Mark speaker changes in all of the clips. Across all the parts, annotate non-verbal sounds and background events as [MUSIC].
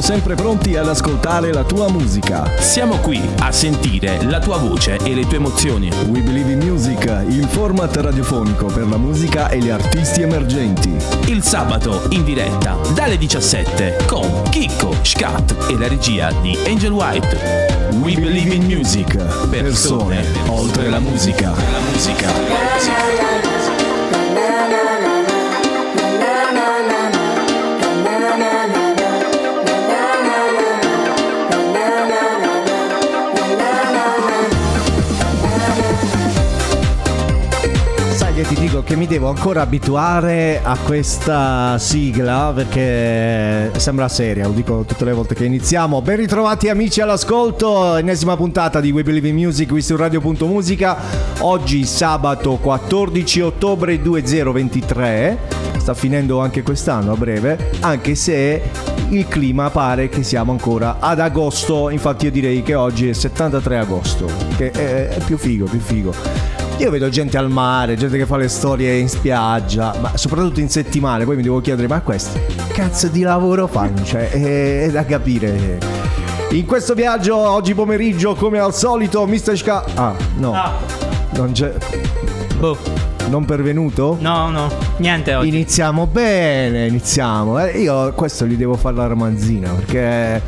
Speaker 1: sempre pronti ad ascoltare la tua musica.
Speaker 2: Siamo qui a sentire la tua voce e le tue emozioni.
Speaker 1: We Believe in Music, il format radiofonico per la musica e gli artisti emergenti.
Speaker 2: Il sabato in diretta dalle 17 con Chicco, Scat e la regia di Angel White. We Believe in Music. Persone oltre la musica. La musica.
Speaker 3: Sai che ti dico che mi devo ancora abituare a questa sigla perché sembra seria, lo dico tutte le volte che iniziamo. Ben ritrovati amici all'ascolto, ennesima puntata di We Believe in Music qui su Radio.musica. Oggi sabato 14 ottobre 2023, sta finendo anche quest'anno a breve, anche se il clima pare che siamo ancora ad agosto, infatti io direi che oggi è 73 agosto, che è, è più figo, più figo. Io vedo gente al mare, gente che fa le storie in spiaggia, ma soprattutto in settimane, poi mi devo chiedere, ma questi cazzo di lavoro fanno? Cioè, [LAUGHS] è, è da capire. In questo viaggio, oggi pomeriggio, come al solito, Mr. Ska... Ah, no. Non c'è...
Speaker 4: Boh.
Speaker 3: Non pervenuto?
Speaker 4: No, no, niente oggi.
Speaker 3: Iniziamo bene, iniziamo. Eh, io questo gli devo fare la romanzina perché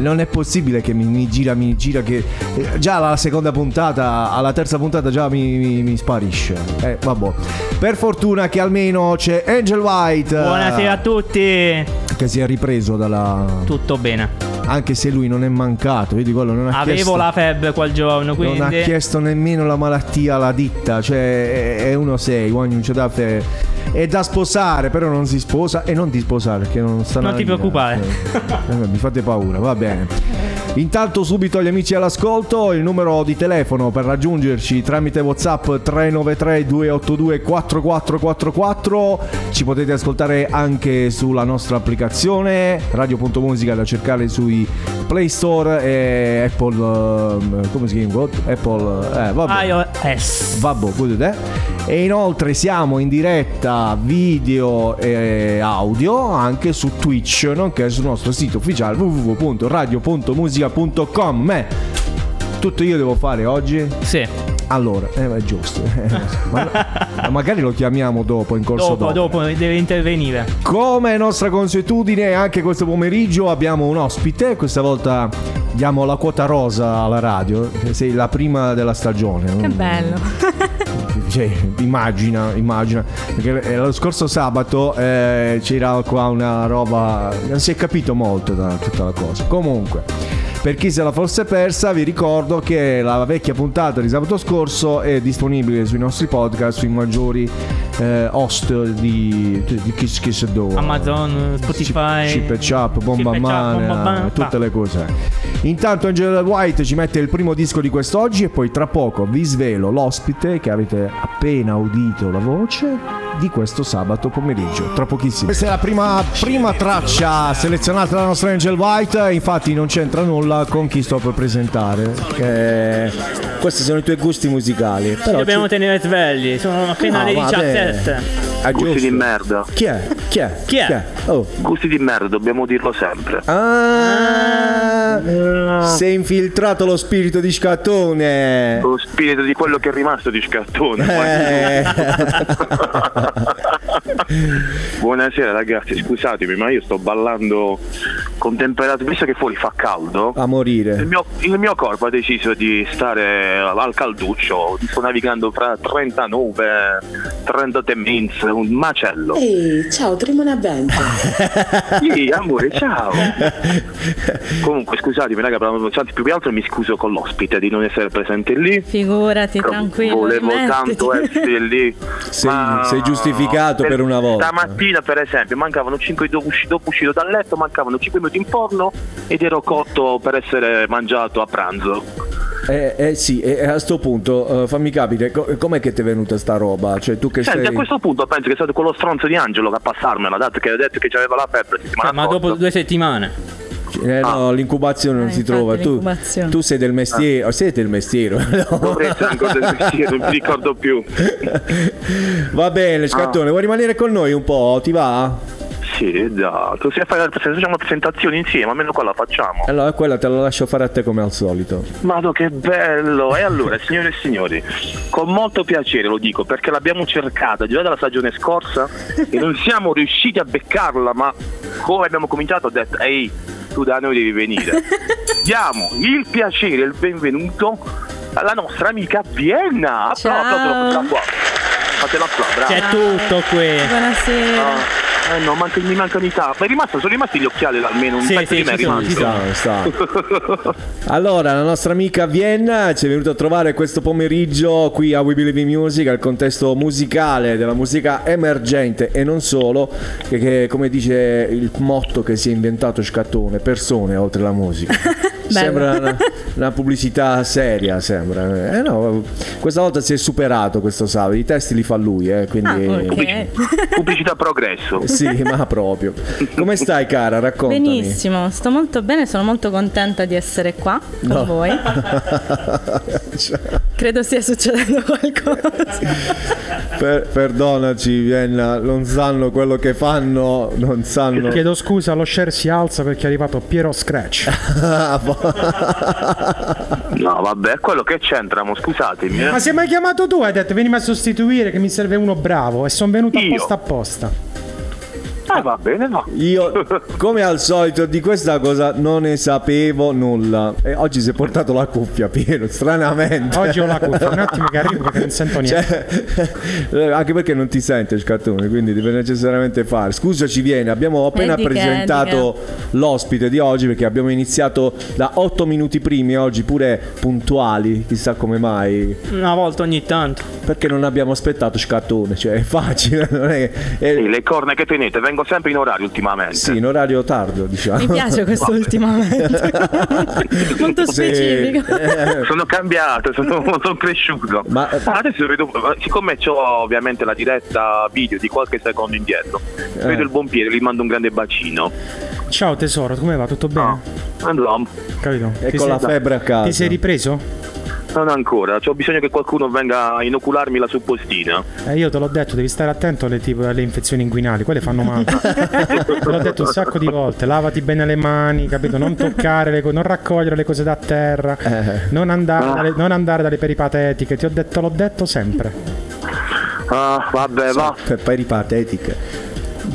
Speaker 3: non è possibile che mi, mi gira, mi gira, che eh, già alla seconda puntata, alla terza puntata già mi, mi- mi sparisce. Eh, vabbè. Per fortuna che almeno c'è Angel White. eh,
Speaker 4: Buonasera a tutti.
Speaker 3: Che si è ripreso dalla...
Speaker 4: Tutto bene.
Speaker 3: Anche se lui non è mancato, vedi quello non ha chiesto...
Speaker 4: Avevo la febbre quel giorno, quindi
Speaker 3: Non ha chiesto nemmeno la malattia alla ditta, cioè è 1-6, Wang Yun è da sposare, però non si sposa e non ti sposare perché non sta
Speaker 4: Non
Speaker 3: nella
Speaker 4: ti
Speaker 3: vita,
Speaker 4: preoccupare.
Speaker 3: cioè. Eh, mi fate paura, va bene. Intanto subito agli amici all'ascolto il numero di telefono per raggiungerci tramite Whatsapp 393 282 4444 ci potete ascoltare anche sulla nostra applicazione radio.musica da cercare sui Play Store e Apple ehm, come si chiama? Apple eh,
Speaker 4: Ah,
Speaker 3: vabbè.
Speaker 4: iOS.
Speaker 3: Vabbò, pure te. E inoltre siamo in diretta video e audio anche su Twitch, nonché sul nostro sito ufficiale www.radio.musica.com. Eh, Tutto io devo fare oggi?
Speaker 4: Sì.
Speaker 3: Allora, eh, ma è giusto. Ma- ma magari lo chiamiamo dopo in corso
Speaker 4: Dopo, dopo deve intervenire.
Speaker 3: come nostra consuetudine, anche questo pomeriggio abbiamo un ospite. Questa volta diamo la quota rosa alla radio. eh, Sei la prima della stagione.
Speaker 5: Che bello. [LAUGHS]
Speaker 3: Cioè, immagina, immagina. Perché eh, lo scorso sabato eh, c'era qua una roba. Non si è capito molto da tutta la cosa. Comunque. Per chi se la fosse persa, vi ricordo che la vecchia puntata di sabato scorso è disponibile sui nostri podcast, sui maggiori eh, host di, di Kiss Kiss Do.
Speaker 4: Amazon, Spotify,
Speaker 3: Chip e Chap, Bomba
Speaker 4: Chip e Chap,
Speaker 3: Mana,
Speaker 4: Bomba Mana,
Speaker 3: tutte
Speaker 4: va.
Speaker 3: le cose. Intanto Angela White ci mette il primo disco di quest'oggi e poi tra poco vi svelo l'ospite che avete appena udito la voce di questo sabato pomeriggio, tra pochissimo. Questa è la prima, prima traccia selezionata dalla nostra Angel White, infatti non c'entra nulla con chi sto per presentare. che- questi sono i tuoi gusti musicali. Però
Speaker 4: Dobbiamo
Speaker 3: ci- Ah,
Speaker 4: tenere svegli, sono appena
Speaker 3: No,
Speaker 4: le
Speaker 3: vabbè.
Speaker 4: 17.
Speaker 3: Ah,
Speaker 6: Gusti
Speaker 3: giusto.
Speaker 6: di merda.
Speaker 3: Chi è? Chi è?
Speaker 4: Chi è?
Speaker 3: Oh.
Speaker 6: Gusti di merda, dobbiamo dirlo sempre.
Speaker 3: Ah, si è infiltrato lo spirito di scattone.
Speaker 6: Lo spirito di quello che è rimasto di scattone.
Speaker 3: Eh.
Speaker 6: Buonasera ragazzi, scusatemi, ma io sto ballando con temperatura. Visto che fuori fa caldo,
Speaker 3: A
Speaker 6: il
Speaker 3: morire.
Speaker 6: mio, il mio corpo ha deciso di stare al calduccio. Sto navigando fra 39, 33 mins, un macello.
Speaker 7: Ehi, ciao, Trimona Band.
Speaker 6: Sì, amore, ciao. Comunque, scusatemi, raga, però, anzi, più che altro mi scuso con l'ospite di non essere presente lì.
Speaker 5: Figurati, tranquillo.
Speaker 6: Volevo
Speaker 5: rimettiti.
Speaker 6: tanto essere lì.
Speaker 3: [LAUGHS] Sei- sei giustificato per una volta.
Speaker 6: Stamattina, per esempio, mancavano 5 dopo, usci- dopo uscito dal letto, mancavano 5 minuti in forno ed ero cotto per essere mangiato a pranzo.
Speaker 3: Eh, eh, sì, e a sto punto eh, fammi capire, co- com'è che ti è venuta sta roba? Cioè tu che
Speaker 6: Senti, a
Speaker 3: sei...
Speaker 6: questo punto penso che è stato quello stronzo di Angelo che a passarmela, dato che ha detto che aveva la febbre settimana
Speaker 3: Cioè,
Speaker 4: Ma
Speaker 6: scorsa.
Speaker 4: dopo
Speaker 3: [LAUGHS]
Speaker 4: due settimane.
Speaker 3: Eh,
Speaker 6: Ah.
Speaker 3: no, l'incubazione non
Speaker 5: Eh,
Speaker 3: si
Speaker 5: infatti,
Speaker 3: trova. Tu,
Speaker 5: l'incubazione.
Speaker 3: tu sei del mestiere, siete il mestiere. [LAUGHS] no?
Speaker 6: Dovrei essere ancora del mestiere, non mi ricordo più. Ah.
Speaker 3: Va bene, scattone, vuoi rimanere con noi un po'? Ti va?
Speaker 6: sì, esatto. Se, fai la- se facciamo la presentazione insieme, almeno qua la facciamo.
Speaker 3: Allora quella te la lascio fare a te come al solito.
Speaker 6: Vado che bello! E allora, [LAUGHS] signore e signori, con molto piacere lo dico perché l'abbiamo cercata già dalla stagione scorsa e non siamo riusciti a beccarla, ma come abbiamo cominciato ho detto, ehi, tu da noi
Speaker 4: [LAUGHS]
Speaker 6: devi venire. Diamo il piacere e il benvenuto alla nostra amica Vienna! Applauso,
Speaker 5: Ciao.
Speaker 6: applauso, applauso, qua. Fate l'applauso, bravo.
Speaker 4: C'è tutto qui.
Speaker 5: [LAUGHS] Buonasera.
Speaker 6: Ah, eh no, manca- mi mancano i tap. È rimasto, sono rimasti gli occhiali almeno un
Speaker 4: Sì,
Speaker 6: pezzo
Speaker 4: sì,
Speaker 6: di me è
Speaker 4: ci sono,
Speaker 6: rimasto.
Speaker 4: ci sono.
Speaker 3: Sta, sta. Allora, la nostra amica Vienna ci è venuta a trovare questo pomeriggio qui a We Believe in Music, al contesto musicale della musica emergente e non solo, che, che, come dice il motto che si è inventato Scattone, persone oltre la
Speaker 5: [LAUGHS]
Speaker 3: musica. sembra una, una pubblicità seria, sembra. Eh no, questa volta si è superato questo Savio, i testi li fa lui, eh, quindi...
Speaker 5: Ah, ok.
Speaker 6: Pubblicità progresso.
Speaker 3: Sì, ma proprio. Come stai cara? Raccontami.
Speaker 5: Benissimo, sto molto bene, sono molto contenta di essere qua con
Speaker 3: No.
Speaker 8: [LAUGHS]
Speaker 5: voi. Credo stia succedendo qualcosa.
Speaker 3: Per- perdonaci, Vienna, non sanno quello che fanno, non sanno.
Speaker 8: Chiedo scusa, lo share si alza perché è arrivato
Speaker 6: [LAUGHS]
Speaker 8: Piero Scratch.
Speaker 6: No, vabbè, quello che c'entra, mo, scusatemi. eh.
Speaker 8: Ma se mi hai chiamato tu, hai detto venimi a sostituire che mi serve uno bravo e sono venuto
Speaker 6: Io?
Speaker 8: apposta apposta.
Speaker 6: Ah, va bene, no.
Speaker 3: Io, come al solito, di questa cosa non ne sapevo nulla. E oggi si è portato la cuffia, Piero, stranamente.
Speaker 8: Oggi ho la colpa, un attimo che arrivo perché non sento niente.
Speaker 3: Cioè, eh, [LAUGHS] anche perché non ti sente scattone, quindi deve necessariamente fare. Scusaci, viene. Abbiamo appena
Speaker 5: Eh, di che,
Speaker 3: presentato l'ospite di oggi perché abbiamo iniziato da 8 minuti primi oggi, pure puntuali, chissà come mai.
Speaker 4: Una volta ogni tanto.
Speaker 3: Perché non abbiamo aspettato scattone, cioè è facile, non è che... è-
Speaker 6: Sì, le corna che tenete, vengo sempre in orario ultimamente.
Speaker 3: sì, in orario tardo, diciamo.
Speaker 5: Mi piace questo ultimamente.
Speaker 8: [LAUGHS]
Speaker 3: [LAUGHS]
Speaker 5: molto
Speaker 3: Sì. [LAUGHS]
Speaker 5: specifico.
Speaker 3: Eh,
Speaker 6: Sono
Speaker 3: [LAUGHS]
Speaker 6: cambiato, sono, sono cresciuto.
Speaker 3: Ma- eh,
Speaker 6: Ah, adesso vedo, siccome ho ovviamente la diretta video di qualche secondo indietro,
Speaker 3: Eh.
Speaker 6: vedo il buon Piero, gli mando un grande bacino.
Speaker 8: Ciao tesoro, come va? Tutto bene?
Speaker 6: Cioè. No, Ah, no,
Speaker 8: Capito?
Speaker 3: e
Speaker 8: Ti
Speaker 3: con la
Speaker 8: sei-
Speaker 3: febbre a casa.
Speaker 8: Ti sei ripreso?
Speaker 6: non ancora. Ho bisogno che qualcuno venga a inocularmi la suppostina.
Speaker 8: Eh, io te l'ho detto, devi stare attento alle, tipo, alle infezioni inguinali, quelle fanno male. te l'ho detto un sacco di volte, lavati bene le mani, capito? Non toccare le cose, non raccogliere le cose da terra,
Speaker 6: Eh.
Speaker 8: non,
Speaker 6: Ah.
Speaker 8: andare dalle, non andare dalle peripatetiche, ti ho detto, l'ho detto sempre.
Speaker 6: [LAUGHS] Ah, vabbè, va.
Speaker 3: Per pari patetica.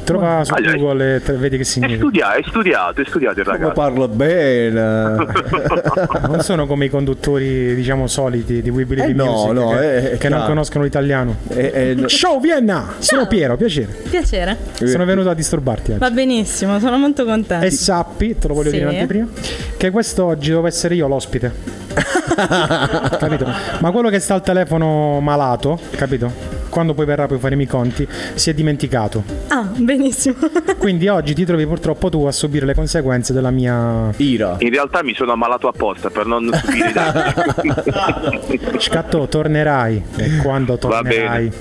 Speaker 8: Trova su
Speaker 6: Allora,
Speaker 8: Google e te- vedi che
Speaker 6: È
Speaker 8: significa.
Speaker 6: studiato, è studiato, è studiato il
Speaker 3: Come
Speaker 6: ragazzo.
Speaker 3: parlo bene.
Speaker 8: Non sono come i conduttori, diciamo, soliti di We Believe
Speaker 3: Eh,
Speaker 8: in
Speaker 3: no,
Speaker 8: Music
Speaker 3: no,
Speaker 8: che,
Speaker 3: eh, eh,
Speaker 8: che
Speaker 3: chiaro.
Speaker 8: non conoscono l'italiano.
Speaker 3: E- e-
Speaker 8: Ciao Vienna, sono Piero, piacere.
Speaker 5: Piacere.
Speaker 8: Sono venuto a disturbarti. oggi.
Speaker 5: Va benissimo, sono molto contenta.
Speaker 8: E sappi, te lo voglio
Speaker 5: Sì.
Speaker 8: dire in anteprima, che quest'oggi devo essere io l'ospite.
Speaker 6: [LAUGHS]
Speaker 8: capito? Ma quello che sta al telefono malato, capito? Quando poi verrà poi a farmi i conti, si è dimenticato.
Speaker 5: Ah, benissimo.
Speaker 8: Quindi oggi ti trovi purtroppo tu a subire le conseguenze della mia
Speaker 3: [LAUGHS] Ira.
Speaker 6: [LAUGHS] In realtà mi sono ammalato apposta per non subire i
Speaker 3: [LAUGHS] Ah,
Speaker 6: danni.
Speaker 8: scatto, tornerai. E quando
Speaker 6: Va bene.
Speaker 8: tornerai?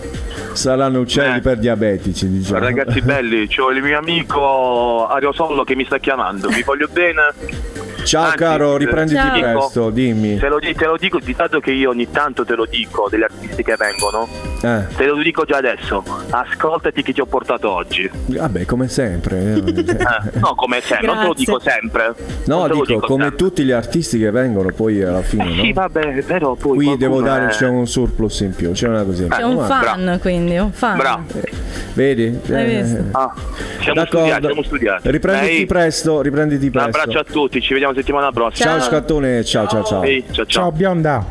Speaker 3: Saranno uccelli
Speaker 6: Eh.
Speaker 3: per diabetici, diciamo.
Speaker 6: Ragazzi belli, c'ho il mio amico Ariosollo che mi sta chiamando, vi voglio bene.
Speaker 3: Ciao
Speaker 6: Anzi,
Speaker 3: caro,
Speaker 6: eh, Cioè-
Speaker 3: riprenditi
Speaker 5: Ciao.
Speaker 3: presto, dimmi.
Speaker 6: Te lo, di- te lo dico, di tanto che io ogni tanto te lo dico degli artisti che vengono,
Speaker 3: Eh,
Speaker 6: te lo dico già adesso, ascoltati chi ti ho portato oggi.
Speaker 3: vabbè, come sempre.
Speaker 6: [LAUGHS]
Speaker 3: eh.
Speaker 6: Eh,
Speaker 3: [LAUGHS]
Speaker 6: no, come sempre, non te
Speaker 5: Grazie.
Speaker 6: lo dico sempre.
Speaker 3: No,
Speaker 6: non te lo
Speaker 3: dico, come
Speaker 6: sempre.
Speaker 3: tutti gli artisti che vengono poi alla fine, no?
Speaker 6: eh. Sì, vabbè, però poi...
Speaker 3: Qui devo
Speaker 6: qualcuno
Speaker 3: dare,
Speaker 6: è-
Speaker 3: c'è un surplus in più, c'è una cosa in più.
Speaker 5: È un
Speaker 3: Ma-
Speaker 5: fan, quindi, un fan.
Speaker 6: Bravo.
Speaker 3: Eh, Vedi?
Speaker 5: Hai
Speaker 3: Eh,
Speaker 5: visto?
Speaker 6: Ah, siamo studiati, siamo studiati.
Speaker 3: Riprenditi
Speaker 6: Ehi,
Speaker 3: presto, riprenditi
Speaker 6: Un
Speaker 3: presto.
Speaker 6: abbraccio a tutti, ci vediamo settimana prossima.
Speaker 3: Ciao scattone, ciao ciao ciao.
Speaker 6: Ehi, ciao. ciao.
Speaker 8: Ciao bionda.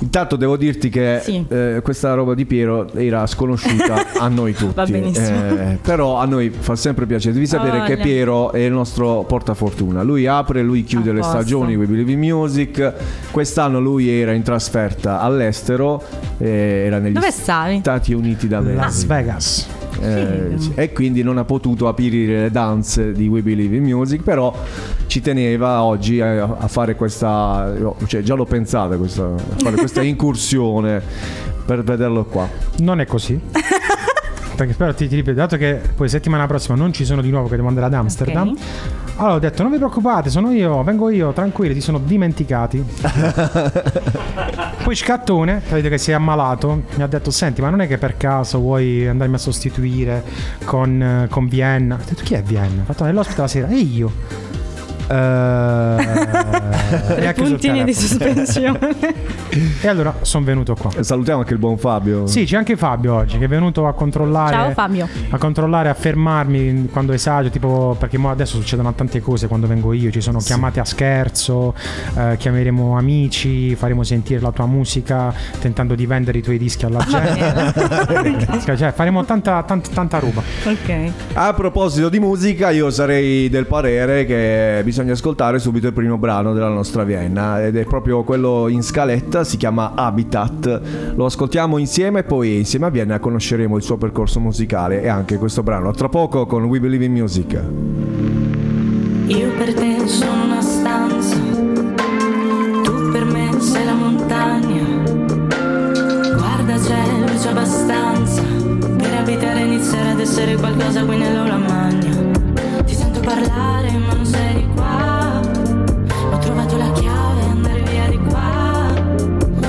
Speaker 9: Intanto devo dirti che
Speaker 5: Sì.
Speaker 9: eh, questa roba di Piero era sconosciuta a noi tutti.
Speaker 5: [LAUGHS] Va benissimo.
Speaker 9: Eh, però a noi fa sempre piacere. Devi sapere
Speaker 5: voglia.
Speaker 9: che Piero è il nostro portafortuna. Lui apre, lui chiude
Speaker 5: A
Speaker 9: le
Speaker 5: posto.
Speaker 9: stagioni We Believe in Music. Quest'anno lui era in trasferta all'estero. eh, era negli
Speaker 5: Dove stavi?
Speaker 9: Stati Uniti d'America.
Speaker 8: Las Vegas.
Speaker 9: Eh, e quindi non ha potuto aprire le danze di We Believe in Music però ci teneva oggi eh, a, fare questa io- cioè già lo pensate questa, a fare
Speaker 5: [LAUGHS]
Speaker 9: questa incursione per vederlo qua
Speaker 8: Non
Speaker 10: [LAUGHS]
Speaker 8: è così. Perché spero ti, ti ripeto, dato che poi settimana prossima non ci sono di nuovo che devo andare ad Amsterdam.
Speaker 5: Ok.
Speaker 8: Allora ho
Speaker 10: [LAUGHS]
Speaker 8: detto non vi preoccupate, sono io, vengo io, tranquilli, ti sono dimenticati. Poi Scattone, capito che si è ammalato, mi ha detto senti ma non è che per caso vuoi andarmi a sostituire con, eh, con Vienna? Ho detto chi è Vienna? Ho fatto nell'ospite la sera,
Speaker 10: [LAUGHS]
Speaker 8: e io? Eh, e ha
Speaker 10: Tre
Speaker 8: chiuso il
Speaker 10: puntini di
Speaker 8: telefono.
Speaker 10: sospensione.
Speaker 8: [LAUGHS] E allora sono venuto qua.
Speaker 3: Salutiamo anche il buon Fabio.
Speaker 8: Sì, c'è anche Fabio oggi che è venuto a controllare.
Speaker 10: Ciao Fabio.
Speaker 8: A controllare, a fermarmi quando esagio, tipo perché mo adesso succedono tante cose quando vengo io, ci sono chiamate a scherzo, eh, chiameremo amici, faremo sentire la tua musica tentando di vendere i tuoi
Speaker 10: [LAUGHS]
Speaker 8: dischi alla gente. cioè, faremo tanta, tanta, tanta roba.
Speaker 10: Ok.
Speaker 3: A proposito di musica, io sarei del parere che bisogna ascoltare subito il primo brano della nostra Vienna ed è proprio quello in scaletta, si chiama Habitat. Lo ascoltiamo insieme e poi insieme a Vienna conosceremo il suo percorso musicale e anche questo brano. A Tra poco con We Believe in Music.
Speaker 5: Io per te sono una stanza, tu per me sei la montagna. Guarda c'è luce abbastanza per abitare e iniziare ad essere qualcosa qui nell'aula magna. Ti sento parlare ma non sei di qua. Ho trovato la chiave andare via di qua.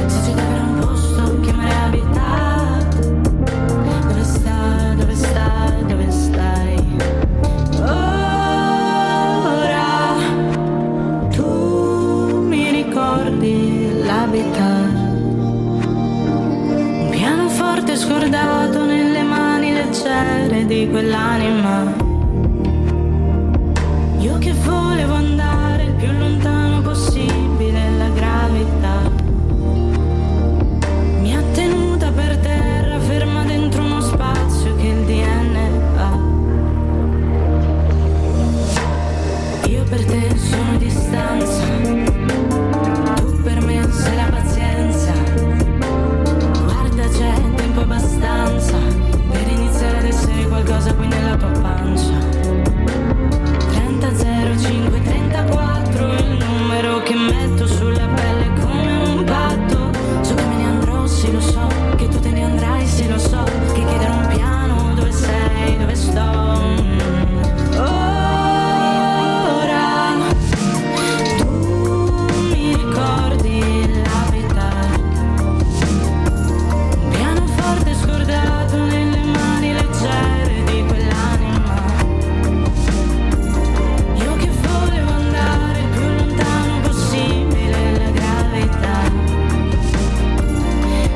Speaker 5: Se c'è davvero un posto che mi abita, dove sta, dove sta, dove stai? Ora tu mi ricordi l'habitat, un pianoforte scordato nelle mani leggere di quell'anima. Io che volevo andare il più lontano possibile la gravità. Mi ha tenuta per terra, ferma dentro uno spazio che il DNA ha. Io per te sono distanza, tu per me sei la pazienza. Guarda c'è tempo abbastanza per iniziare ad essere qualcosa qui nella tua pancia. 3005 34 è il numero che metto sulla pelle come un patto. So che me ne andrò, sì lo so, che tu te ne andrai, sì lo so, che chiederò un piano dove sei, dove sto. Mm. Ora tu mi ricordi la verità Un pianoforte scordato nelle mani leggere di quell'anima Io che volevo andare il più lontano possibile la gravità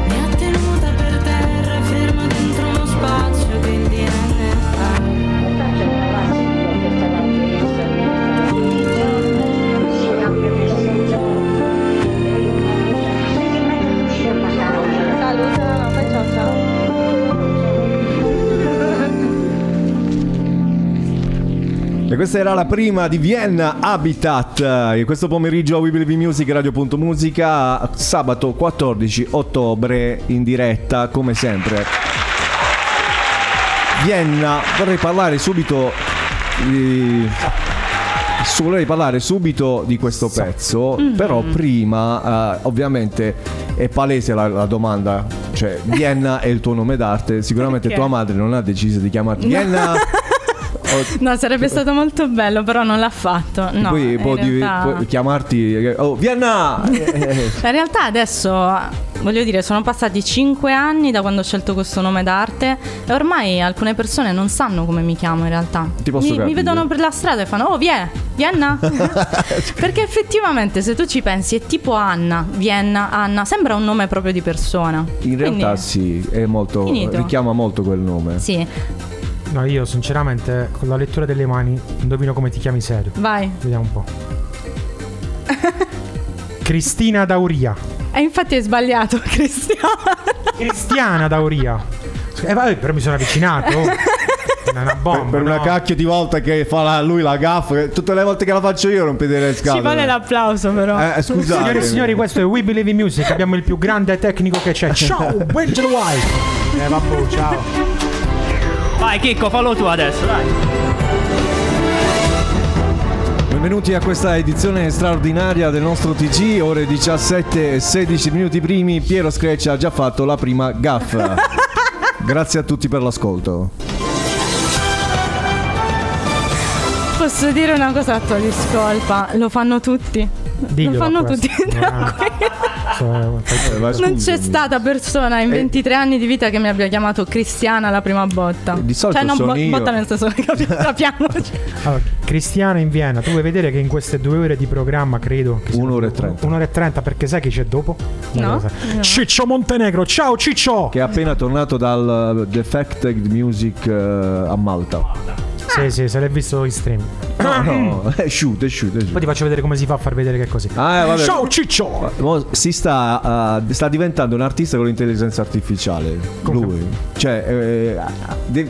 Speaker 5: Mi ha tenuta per terra ferma dentro uno spazio che il DNA fa
Speaker 3: E questa era la prima di Vienna Habitat. E questo pomeriggio a We Believe in Music, radio.musica, sabato 14 ottobre in diretta, come sempre. Vienna, vorrei parlare subito di... su- Vorrei parlare subito di questo pezzo, però prima eh, ovviamente è palese la, la domanda, cioè Vienna è il tuo nome d'arte, sicuramente
Speaker 10: Perché?
Speaker 3: tua madre non ha deciso di chiamarti Vienna. O-
Speaker 10: No, sarebbe stato molto bello, però non l'ha fatto. No,
Speaker 3: poi
Speaker 10: in
Speaker 3: può di-
Speaker 10: realtà...
Speaker 3: può chiamarti eh, oh,
Speaker 10: [LAUGHS]
Speaker 3: Vienna Eh,
Speaker 10: In realtà adesso, voglio dire, sono passati 5 anni da quando ho scelto questo nome d'arte e ormai alcune persone non sanno come mi chiamo in realtà.
Speaker 3: Ti posso
Speaker 10: mi, mi
Speaker 3: capire.
Speaker 10: vedono per la strada e fanno, oh, vie, Vienna.
Speaker 3: [LAUGHS]
Speaker 10: Perché effettivamente se tu ci pensi è tipo Anna, Vienna, Anna, sembra un nome proprio di persona.
Speaker 3: in
Speaker 10: Quindi-
Speaker 3: realtà sì è molto
Speaker 10: Finito.
Speaker 3: richiama molto quel nome
Speaker 10: Sì,
Speaker 8: No, io sinceramente con la lettura delle mani indovino come ti chiami serio.
Speaker 10: vai. [LAUGHS]
Speaker 8: Vediamo un po'. Cristina Dauria.
Speaker 10: E infatti hai sbagliato, [LAUGHS] Cristiano.
Speaker 8: Cristiana Dauria. E vabbè, però mi sono
Speaker 5: [LAUGHS]
Speaker 8: avvicinato. oh. È una bomba.
Speaker 3: per una
Speaker 8: no?
Speaker 3: cacchio di volta che fa la- lui la gaffa che tutte le volte che la faccio io rompete le scatole
Speaker 10: Ci vuole l'applauso però.
Speaker 3: eh, scusate
Speaker 8: Signore e signori, questo è We Believe in Music. Abbiamo il più grande tecnico che
Speaker 3: [LAUGHS]
Speaker 8: c'è. Ciao, Benjamin White. Eh, vabbè, ciao.
Speaker 4: Vai Chicco, fallo tu adesso, dai.
Speaker 3: benvenuti a questa edizione straordinaria del nostro TG ore 17 e 16 minuti primi Piero Screccia ha già fatto la prima
Speaker 10: [LAUGHS]
Speaker 3: gaffa grazie a tutti per l'ascolto
Speaker 10: Posso dire una cosa a tua discolpa? Lo fanno tutti.
Speaker 5: Lo fanno tutti. [LAUGHS]
Speaker 8: Ah,
Speaker 5: non c'è stata persona
Speaker 8: Eh.
Speaker 5: in 23 anni di vita che mi abbia chiamato Cristiana alla prima botta.
Speaker 8: Eh, Di solito
Speaker 5: cioè, non
Speaker 8: sono io.
Speaker 5: botta nel senso [LAUGHS] che capi- capiamoci.
Speaker 8: Allora, Cristiana in Vienna, tu vuoi vedere che in queste due ore di programma, credo. Un'ora e trenta. Un'ora e trenta, perché sai chi c'è dopo?
Speaker 5: No.
Speaker 8: Cosa. Ciccio Montenegro, ciao Ciccio!
Speaker 3: Che è appena tornato dal uh, Defected Music uh, a Malta.
Speaker 8: Sì, sì, se l'hai visto in stream.
Speaker 3: No,
Speaker 5: Mm.
Speaker 3: no, [LAUGHS] è shoot, è shoot, è shoot.
Speaker 8: Poi ti faccio vedere come si fa a far vedere che è così.
Speaker 3: Ah, vabbè.
Speaker 8: Ciao Ciccio!
Speaker 3: Mo si sta, uh, sta diventando un artista con l'intelligenza artificiale. Lui. Cioè, eh, de-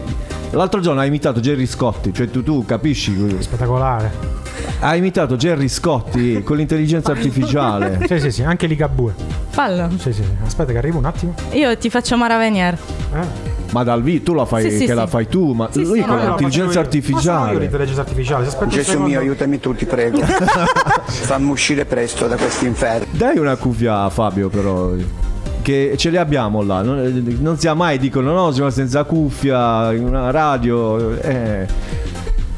Speaker 3: l'altro giorno ha imitato Jerry Scotti. Cioè, tu, tu capisci.
Speaker 8: Spettacolare.
Speaker 3: Ha imitato Jerry Scotti con
Speaker 5: [LAUGHS]
Speaker 3: l'intelligenza artificiale.
Speaker 8: Sì, sì, sì, anche Ligabue.
Speaker 5: Fallo.
Speaker 8: Sì, sì, sì. Aspetta che arrivo un attimo.
Speaker 5: Io ti faccio Mara Venier.
Speaker 8: Eh?
Speaker 3: Ma dal V tu la fai,
Speaker 5: Sì, sì,
Speaker 3: che la
Speaker 5: sì.
Speaker 3: fai tu, ma
Speaker 5: Sì,
Speaker 3: lui
Speaker 5: sì,
Speaker 3: con
Speaker 5: no, no,
Speaker 3: l'intelligenza artificiale.
Speaker 8: L'intelligenza artificiale. se aspetta un
Speaker 11: Gesù
Speaker 8: secondo-
Speaker 11: mio, aiutami tu, ti
Speaker 8: [LAUGHS]
Speaker 11: prego. Fammi uscire presto da questo inferno.
Speaker 3: Dai una cuffia a Fabio, però. Che ce le abbiamo là. Non, non sia mai dicono no, siamo senza cuffia, in una radio. eh.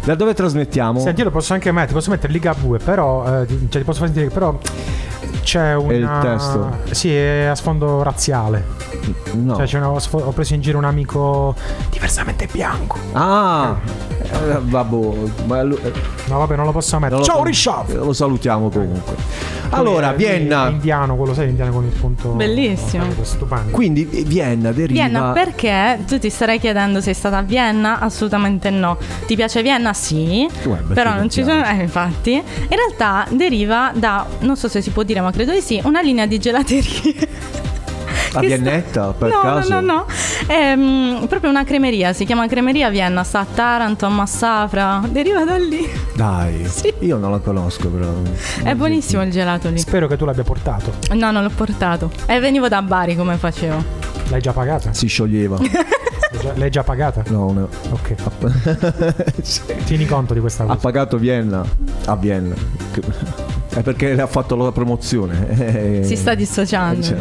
Speaker 3: Da dove trasmettiamo?
Speaker 8: Senti, io lo posso anche mettere, posso mettere Ligabue, però. eh, ti- cioè, ti posso far sentire che però. C'è una.
Speaker 3: il testo.
Speaker 8: Sì, è a sfondo razziale.
Speaker 3: No.
Speaker 8: Cioè, c'è una- ho preso in giro un amico diversamente bianco.
Speaker 3: Ah, eh, vabbò, ma lu-
Speaker 8: No, vabbè, non lo posso mettere.
Speaker 3: lo-
Speaker 8: Ciao, Rishab!
Speaker 3: Lo salutiamo comunque. Allora,
Speaker 8: Lui è- lui
Speaker 3: Vienna.
Speaker 8: è Indiano, quello sai, indiano con il punto.
Speaker 5: Bellissimo.
Speaker 8: Guarda, Stupendo.
Speaker 3: Quindi eh, Vienna deriva
Speaker 5: Vienna, perché tu ti starei chiedendo se sei stata a Vienna? Assolutamente no. Ti piace Vienna? Sì.
Speaker 3: Guarda,
Speaker 5: Però
Speaker 3: eh, sì,
Speaker 5: non ci sono. Eh, infatti. In realtà deriva da, non so se si può dire, ma credo di sì, una linea di gelaterie.
Speaker 3: [LAUGHS] a
Speaker 5: che
Speaker 3: Viennetta per
Speaker 5: no,
Speaker 3: caso.
Speaker 5: no, no, no. È mm, proprio una cremeria, si chiama Cremeria Vienna, sta a Taranto, a Massafra, deriva da lì.
Speaker 3: Dai, io non la conosco però.
Speaker 5: È buonissimo il gelato lì.
Speaker 8: Spero che tu l'abbia portato.
Speaker 5: No, non l'ho portato. E venivo da Bari come facevo.
Speaker 8: L'hai già pagata?
Speaker 3: Si scioglieva.
Speaker 8: L'hai già- L'hai già pagata?
Speaker 3: No, no.
Speaker 8: Ok. Tieni conto di questa
Speaker 3: Ha
Speaker 8: cosa.
Speaker 3: pagato Vienna a Vienna. È perché le ha fatto la promozione. Eh,
Speaker 5: Si sta dissociando.
Speaker 3: cioè,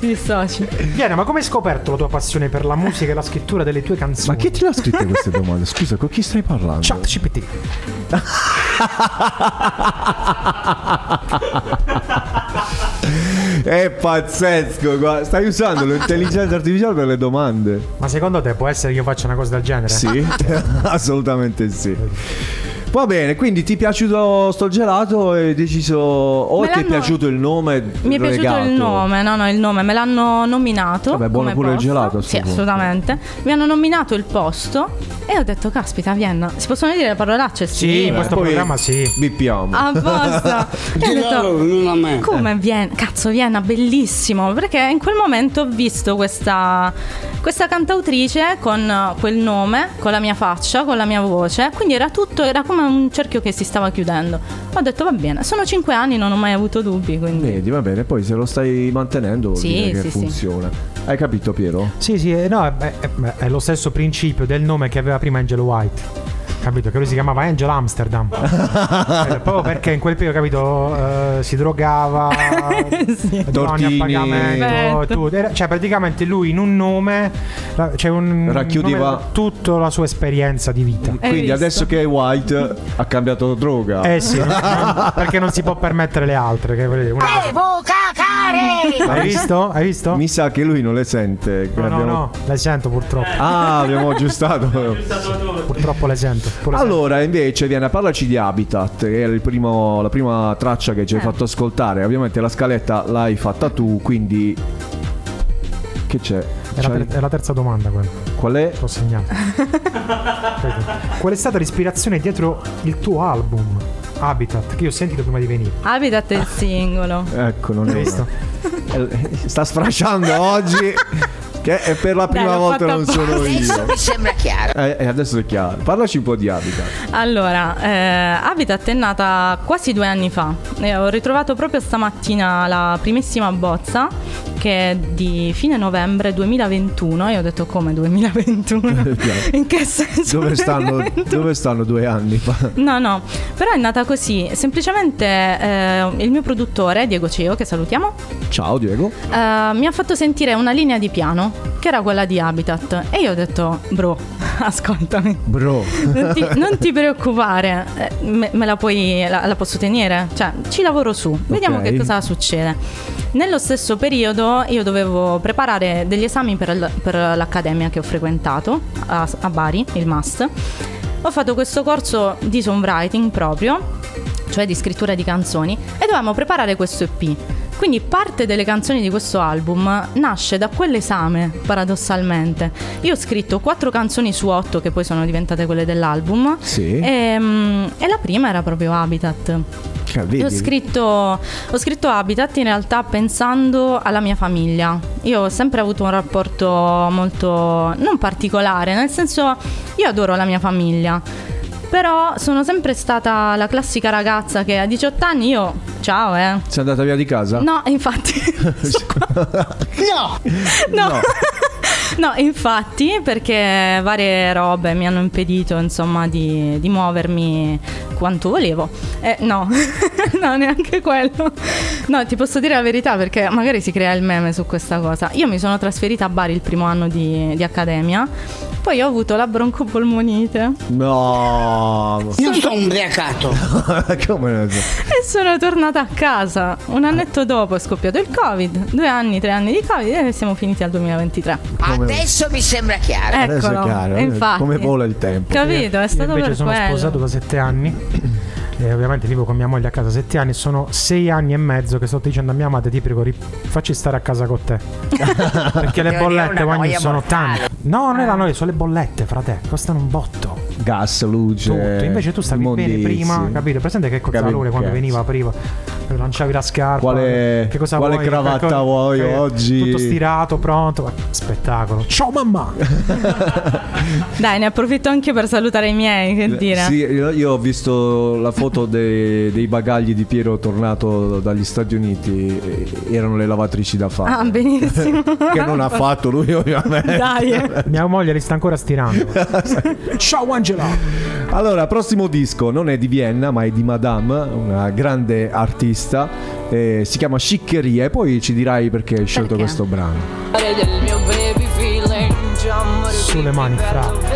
Speaker 5: Ti dissoci.
Speaker 8: Viena, ma come hai scoperto la tua passione per la musica e la scrittura delle tue
Speaker 3: Ma
Speaker 8: canzoni?
Speaker 3: chi te l'ha scritta queste domande? Scusa, con chi stai parlando?
Speaker 8: Chat GPT.
Speaker 3: È pazzesco, guarda, stai usando l'intelligenza artificiale per le domande.
Speaker 8: Ma secondo te può essere che io faccia una cosa del genere?
Speaker 3: Sì, [LAUGHS] assolutamente sì. Va bene, quindi ti è piaciuto sto gelato e hai deciso o
Speaker 5: Me
Speaker 3: ti è
Speaker 5: l'hanno-
Speaker 3: piaciuto il nome
Speaker 5: Mi è piaciuto il
Speaker 3: regato?
Speaker 5: nome, no, no, il nome, me l'hanno nominato.
Speaker 3: Vabbè, buono
Speaker 5: come
Speaker 3: pure il
Speaker 5: posto.
Speaker 3: gelato a sto
Speaker 5: Sì,
Speaker 3: punto.
Speaker 5: assolutamente. Mi hanno nominato il posto e ho detto, caspita, Vienna, si possono dire le parolacce?
Speaker 8: Sì, in questo
Speaker 3: Poi
Speaker 8: programma sì.
Speaker 5: Ah.
Speaker 3: Bippiamo.
Speaker 5: Apposta. E ho detto, come Vienna? Cazzo, Vienna, bellissimo. Perché in quel momento ho visto questa, questa cantautrice con eh, quel nome, con la mia faccia, con la mia voce. Quindi era tutto, era come un cerchio che si stava chiudendo. Ho detto, va bene, sono cinque anni, non ho mai avuto dubbi. Quindi.
Speaker 3: Vedi, va bene, poi se lo stai mantenendo vuol
Speaker 5: Sì,
Speaker 3: dire che
Speaker 5: sì, sì.
Speaker 3: funziona. Hai capito Piero?
Speaker 5: [LAUGHS]
Speaker 8: Sì, sì, eh, no, è, è- è lo stesso principio del nome che aveva prima Angelo White. Capito? Che lui si chiamava Angel Amsterdam. [LAUGHS] Eh, proprio perché in quel periodo, capito, eh, si [LAUGHS] drogava,
Speaker 5: Sì.
Speaker 8: droni a
Speaker 3: Tortini.
Speaker 8: pagamento. e tutto. Era- Cioè, praticamente lui in un nome, la- cioè un,
Speaker 3: Racchiudeva-
Speaker 8: nome- tutta la sua esperienza di vita.
Speaker 5: Hai
Speaker 3: Quindi
Speaker 5: visto?
Speaker 3: adesso che è White ha cambiato droga.
Speaker 8: Eh sì, non- perché non si può permettere le altre. Che volete, una cosa- [LAUGHS] Hai visto? Hai visto?
Speaker 3: Ah, Mi sa che lui non le sente. che
Speaker 8: No, no,
Speaker 3: abbiamo-
Speaker 8: no, le sento purtroppo.
Speaker 3: Ah,
Speaker 8: [LAUGHS]
Speaker 3: abbiamo aggiustato.
Speaker 8: Purtroppo le sento. pure
Speaker 3: Allora, invece, Viena, parlaci di Habitat, che era il primo- la prima traccia che ci hai
Speaker 5: Eh.
Speaker 3: fatto ascoltare. Ovviamente la scaletta l'hai fatta tu, quindi... Che c'è?
Speaker 8: È la,
Speaker 3: C'hai-
Speaker 8: ter- è la terza domanda quella, te
Speaker 3: Qual è? [LAUGHS]
Speaker 8: l'ho segnata. Vedi. Qual è stata l'ispirazione dietro il tuo album Habitat che io ho sentito prima di venire?
Speaker 5: Habitat è il singolo.
Speaker 3: Ecco, non è
Speaker 8: Hai visto?
Speaker 3: Eh, [LAUGHS] Sta sfrasciando oggi, che è per la prima
Speaker 5: l'ho
Speaker 3: volta
Speaker 5: fatta
Speaker 3: non sono io.
Speaker 12: mi sembra chiaro.
Speaker 3: Eh, eh, adesso è chiaro. Parlaci un po' di Habitat.
Speaker 5: Allora, eh, Habitat è nata quasi due anni fa. E ho ritrovato proprio stamattina la primissima bozza che è di fine novembre 2021. Io ho detto
Speaker 3: [LAUGHS]
Speaker 5: come 2021? In che senso?
Speaker 3: Eh, Dove stanno,
Speaker 5: 2021?
Speaker 3: dove stanno due anni fa?
Speaker 5: [LAUGHS] No, no, però è nata così. Semplicemente eh, il mio produttore, Diego Ceo, che salutiamo,
Speaker 3: Ciao Diego.
Speaker 5: eh, mi ha fatto sentire una linea di piano che era quella di Habitat. E io ho detto, bro, [LAUGHS] ascoltami.
Speaker 9: Bro.
Speaker 5: Non ti, non ti preoccupare, eh, me, me la, puoi, la, la posso tenere, cioè ci lavoro su, vediamo
Speaker 9: Ok.
Speaker 5: che cosa succede. Nello stesso periodo io dovevo preparare degli esami per, l- per l'accademia che ho frequentato a, a Bari, il MAST. Ho fatto questo corso di songwriting proprio, cioè di scrittura di canzoni, e dovevamo preparare questo EP. Quindi parte delle canzoni di questo album nasce da quell'esame, paradossalmente. Io ho scritto quattro canzoni su otto che poi sono diventate quelle dell'album.
Speaker 9: Sì.
Speaker 5: E, mm, e la prima era proprio Habitat.
Speaker 9: Cioè, vedi?
Speaker 5: Io Ho scritto, ho scritto Habitat in realtà pensando alla mia famiglia. Io ho sempre avuto un rapporto molto non particolare, nel senso io adoro la mia famiglia. Però sono sempre stata la classica ragazza che a 18 anni io ciao eh.
Speaker 3: Sei andata via di casa?
Speaker 5: No, [LAUGHS] infatti. no. No.
Speaker 3: No.
Speaker 5: [LAUGHS] No, infatti, perché varie robe mi hanno impedito, insomma, di, di muovermi quanto volevo. Eh, no, [LAUGHS] no, neanche quello. No, ti posso dire la verità perché magari si crea il meme su questa cosa. Io mi sono trasferita a Bari il primo anno di, di accademia, poi ho avuto la broncopolmonite
Speaker 9: No.
Speaker 5: Io sono
Speaker 3: [LAUGHS]
Speaker 9: umbriacato. Come non so?
Speaker 5: e sono tornata a casa. Un annetto dopo è scoppiato il Covid, due anni, tre anni di Covid e siamo finiti al 2023.
Speaker 13: Adesso mi sembra chiaro.
Speaker 5: Eccolo,
Speaker 8: Adesso è chiaro, eh,
Speaker 5: e infatti.
Speaker 8: come vola il
Speaker 9: tempo.
Speaker 5: Capito, è stato
Speaker 8: Io invece
Speaker 5: per
Speaker 8: sono
Speaker 5: quello.
Speaker 8: sposato da sette anni. E ovviamente vivo con mia moglie a casa sette anni. Sono sei anni e mezzo che sto dicendo a mia madre: Ti prego, ri- facci stare a casa
Speaker 3: [LAUGHS]
Speaker 8: con te. Perché
Speaker 9: Devo
Speaker 8: le
Speaker 9: dire,
Speaker 8: bollette
Speaker 9: è una
Speaker 8: ogni
Speaker 9: noia
Speaker 8: sono
Speaker 9: mortale.
Speaker 8: tante. No,
Speaker 5: Ah.
Speaker 8: non è la noia, sono le bollette, frate. Costano un botto.
Speaker 3: Gas, luce.
Speaker 8: Tutto. Invece tu stavi bene
Speaker 3: immondizie.
Speaker 8: prima, capito? Presente che
Speaker 3: Capito,
Speaker 8: cozzalone quando
Speaker 3: cazzo.
Speaker 8: veniva prima. Lanciavi la scarpa,
Speaker 3: Quale-
Speaker 8: che cosa
Speaker 3: quale
Speaker 8: vuoi,
Speaker 3: cravatta
Speaker 8: che cosa-
Speaker 3: vuoi
Speaker 8: che-
Speaker 3: oggi?
Speaker 8: Tutto stirato, pronto. ma- Spettacolo.
Speaker 3: [LAUGHS]
Speaker 8: Ciao mamma!
Speaker 5: Dai, ne approfitto anche per salutare i miei,
Speaker 8: Eh,
Speaker 5: che dire.
Speaker 3: Sì, io io ho visto la foto de- dei bagagli di Piero tornato dagli Stati Uniti, e- erano le lavatrici da fare.
Speaker 5: Ah,
Speaker 8: [LAUGHS]
Speaker 5: benissimo.
Speaker 3: lui ovviamente.
Speaker 5: Dai, eh.
Speaker 8: Mia moglie li sta ancora stirando. Ciao Angela!
Speaker 3: Allora, prossimo disco non è di Vienna, ma è di Madame, una grande artista. eh, si chiama Sciccheria e poi ci dirai perché hai scelto questo brano.
Speaker 14: del mio baby feeling già
Speaker 8: Sulle mani, fra.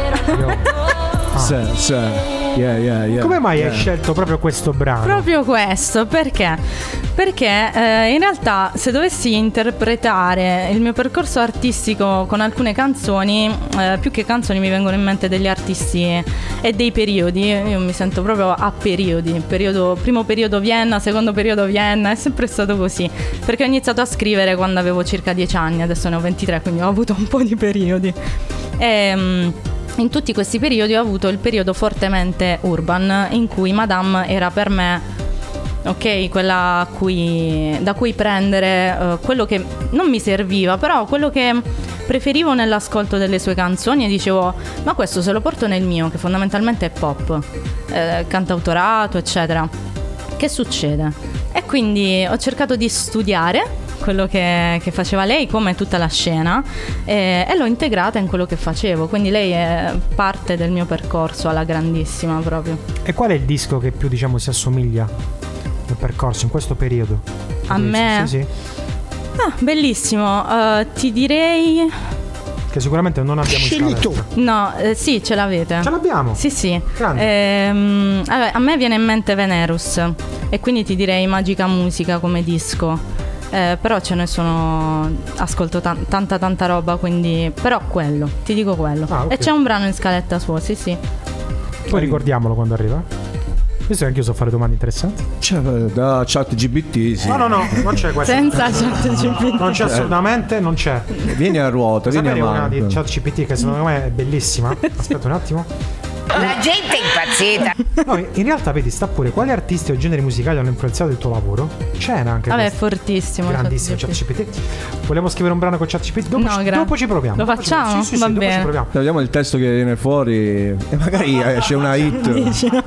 Speaker 3: [LAUGHS]
Speaker 8: Ah.
Speaker 3: Sì, sì. Yeah, yeah, yeah.
Speaker 8: Come mai hai
Speaker 3: Yeah.
Speaker 8: scelto proprio questo brano?
Speaker 5: Proprio questo, perché? Perché eh, in realtà se dovessi interpretare il mio percorso artistico con alcune canzoni, eh, più che canzoni mi vengono in mente degli artisti e dei periodi, io mi sento proprio a periodi, periodo- primo periodo Vienna, secondo periodo Vienna, è sempre stato così, perché ho iniziato a scrivere quando avevo circa 10 anni, adesso ne ho 23, quindi ho avuto un po' di periodi. Ehm, in tutti questi periodi ho avuto il periodo fortemente urban in cui Madame era per me ok, quella a cui- da cui prendere eh, quello che non mi serviva, però quello che preferivo nell'ascolto delle sue canzoni e dicevo ma questo se lo porto nel mio, che fondamentalmente è pop, eh, cantautorato, eccetera. Che succede? E quindi ho cercato di studiare quello che, che faceva lei, come tutta la scena, eh, e l'ho integrata in quello che facevo, quindi lei è parte del mio percorso alla grandissima proprio.
Speaker 8: E qual è il disco che più diciamo si assomiglia nel percorso in questo periodo?
Speaker 5: A me?
Speaker 8: Sì, sì.
Speaker 5: Ah, bellissimo. Eh, ti direi.
Speaker 8: Che sicuramente non abbiamo in scaletta.
Speaker 5: No, eh, sì, ce l'avete.
Speaker 8: Ce l'abbiamo?
Speaker 5: Sì, sì.
Speaker 8: Grande.
Speaker 5: Ehm, allora, a me viene in mente Venerus. E quindi ti direi Magica Musica come disco. Eh, però ce ne sono. Ascolto tan- tanta, tanta roba. Quindi. Però quello, ti dico quello.
Speaker 8: Ah, ok. Ah,
Speaker 5: E c'è un brano in scaletta suo, sì, sì.
Speaker 8: Poi ricordiamolo quando arriva. Visto che anch'io so fare domande interessanti.
Speaker 3: Cioè, da chat GBT.
Speaker 8: No, no, no, non c'è questo.
Speaker 5: Senza ChatGPT.
Speaker 8: Non
Speaker 3: Eh.
Speaker 8: c'è assolutamente, non c'è.
Speaker 3: Vieni a ruota, vieni a
Speaker 8: Sapere una di
Speaker 3: mano.
Speaker 8: ChatGPT che secondo me è bellissima. Aspetta un attimo.
Speaker 13: La gente è
Speaker 8: [LAUGHS]
Speaker 13: impazzita.
Speaker 8: No, in realtà vedi, sta pure quali artisti o generi musicali hanno influenzato il tuo lavoro. C'era anche
Speaker 5: Vabbè, è
Speaker 8: questo.
Speaker 5: fortissimo.
Speaker 8: Grandissimo
Speaker 5: ChatGPT.
Speaker 8: ChatGPT. Vogliamo scrivere un brano con ChatGPT? Dopo,
Speaker 5: No,
Speaker 8: ci,
Speaker 5: gra-
Speaker 8: dopo ci proviamo.
Speaker 5: Lo
Speaker 8: dopo ci proviamo.
Speaker 5: facciamo?
Speaker 8: Sì, sì, sì,
Speaker 5: Va
Speaker 8: dopo ci
Speaker 5: bene.
Speaker 8: proviamo.
Speaker 3: Vediamo il testo che viene fuori e
Speaker 8: [LAUGHS]
Speaker 3: magari esce una hit.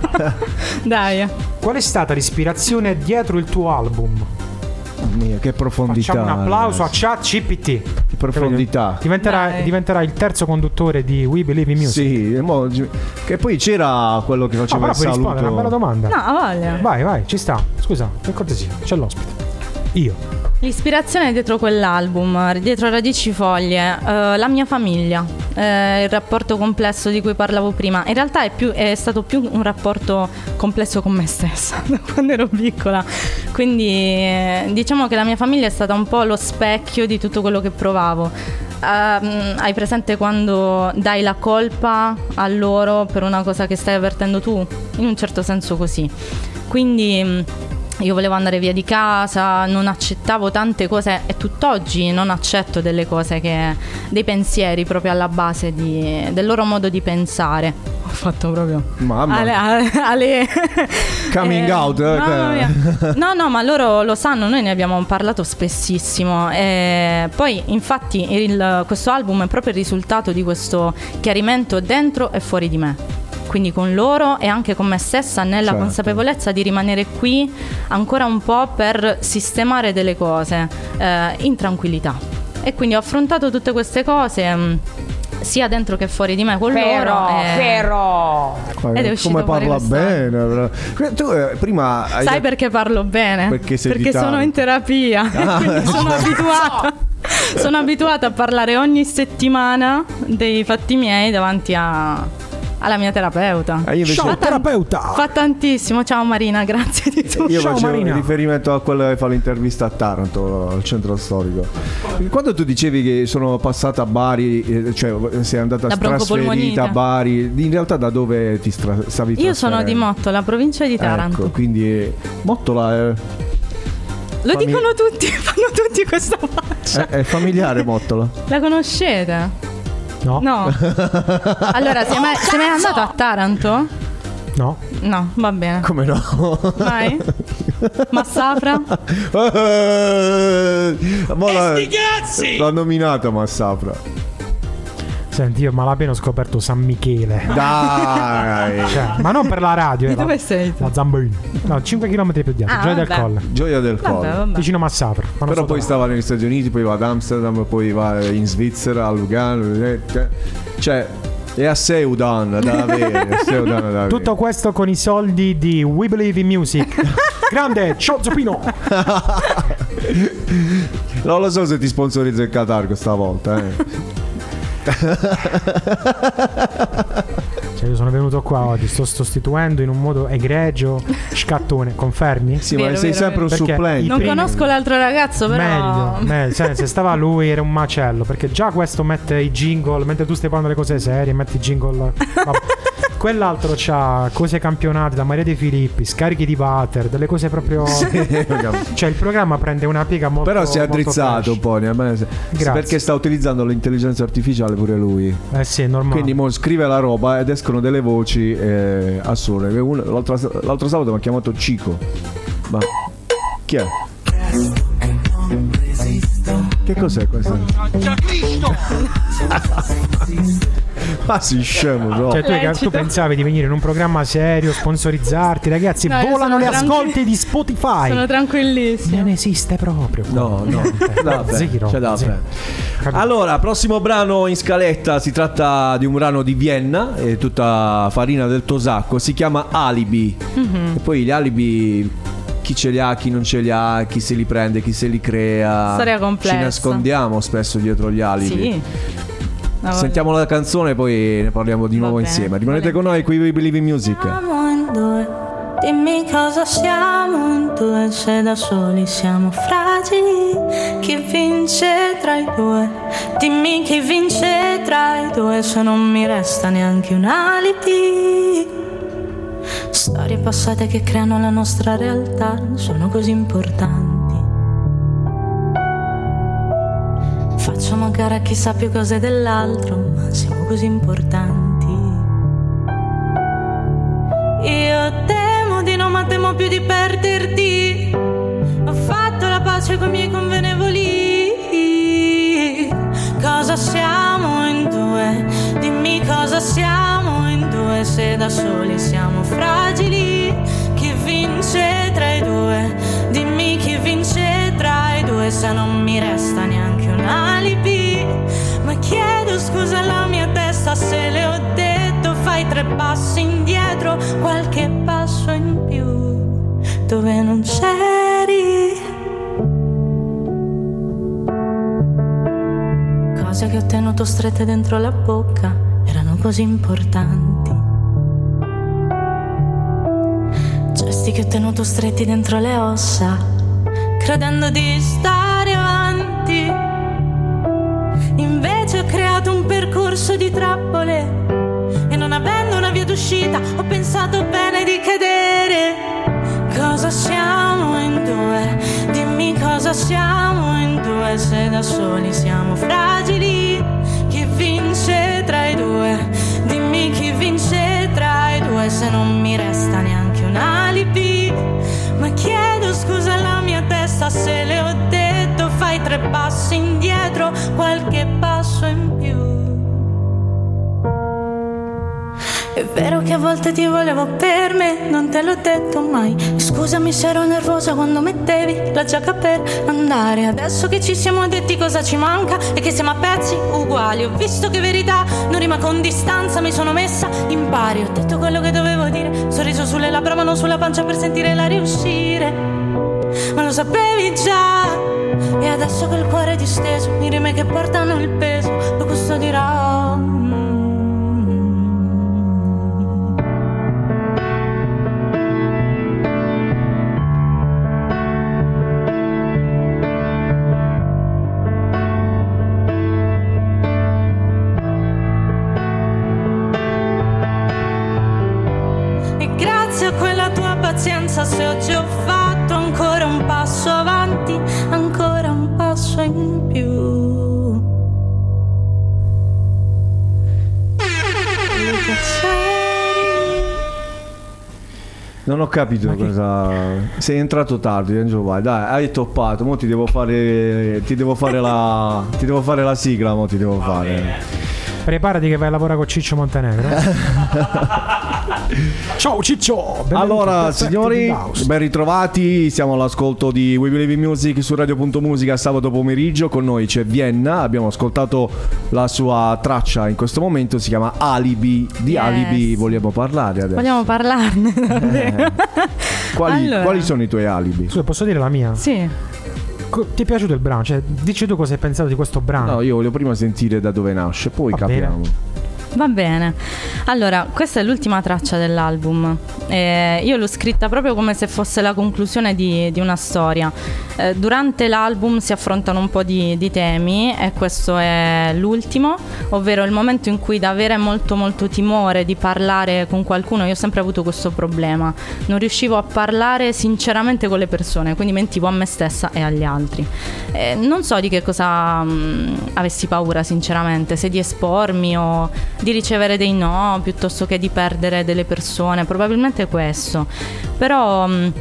Speaker 5: Dai.
Speaker 8: Qual è stata l'ispirazione dietro il tuo album?
Speaker 3: Mia, che profondità.
Speaker 8: Facciamo un applauso a
Speaker 3: ragazzi.
Speaker 8: ChatGPT.
Speaker 3: Che profondità.
Speaker 8: Diventerà, diventerà il terzo conduttore di We Believe in Music.
Speaker 3: Sì, e mo- che poi c'era quello che
Speaker 8: Ah,
Speaker 3: faceva
Speaker 8: però
Speaker 3: il
Speaker 8: puoi rispondere, è
Speaker 3: saluto.
Speaker 8: una bella domanda.
Speaker 5: No, ha voglia.
Speaker 8: Vai, vai, ci sta. Scusa, per cortesia, c'è l'ospite. Io.
Speaker 5: L'ispirazione dietro quell'album, dietro Radici Foglie, eh, la mia famiglia, eh, il rapporto complesso di cui parlavo prima, in realtà è, più- è stato più un rapporto complesso con me stessa [LAUGHS] da quando ero piccola, quindi eh, diciamo che la mia famiglia è stata un po' lo specchio di tutto quello che provavo. Ehm, hai presente quando dai la colpa a loro per una cosa che stai avvertendo tu? In un certo senso così. Quindi... mh, io volevo andare via di casa, non accettavo tante cose e tutt'oggi non accetto delle cose che. dei pensieri proprio alla base di- del loro modo di pensare. Ho fatto proprio.
Speaker 3: Mamma.
Speaker 5: Ale- ale- ale-
Speaker 3: Coming
Speaker 5: eh,
Speaker 3: out. eh,
Speaker 5: mamma
Speaker 3: che-
Speaker 5: mia. No, no, ma loro lo sanno, noi ne abbiamo parlato spessissimo. E poi, infatti, il- questo album è proprio il risultato di questo chiarimento dentro e fuori di me. Quindi con loro e anche con me stessa nella
Speaker 15: Certo.
Speaker 5: consapevolezza di rimanere qui ancora un po' per sistemare delle cose eh, in tranquillità. E quindi ho affrontato tutte queste cose mh, sia dentro che fuori di me con
Speaker 13: Però,
Speaker 5: loro.
Speaker 8: eh.
Speaker 5: eh, e-
Speaker 13: però.
Speaker 5: Ed è uscito
Speaker 3: Come
Speaker 5: fuori
Speaker 3: parla
Speaker 5: quest'anno.
Speaker 3: bene. però- Tu eh, prima hai
Speaker 5: Sai
Speaker 3: detto-
Speaker 5: perché parlo bene?
Speaker 3: Perché sei di
Speaker 5: sono
Speaker 3: Taranto.
Speaker 5: in terapia,
Speaker 3: Ah,
Speaker 5: [LAUGHS]
Speaker 3: [LAUGHS]
Speaker 5: quindi sono
Speaker 3: no.
Speaker 5: abituata. Sono abituata a parlare ogni settimana dei fatti miei davanti a- alla mia terapeuta.
Speaker 3: Ah, io invece- Ciao,
Speaker 5: Fa tan-
Speaker 3: terapeuta!
Speaker 5: Fa tantissimo. Ciao Marina, grazie di tutto.
Speaker 3: Io facevo riferimento a quello che fa l'intervista a Taranto, al centro storico. Quando tu dicevi che sono passata a Bari, eh, cioè sei andata
Speaker 5: Da
Speaker 3: trasferita
Speaker 5: broncopolmonite.
Speaker 3: a Bari, in realtà da dove ti stra- stavi
Speaker 5: Io sono di
Speaker 3: trasferendo?
Speaker 5: Mottola, provincia di Taranto.
Speaker 3: Ecco, quindi eh, Mottola è,
Speaker 5: Lo
Speaker 3: fammi- Eh.
Speaker 5: dicono tutti, [LAUGHS] fanno tutti questa faccia.
Speaker 3: è- è familiare
Speaker 5: [LAUGHS]
Speaker 3: Mottola.
Speaker 5: La conoscete?
Speaker 8: No.
Speaker 3: [LAUGHS]
Speaker 5: No. Allora, sei mai, sei mai andato a Taranto?
Speaker 8: No.
Speaker 5: No,
Speaker 3: [LAUGHS]
Speaker 5: va bene.
Speaker 3: Come no?
Speaker 5: Vai. Massafra?
Speaker 3: [LAUGHS] Eh, mo l'ha-
Speaker 8: sti cazzi!
Speaker 3: L'ho nominato Massafra.
Speaker 8: Senti, io a malapena ho scoperto San Michele.
Speaker 3: Dai!
Speaker 8: Cioè, ma non per la radio.
Speaker 3: Di
Speaker 8: eh, la-
Speaker 3: dove
Speaker 5: sei?
Speaker 8: La Zamboina. No, 5 km più dietro.
Speaker 3: Ah,
Speaker 8: Gioia del
Speaker 3: vabbè.
Speaker 8: Colle.
Speaker 3: Gioia del
Speaker 8: Vabbè,
Speaker 3: Colle.
Speaker 8: vabbè. Vicino a Massafra. ma non
Speaker 3: Però
Speaker 8: so
Speaker 3: poi
Speaker 8: dove.
Speaker 3: stava negli Stati Uniti, poi va ad Amsterdam, poi va in Svizzera, a Lugano. eh, eh, Cioè, è a Seudan
Speaker 8: [LAUGHS]
Speaker 3: da avere. è Seudan da avere.
Speaker 8: Tutto questo con i soldi di We Believe in [LAUGHS] Music. Grande, ciao Zopino.
Speaker 3: Non lo so se ti sponsorizza il Qatar questa volta. eh.
Speaker 8: Cioè, io sono venuto qua oggi, sto sostituendo in un modo egregio Scattone, confermi?
Speaker 3: Sì, ma Vero, sei vero, sempre vero. un
Speaker 8: Perché
Speaker 3: supplente.
Speaker 8: i
Speaker 5: Non
Speaker 8: primi- [LAUGHS]
Speaker 5: conosco l'altro ragazzo, però.
Speaker 8: Meglio, meglio. Cioè, se stava lui era un macello, perché già questo mette i jingle, mentre tu stai parlando le cose serie, metti i jingle... [LAUGHS] vabbè. Quell'altro c'ha cose campionate da Maria De Filippi, scarichi di water, delle cose proprio... cioè il programma prende una piega molto...
Speaker 3: Però si è
Speaker 8: molto
Speaker 3: addrizzato un po'. ne- ma- se-
Speaker 8: Grazie.
Speaker 3: Perché sta utilizzando l'intelligenza artificiale pure lui.
Speaker 8: fresh. Eh sì, è normale.
Speaker 3: Quindi mo scrive la roba ed escono delle voci eh, assurde. Uno- L'altro, l'altro sabato mi ha chiamato Cico. Ma chi è? Che cos'è questo? [LAUGHS] Ma si Ah, scemo, no?
Speaker 8: Cioè, tu, tu pensavi di venire in un programma serio, sponsorizzarti, ragazzi.
Speaker 5: No, io
Speaker 8: volano
Speaker 5: sono
Speaker 8: le
Speaker 5: tranqui-
Speaker 8: ascolti di Spotify.
Speaker 5: Sono tranquillissimo.
Speaker 8: Non esiste proprio.
Speaker 16: No,
Speaker 5: [LAUGHS]
Speaker 16: [LAUGHS] no, Vabbè,
Speaker 8: Zero,
Speaker 16: c'è da
Speaker 8: zero.
Speaker 16: fare. Allora, prossimo brano in scaletta si tratta di un brano di Vienna, è tutta farina del Tosacco, si chiama Alibi.
Speaker 5: Mhm.
Speaker 16: E poi gli alibi chi ce li ha, chi non ce li ha, chi se li prende, chi se li crea.
Speaker 5: Storia complessa.
Speaker 16: Ci nascondiamo spesso dietro gli alibi.
Speaker 5: Sì. Ah, vabbè.
Speaker 16: Sentiamo la canzone e poi ne parliamo di nuovo
Speaker 5: bene,
Speaker 16: insieme. Rimanete con noi qui, We Believe in Music.
Speaker 15: Siamo in due, dimmi cosa siamo in due, se da soli siamo fragili, chi vince tra i due? Dimmi chi vince tra i due, se non mi resta neanche un alibi. Storie passate che creano la nostra realtà non sono così importanti. Facciamo a gara a chi sa più cose dell'altro, ma siamo così importanti. Io temo di no, ma temo più di perderti. Ho fatto la pace con i miei convenevoli. Cosa siamo in due? Dimmi cosa siamo in due. Se da soli siamo fragili, chi vince tra i due? Dimmi chi vince tra i due. Se non mi resta neanche un alibi. Ma chiedo scusa alla mia testa se le ho detto. Fai tre passi indietro, qualche passo in più dove non c'eri.
Speaker 5: cose che ho tenuto strette dentro la bocca erano così importanti. Gesti che ho tenuto stretti dentro le ossa, credendo di stare avanti. Invece ho creato un percorso di trappole e non avendo una via d'uscita ho pensato bene di cadere. Cosa siamo in due? Dimmi cosa siamo in due se da soli siamo fragili. Chi vince tra i due? Dimmi chi vince tra i due se non mi resta neanche un alibi. Ma chiedo scusa alla mia testa se le ho detto fai tre passi indietro, qualche passo in più. È vero che a volte ti volevo per me, non te l'ho detto mai. Scusami se ero nervosa quando mettevi la giacca per andare. Adesso che ci siamo detti cosa ci manca e che siamo a pezzi uguali. Ho visto che verità non rima con distanza, mi sono messa in pari. Ho detto quello che dovevo dire, sorriso sulle labbra ma non sulla pancia per sentire la riuscire. Ma lo sapevi già. E adesso col cuore disteso, i rime che portano il peso, lo custodirò. E grazie a quella tua pazienza se oggi ho fatto ancora un passo avanti, ancora un passo in più. Luca Seri.
Speaker 3: Non ho capito cosa. Sei entrato tardi, Angelo. Vai, dai, hai toppato. Mo ti devo fare. Ti devo fare la. Ti devo fare la sigla, mo ti devo fare.
Speaker 8: Preparati che vai a lavorare con
Speaker 16: [LAUGHS]
Speaker 8: Ciccio Montenegro. Ciao Ciccio! benvenuto
Speaker 3: Allora,
Speaker 8: al Perfected
Speaker 3: signori,
Speaker 8: House.
Speaker 3: ben ritrovati. Siamo all'ascolto di We Believe in Music su Radio.musica sabato pomeriggio. Con noi c'è Vienna. Abbiamo ascoltato la sua traccia in questo momento. Si chiama Alibi. Di
Speaker 17: Yes.
Speaker 3: alibi vogliamo parlare adesso.
Speaker 17: Vogliamo parlarne? davvero?
Speaker 3: Eh. Quali,
Speaker 17: Allora.
Speaker 3: quali sono i tuoi alibi?
Speaker 8: Scusa, posso dire la mia?
Speaker 17: Sì.
Speaker 8: Co- Ti è piaciuto il brano? Cioè, dici tu cosa hai pensato di questo brano?
Speaker 17: Ah.
Speaker 3: No, io voglio prima sentire da dove nasce, poi
Speaker 8: bene.
Speaker 3: capiamo.
Speaker 17: Va bene. Allora, questa è l'ultima traccia dell'album. Eh, io l'ho scritta proprio come se fosse la conclusione di, di una storia. Eh, durante l'album si affrontano un po' di, di temi e questo è l'ultimo, ovvero il momento in cui da avere molto molto timore di parlare con qualcuno, io ho sempre avuto questo problema. Non riuscivo a parlare sinceramente con le persone, quindi mentivo a me stessa e agli altri. Eh, non so di che cosa mh, avessi paura, sinceramente, se di espormi o di ricevere dei no piuttosto che di perdere delle persone, probabilmente questo. Però. mh,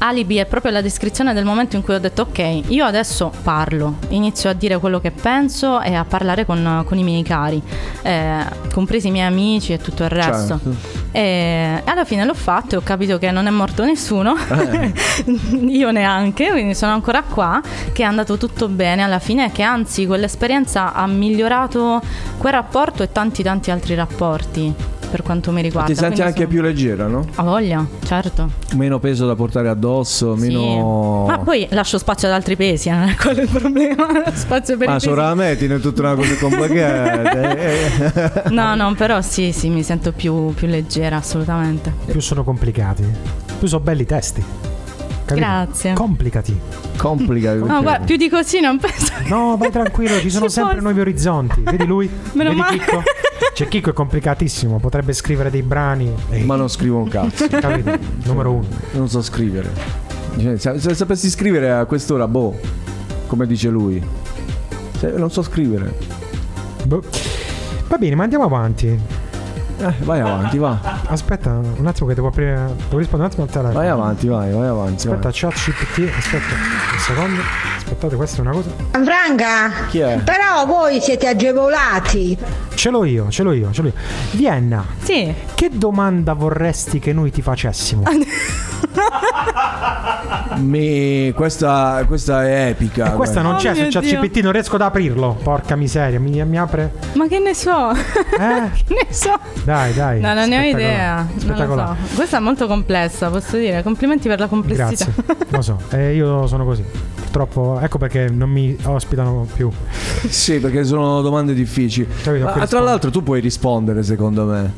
Speaker 17: Alibi è proprio la descrizione del momento in cui ho detto ok, io adesso parlo, inizio a dire quello che penso e a parlare con, con i miei cari, eh, compresi i miei amici e tutto il resto.
Speaker 18: Esatto.
Speaker 19: Certo.
Speaker 17: E Eh, alla fine l'ho fatto e ho capito che non è morto nessuno,
Speaker 19: Eh.
Speaker 17: [LAUGHS] io neanche, quindi sono ancora qua, che è andato tutto bene alla fine e che anzi quell'esperienza ha migliorato quel rapporto e tanti tanti altri rapporti per quanto mi riguarda.
Speaker 18: Ti senti
Speaker 17: Quindi
Speaker 18: anche più leggera, no?
Speaker 17: sono- Ha voglia, certo.
Speaker 18: Meno peso da portare addosso, meno...
Speaker 17: Ma poi lascio spazio ad altri pesi, eh, non è quello il problema. [LAUGHS] spazio
Speaker 18: Ah,
Speaker 17: per i
Speaker 3: Ma
Speaker 17: pesi.
Speaker 3: solo la metti è tutta una cosa
Speaker 17: [LAUGHS]
Speaker 3: complicata. eh.
Speaker 17: No, no, però sì, sì, mi sento più, più leggera, assolutamente.
Speaker 8: Più sono complicati, più sono belli i testi. Capito?
Speaker 17: Grazie.
Speaker 8: Complicati.
Speaker 3: Complica.
Speaker 17: No, guarda, più di così non penso.
Speaker 8: No, vai tranquillo, ci sono sempre nuovi orizzonti. Vedi lui?
Speaker 17: Meno
Speaker 8: Vedi
Speaker 17: male.
Speaker 8: Chicco? Cioè, Chicco è complicatissimo, potrebbe scrivere dei brani.
Speaker 18: Ma non scrivo un cazzo.
Speaker 8: Capito? Numero uno.
Speaker 18: Non so scrivere. Cioè, se, se sapessi scrivere a quest'ora, boh, come dice lui. Cioè, non so scrivere.
Speaker 8: Boh. Va bene, ma andiamo avanti.
Speaker 18: Eh, vai avanti, va.
Speaker 8: Aspetta un attimo che devo aprire. Devo rispondere un attimo al telefono.
Speaker 18: Vai avanti, vai, vai avanti.
Speaker 8: Aspetta, chat GPT, aspetta un secondo. Aspettate, questa è una cosa.
Speaker 13: Franca,
Speaker 8: Chi è?
Speaker 13: però voi siete agevolati.
Speaker 8: Ce l'ho io, ce l'ho io, ce l'ho io. Vienna.
Speaker 17: Sì.
Speaker 8: Che domanda vorresti che noi ti facessimo?
Speaker 3: Mi- questa, questa è epica.
Speaker 8: E questa non
Speaker 3: guarda.
Speaker 8: c'è
Speaker 5: Oh
Speaker 8: su
Speaker 5: mio
Speaker 8: ChatGPT, non riesco ad aprirlo. Porca miseria, mi, mi apre. Eh?
Speaker 5: Ma che
Speaker 17: [LAUGHS]
Speaker 5: ne so? che [LAUGHS] ne so?
Speaker 8: Dai, dai.
Speaker 5: No, non ne ho
Speaker 8: spettacolare,
Speaker 5: idea. Non lo
Speaker 8: spettacolare.
Speaker 5: so. Questa è molto complessa, posso dire. Complimenti per la complessità.
Speaker 8: Grazie. Lo so, eh, io sono così. Purtroppo, ecco perché non mi ospitano più.
Speaker 3: Sì, perché sono domande difficili.
Speaker 18: Ah,
Speaker 8: Capito,
Speaker 3: Ma,
Speaker 8: qui
Speaker 3: tra
Speaker 8: rispondo.
Speaker 3: l'altro, tu puoi rispondere, secondo me.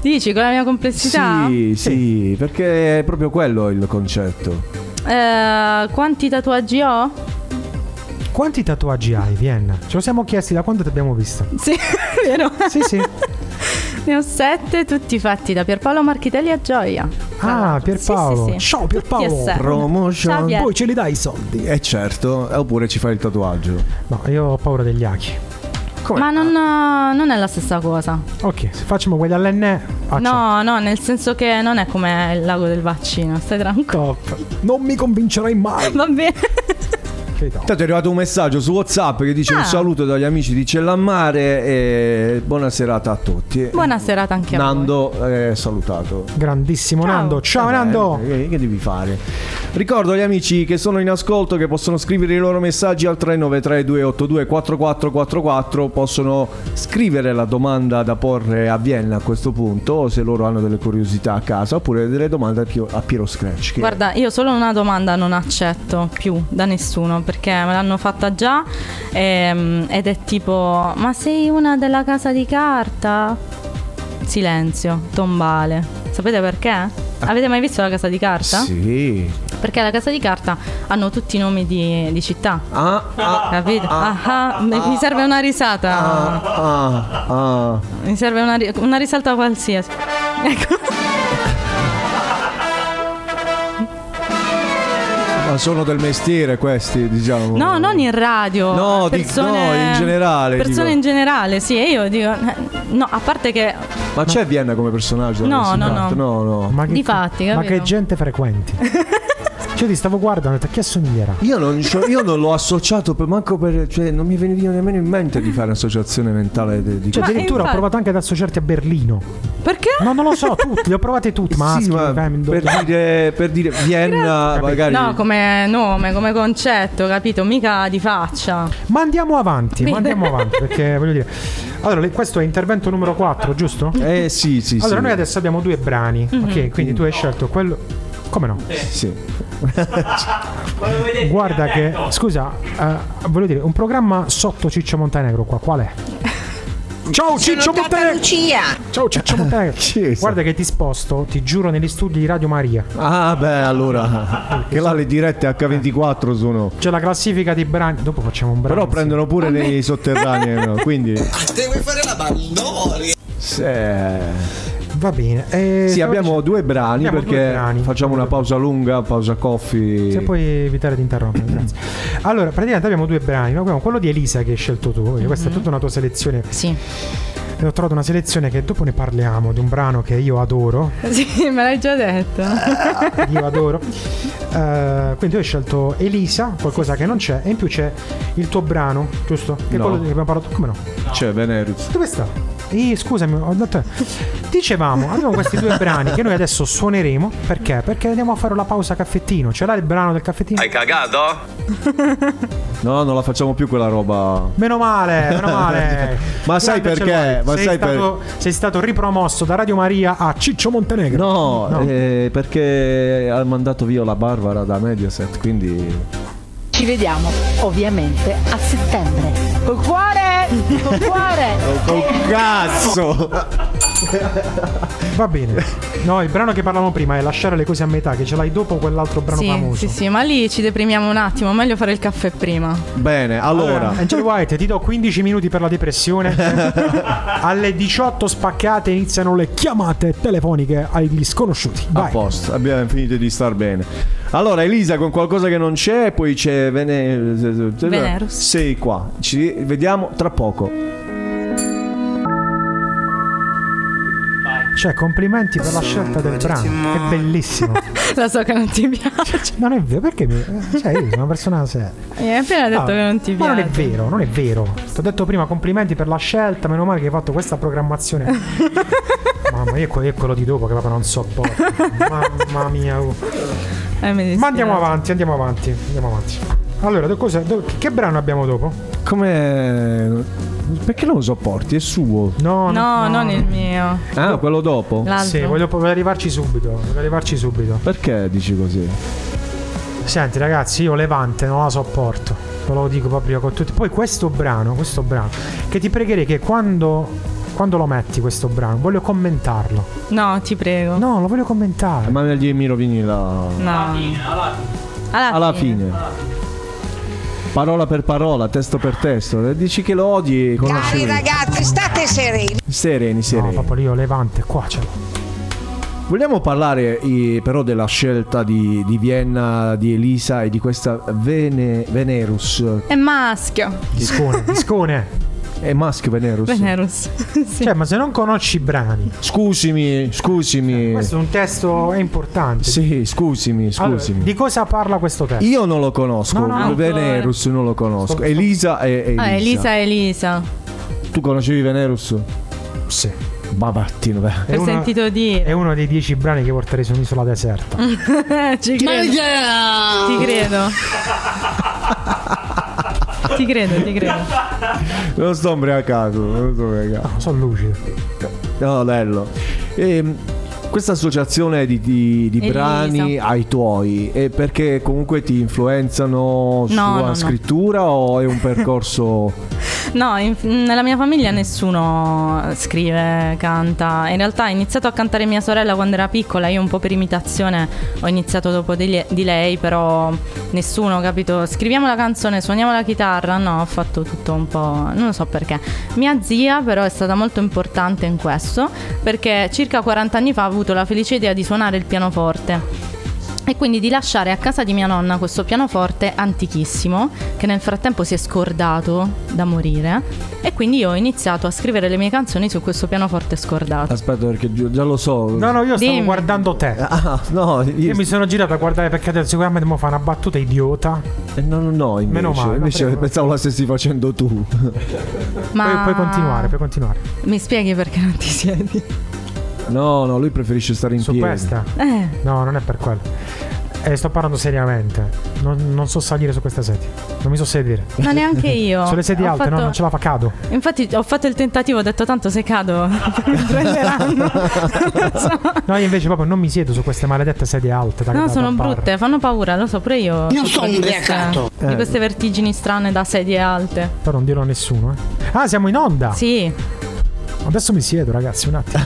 Speaker 5: [LAUGHS] Dici con la mia complessità?
Speaker 3: Sì, sì, perché è proprio quello il concetto.
Speaker 5: Eh, quanti tatuaggi ho? [LAUGHS]
Speaker 8: Quanti tatuaggi hai, Vienna? Ce lo siamo chiesti da quando ti abbiamo visto.
Speaker 5: Sì, [LAUGHS] vero? [LAUGHS]
Speaker 8: Sì, sì. Ah,
Speaker 5: ne ho sette, tutti fatti da Pierpaolo Marchitelli a Gioia.
Speaker 8: Ah, Pierpaolo.
Speaker 5: Sì, sì, sì.
Speaker 8: Ciao
Speaker 5: Tutti e
Speaker 8: Pierpaolo.
Speaker 5: sette.
Speaker 3: Promotion.
Speaker 5: Ciao, Pier.
Speaker 8: Poi ce li dai i soldi.
Speaker 3: E certo, oppure ci fai il tatuaggio.
Speaker 8: No, io ho paura degli achi.
Speaker 5: Ma non, eh, non è la stessa cosa.
Speaker 8: Ok, se facciamo quelli all'N. certo.
Speaker 5: No, no, nel senso che non è come il lago del vaccino. Stai tranquillo.
Speaker 8: Non mi convincerai mai.
Speaker 5: Va bene. [LAUGHS]
Speaker 3: Intanto è arrivato un messaggio su WhatsApp che dice
Speaker 5: Ah.
Speaker 3: un saluto dagli amici di Cellammare e buona serata a tutti.
Speaker 5: Buona serata anche a voi.
Speaker 3: Nando è salutato.
Speaker 8: Grandissimo Nando. Ciao
Speaker 3: Vabbè,
Speaker 8: Nando.
Speaker 3: Che, che devi fare? Ricordo agli amici che sono in ascolto che possono scrivere i loro messaggi al 393-282-4444. Possono scrivere la domanda da porre a Vienna a questo punto, o se loro hanno delle curiosità a casa, oppure delle domande a, Pio- a Piero Scratch. Che
Speaker 5: Guarda, io solo una domanda non accetto più da nessuno perché me l'hanno fatta già ehm, ed è tipo: Ma sei una della casa di carta? Silenzio, tombale. Sapete perché? Avete mai visto la casa di carta?
Speaker 3: Ah.
Speaker 5: eh?
Speaker 3: Sì.
Speaker 5: Perché alla casa di carta hanno tutti i nomi di, di città.
Speaker 3: Ah,
Speaker 5: Capito? Ah, ah, mi mi serve una risata.
Speaker 3: ah, ah.
Speaker 5: Mi serve una, ri- una risalta qualsiasi. [LAUGHS] Ecco.
Speaker 3: Ma sono del mestiere questi, diciamo.
Speaker 8: Oh.
Speaker 5: No, non in radio. eh,
Speaker 3: No, dic- no, in generale,
Speaker 5: Persone
Speaker 3: dico.
Speaker 5: in generale, sì. E io dico, eh, no, a parte che,
Speaker 3: Ma c'è Vienna come personaggio?
Speaker 5: No,
Speaker 3: Sì,
Speaker 5: no,
Speaker 3: tanto. no, no.
Speaker 8: Ma che,
Speaker 5: difatti,
Speaker 8: ma
Speaker 5: capito?
Speaker 8: che
Speaker 5: [LAUGHS]
Speaker 8: gente frequenti. Cioè, ti stavo guardando, ho detto, a chi assomiglierà?
Speaker 3: Io non, c'ho- io non l'ho associato per manco per. cioè, non mi veniva nemmeno in mente di fare associazione mentale de- di,
Speaker 8: Cioè,
Speaker 3: questo.
Speaker 8: addirittura ho
Speaker 5: infatti-
Speaker 8: provato anche ad associarti a Berlino.
Speaker 5: Perché?
Speaker 8: No, non lo
Speaker 3: [LAUGHS]
Speaker 8: so, tutti, li ho provati tutti, maschi,
Speaker 3: Sì, ma
Speaker 8: femmine,
Speaker 3: per, dire, per dire Vienna, magari.
Speaker 5: no, come nome, come concetto, capito? Mica di faccia.
Speaker 8: Ma andiamo avanti, ma
Speaker 5: Quindi-
Speaker 8: andiamo avanti,
Speaker 3: [LAUGHS]
Speaker 8: perché voglio dire... Allora, le- questo è intervento numero 4, giusto?
Speaker 3: Eh sì, Mhm. sì,
Speaker 8: allora,
Speaker 3: sì.
Speaker 8: noi adesso abbiamo due brani, ok? Quindi tu hai scelto quello... Come no?
Speaker 3: Sì.
Speaker 8: Guarda che... Scusa, eh, voglio dire, un programma sotto Ciccio Montenegro qua, qual è?
Speaker 3: [LAUGHS]
Speaker 8: Ciao Ciccio Montenegro!
Speaker 20: Lucia.
Speaker 8: Ciao
Speaker 3: [LAUGHS]
Speaker 8: Ciccio Montenegro! Guarda che ti sposto, ti giuro, negli studi di Radio Maria.
Speaker 3: Ah, beh, allora. Che là le dirette H24 sono.
Speaker 8: C'è la classifica dei brani. Dopo facciamo un brano.
Speaker 3: Però prendono
Speaker 8: Ah,
Speaker 3: pure nei sotterranei,
Speaker 8: [LAUGHS]
Speaker 3: no? Quindi.
Speaker 21: Te vuoi fare la baldoria?
Speaker 3: se-
Speaker 8: Va bene. eh,
Speaker 3: Sì,
Speaker 8: stavo
Speaker 3: abbiamo
Speaker 8: dicendo-
Speaker 3: due brani
Speaker 8: Abbiamo
Speaker 3: perché
Speaker 8: due brani.
Speaker 3: facciamo una pausa lunga, pausa
Speaker 8: Se
Speaker 3: coffee.
Speaker 8: puoi evitare di interrompere, grazie. Allora, praticamente abbiamo due brani. no? Abbiamo quello di Elisa che hai scelto tu. quindi Questa è tutta una tua selezione.
Speaker 5: Sì.
Speaker 8: E ho trovato una selezione che dopo ne parliamo di un brano che io adoro. [LAUGHS]
Speaker 5: Sì, me l'hai già detto.
Speaker 8: Io adoro. Eh, quindi io ho scelto Elisa, qualcosa che non c'è, e in più c'è il tuo brano, giusto? Che è
Speaker 3: No.
Speaker 8: quello di cui abbiamo parlato. Come no?
Speaker 3: Cioè, Venerus.
Speaker 8: Dove sta? Ih, scusami, ho detto. Dicevamo, abbiamo questi due brani che noi adesso suoneremo. Perché? Perché andiamo a fare la pausa caffettino. Ce l'hai il brano del caffettino?
Speaker 21: Hai cagato?
Speaker 3: No, non la facciamo più quella roba.
Speaker 8: Meno male,
Speaker 3: [LAUGHS]
Speaker 8: meno male.
Speaker 3: Ma sai
Speaker 8: Grande
Speaker 3: perché?
Speaker 8: Cellulari,
Speaker 3: Ma
Speaker 8: sei,
Speaker 3: sai
Speaker 8: stato, sei stato ripromosso da Radio Maria a Ciccio Montenegro.
Speaker 3: No,
Speaker 8: No.
Speaker 3: eh, perché ha mandato via la Barbara da Mediaset, quindi...
Speaker 13: Ci vediamo ovviamente a settembre. Col cuore! Col cuore!
Speaker 3: Oh, cazzo!
Speaker 8: Va bene. No, il brano che parlavamo prima è Lasciare le cose a metà, che ce l'hai dopo quell'altro brano
Speaker 5: Sì,
Speaker 8: famoso.
Speaker 5: sì, sì, ma lì ci deprimiamo un attimo. Meglio fare il caffè prima.
Speaker 3: Bene, allora... eh,
Speaker 8: Angel White, ti do 15 minuti per
Speaker 3: [LAUGHS]
Speaker 8: la depressione. Alle 18 spaccate iniziano le chiamate telefoniche agli sconosciuti.
Speaker 3: A posto, abbiamo finito di star bene. Allora, Elisa con qualcosa che non c'è, poi c'è Vene...
Speaker 8: Venerus.
Speaker 3: Sei qua. Ci vediamo tra poco.
Speaker 8: Cioè, complimenti per la scelta del brano. È
Speaker 3: [LAUGHS]
Speaker 8: bellissimo.
Speaker 5: [LAUGHS] Lo so che non ti
Speaker 8: [LAUGHS]
Speaker 5: piace.
Speaker 8: Non è vero, perché mi. Cioè, io sono una persona seria.
Speaker 5: Mi hai appena detto
Speaker 8: Ah,
Speaker 5: che non ti
Speaker 8: ma
Speaker 5: piace.
Speaker 8: non è vero, non è vero. Ti ho detto prima complimenti per la scelta, meno male che hai fatto
Speaker 5: [LAUGHS]
Speaker 8: questa programmazione. ecco, Mamma, io, que- io quello di dopo che proprio non so Mamma mia. oh.
Speaker 5: Eh,
Speaker 8: Ma andiamo avanti, andiamo avanti, andiamo avanti. Allora, do- cosa- do- che brano abbiamo dopo?
Speaker 3: Come. Perché non lo sopporti? È suo.
Speaker 8: No,
Speaker 5: No, non il mio.
Speaker 3: Ah, quello dopo?
Speaker 5: L'altro.
Speaker 8: Sì, voglio proprio arrivarci subito. Voglio arrivarci subito.
Speaker 3: Perché dici così?
Speaker 8: Senti, ragazzi, io Levante non la sopporto. Ve lo dico proprio con tutti. Poi questo brano, questo brano, che ti pregherei che quando, quando lo metti questo brano, voglio commentarlo.
Speaker 5: No, ti prego.
Speaker 8: No, lo voglio commentare.
Speaker 3: Ma me gli mi rovini la.
Speaker 5: No. Alla fine.
Speaker 3: Alla fine. Parola per parola, testo per testo. Eh, Dici che lo odi con la
Speaker 13: Cari ragazzi, state sereni.
Speaker 3: Sereni, sereni.
Speaker 8: No, proprio io Levante, qua ce l'ho.
Speaker 3: Vogliamo parlare eh, però della scelta di, di Vienna, di Elisa e di questa Vene- Venerus.
Speaker 5: È maschio.
Speaker 3: [LAUGHS]
Speaker 8: Discone, discone.
Speaker 3: È maschio Venerus.
Speaker 5: Venerus. Sì.
Speaker 8: Cioè, ma se non conosci i brani,
Speaker 3: Scusimi, scusimi.
Speaker 8: Eh, questo è un testo è importante.
Speaker 3: Sì, scusimi,
Speaker 8: Allora,
Speaker 3: scusimi.
Speaker 8: di cosa parla questo testo?
Speaker 3: Io non lo conosco,
Speaker 8: No, no, no.
Speaker 3: Venerus non lo conosco. Elisa e Elisa.
Speaker 5: Ah, Elisa, Elisa.
Speaker 3: Tu conoscevi Venerus? Sì. Ma vattino,
Speaker 8: È
Speaker 5: Per
Speaker 8: uno-
Speaker 5: sentito dire.
Speaker 8: È uno dei dieci brani che porterei su un'isola deserta.
Speaker 5: Ci credo. Ti credo. ti credo, ti credo.
Speaker 3: Non sto imbriacato, non sto imbriacato.
Speaker 8: sono lucido.
Speaker 3: No, bello. Ehm, questa associazione di, di- di
Speaker 5: Elisa.
Speaker 3: brani ai tuoi è perché comunque ti influenzano sulla
Speaker 5: no, no.
Speaker 3: scrittura o è un percorso
Speaker 5: No, in- nella mia famiglia nessuno scrive, canta. In realtà ho iniziato a cantare mia sorella quando era piccola, io un po' per imitazione ho iniziato dopo di, le- di lei, però nessuno, capito? Scriviamo la canzone, suoniamo la chitarra, no, ho fatto tutto un po', non lo so perché. Mia zia però è stata molto importante in questo, perché circa 40 anni fa ha avuto la felice idea di suonare il pianoforte. E quindi di lasciare a casa di mia nonna questo pianoforte antichissimo, che nel frattempo si è scordato da morire. E quindi io ho iniziato a scrivere le mie canzoni su questo pianoforte
Speaker 3: [LAUGHS]
Speaker 5: scordato.
Speaker 3: Aspetta, perché gi- già lo so.
Speaker 8: No, no, io stavo
Speaker 5: Dimmi.
Speaker 8: guardando te.
Speaker 3: Ah, no, io,
Speaker 8: Io mi sono girato a guardare perché adesso sicuramente mo fa una battuta idiota.
Speaker 3: eh, no, no, no, invece,
Speaker 8: Meno male, no,
Speaker 3: invece
Speaker 8: prego.
Speaker 3: pensavo la stessi facendo tu. [LAUGHS]
Speaker 5: Ma
Speaker 8: Puoi, puoi continuare, puoi continuare.
Speaker 5: mi spieghi perché non ti siedi?
Speaker 3: No, no, lui preferisce stare in
Speaker 8: Su
Speaker 3: piedi.
Speaker 8: questa?
Speaker 5: Eh,
Speaker 8: No, non è per quello. Eh, sto parlando seriamente. Non, non so salire su questa sedia. Non mi so sedere.
Speaker 5: ma
Speaker 8: [LAUGHS]
Speaker 5: neanche io.
Speaker 8: Sulle sedie
Speaker 5: Ho
Speaker 8: alte, no,
Speaker 5: fatto-
Speaker 8: non ce la fa, cado.
Speaker 5: Infatti ho fatto il tentativo, ho detto tanto se
Speaker 8: [LAUGHS]
Speaker 5: cado [LAUGHS] mi prenderanno.
Speaker 8: No, io invece proprio non mi siedo su queste maledette sedie alte. da-
Speaker 5: No,
Speaker 8: da-
Speaker 5: sono
Speaker 8: da bar.
Speaker 5: brutte, fanno paura, lo so pure io.
Speaker 13: Non
Speaker 5: sono
Speaker 13: sono
Speaker 5: di queste-
Speaker 13: ubriacato.
Speaker 5: Di
Speaker 8: Eh.
Speaker 5: queste vertigini strane da sedie alte.
Speaker 8: Però non dirlo a nessuno, eh. Ah, siamo in onda.
Speaker 5: Sì.
Speaker 8: Adesso mi siedo, ragazzi,
Speaker 5: [LAUGHS]
Speaker 8: un attimo.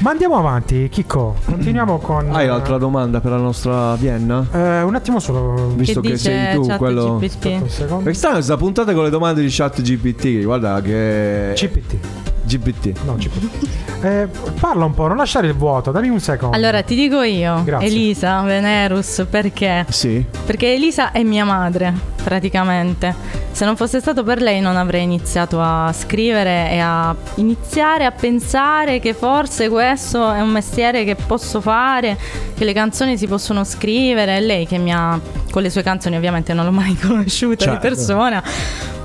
Speaker 8: Ma andiamo avanti, Chicco. Continuiamo con.
Speaker 3: Hai altra domanda per la nostra Vienna?
Speaker 8: eh, un attimo solo.
Speaker 3: Visto che,
Speaker 5: dice
Speaker 3: sei tu
Speaker 5: ChatGPT?
Speaker 3: quello.
Speaker 8: Un secondo.
Speaker 3: È strano questa puntata con le domande di chat GPT. Guarda che.
Speaker 8: CPT.
Speaker 3: GPT.
Speaker 8: No, CPT. Eh, parla un po', non lasciare il vuoto, dammi un secondo.
Speaker 5: Allora ti dico io,
Speaker 8: Grazie.
Speaker 5: Elisa Venerus, perché?
Speaker 3: Sì.
Speaker 5: Perché Elisa è mia madre, praticamente. Se non fosse stato per lei non avrei iniziato a scrivere e a iniziare a pensare che forse questo è un mestiere che posso fare, che le canzoni si possono scrivere. È lei che mi ha, con le sue canzoni ovviamente non l'ho mai [LAUGHS] conosciuta
Speaker 3: Certo.
Speaker 5: di persona,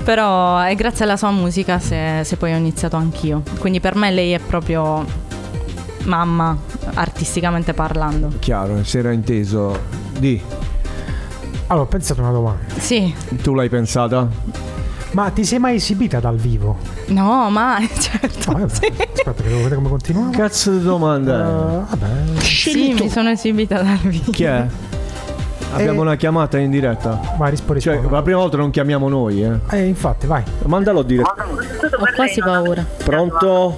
Speaker 5: però è grazie alla sua musica se, se poi ho iniziato anch'io. Quindi per me lei è proprio mamma, artisticamente parlando.
Speaker 3: Chiaro, si era inteso. Di,
Speaker 8: Allora, ho pensato una domanda.
Speaker 5: Sì,
Speaker 3: tu l'hai pensata?
Speaker 8: Ma ti sei mai esibita dal vivo?
Speaker 5: no, ma [LAUGHS] certo.
Speaker 8: Ah, vabbè, Aspetta, che devo vedere come continuiamo.
Speaker 3: Cazzo di domanda.
Speaker 8: Eh, vabbè.
Speaker 5: Sì, mi sono esibita dal vivo.
Speaker 3: Chi è? Abbiamo
Speaker 8: Eh.
Speaker 3: una chiamata in diretta.
Speaker 8: Vai, rispondi.
Speaker 3: Cioè, la prima volta non chiamiamo noi, eh.
Speaker 8: Eh, infatti, vai.
Speaker 22: Mandalo dire.
Speaker 5: Ho quasi paura.
Speaker 22: Pronto?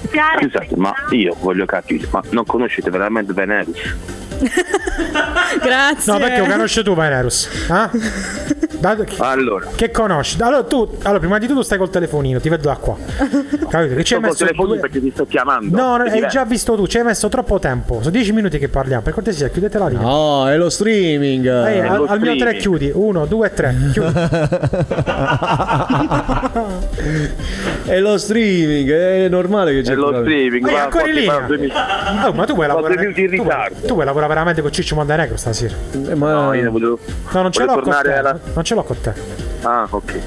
Speaker 6: Scusate, ma io voglio capire, ma non conoscete veramente Venerus?
Speaker 5: Grazie.
Speaker 8: No, perché lo conosci tu, Venerus? Eh? Da-
Speaker 6: Allora,
Speaker 8: che conosci? Allora, tu, allora, prima di tutto stai col telefonino, ti vedo da qua. Capito? Che ci hai
Speaker 6: sto col
Speaker 8: messo
Speaker 6: telefono
Speaker 8: due-
Speaker 6: perché ti sto chiamando.
Speaker 8: No, no,
Speaker 6: È
Speaker 8: hai
Speaker 6: diverso.
Speaker 8: già visto tu, ci hai messo troppo tempo. Sono dieci minuti che parliamo. Per cortesia, chiudete la linea.
Speaker 3: Ah,
Speaker 22: No, è lo
Speaker 8: Eh,
Speaker 22: streaming.
Speaker 6: è
Speaker 8: al,
Speaker 6: lo
Speaker 8: al mio tre
Speaker 6: streaming.
Speaker 8: chiudi. Uno, due, tre. Chiudi.
Speaker 22: È lo streaming, è normale che c'è
Speaker 6: È lo
Speaker 22: quella-
Speaker 6: streaming,
Speaker 8: Ehi,
Speaker 6: guarda,
Speaker 8: ancora in
Speaker 6: qua ti
Speaker 8: linea.
Speaker 6: fanno due minuti.
Speaker 8: Oh, ma tu vuoi lavorare?
Speaker 6: due minuti in
Speaker 8: tu vuoi-
Speaker 6: ritardo.
Speaker 8: Tu vuoi lavorare veramente con Ciccio Montenegro stasera?
Speaker 22: Eh, ma
Speaker 6: No, io ne volevo.
Speaker 8: No, non ce
Speaker 6: Vuole
Speaker 8: l'ho con
Speaker 6: tornare
Speaker 8: te.
Speaker 6: alla-
Speaker 8: Non ce ce l'ho con te.
Speaker 6: Ah, ok.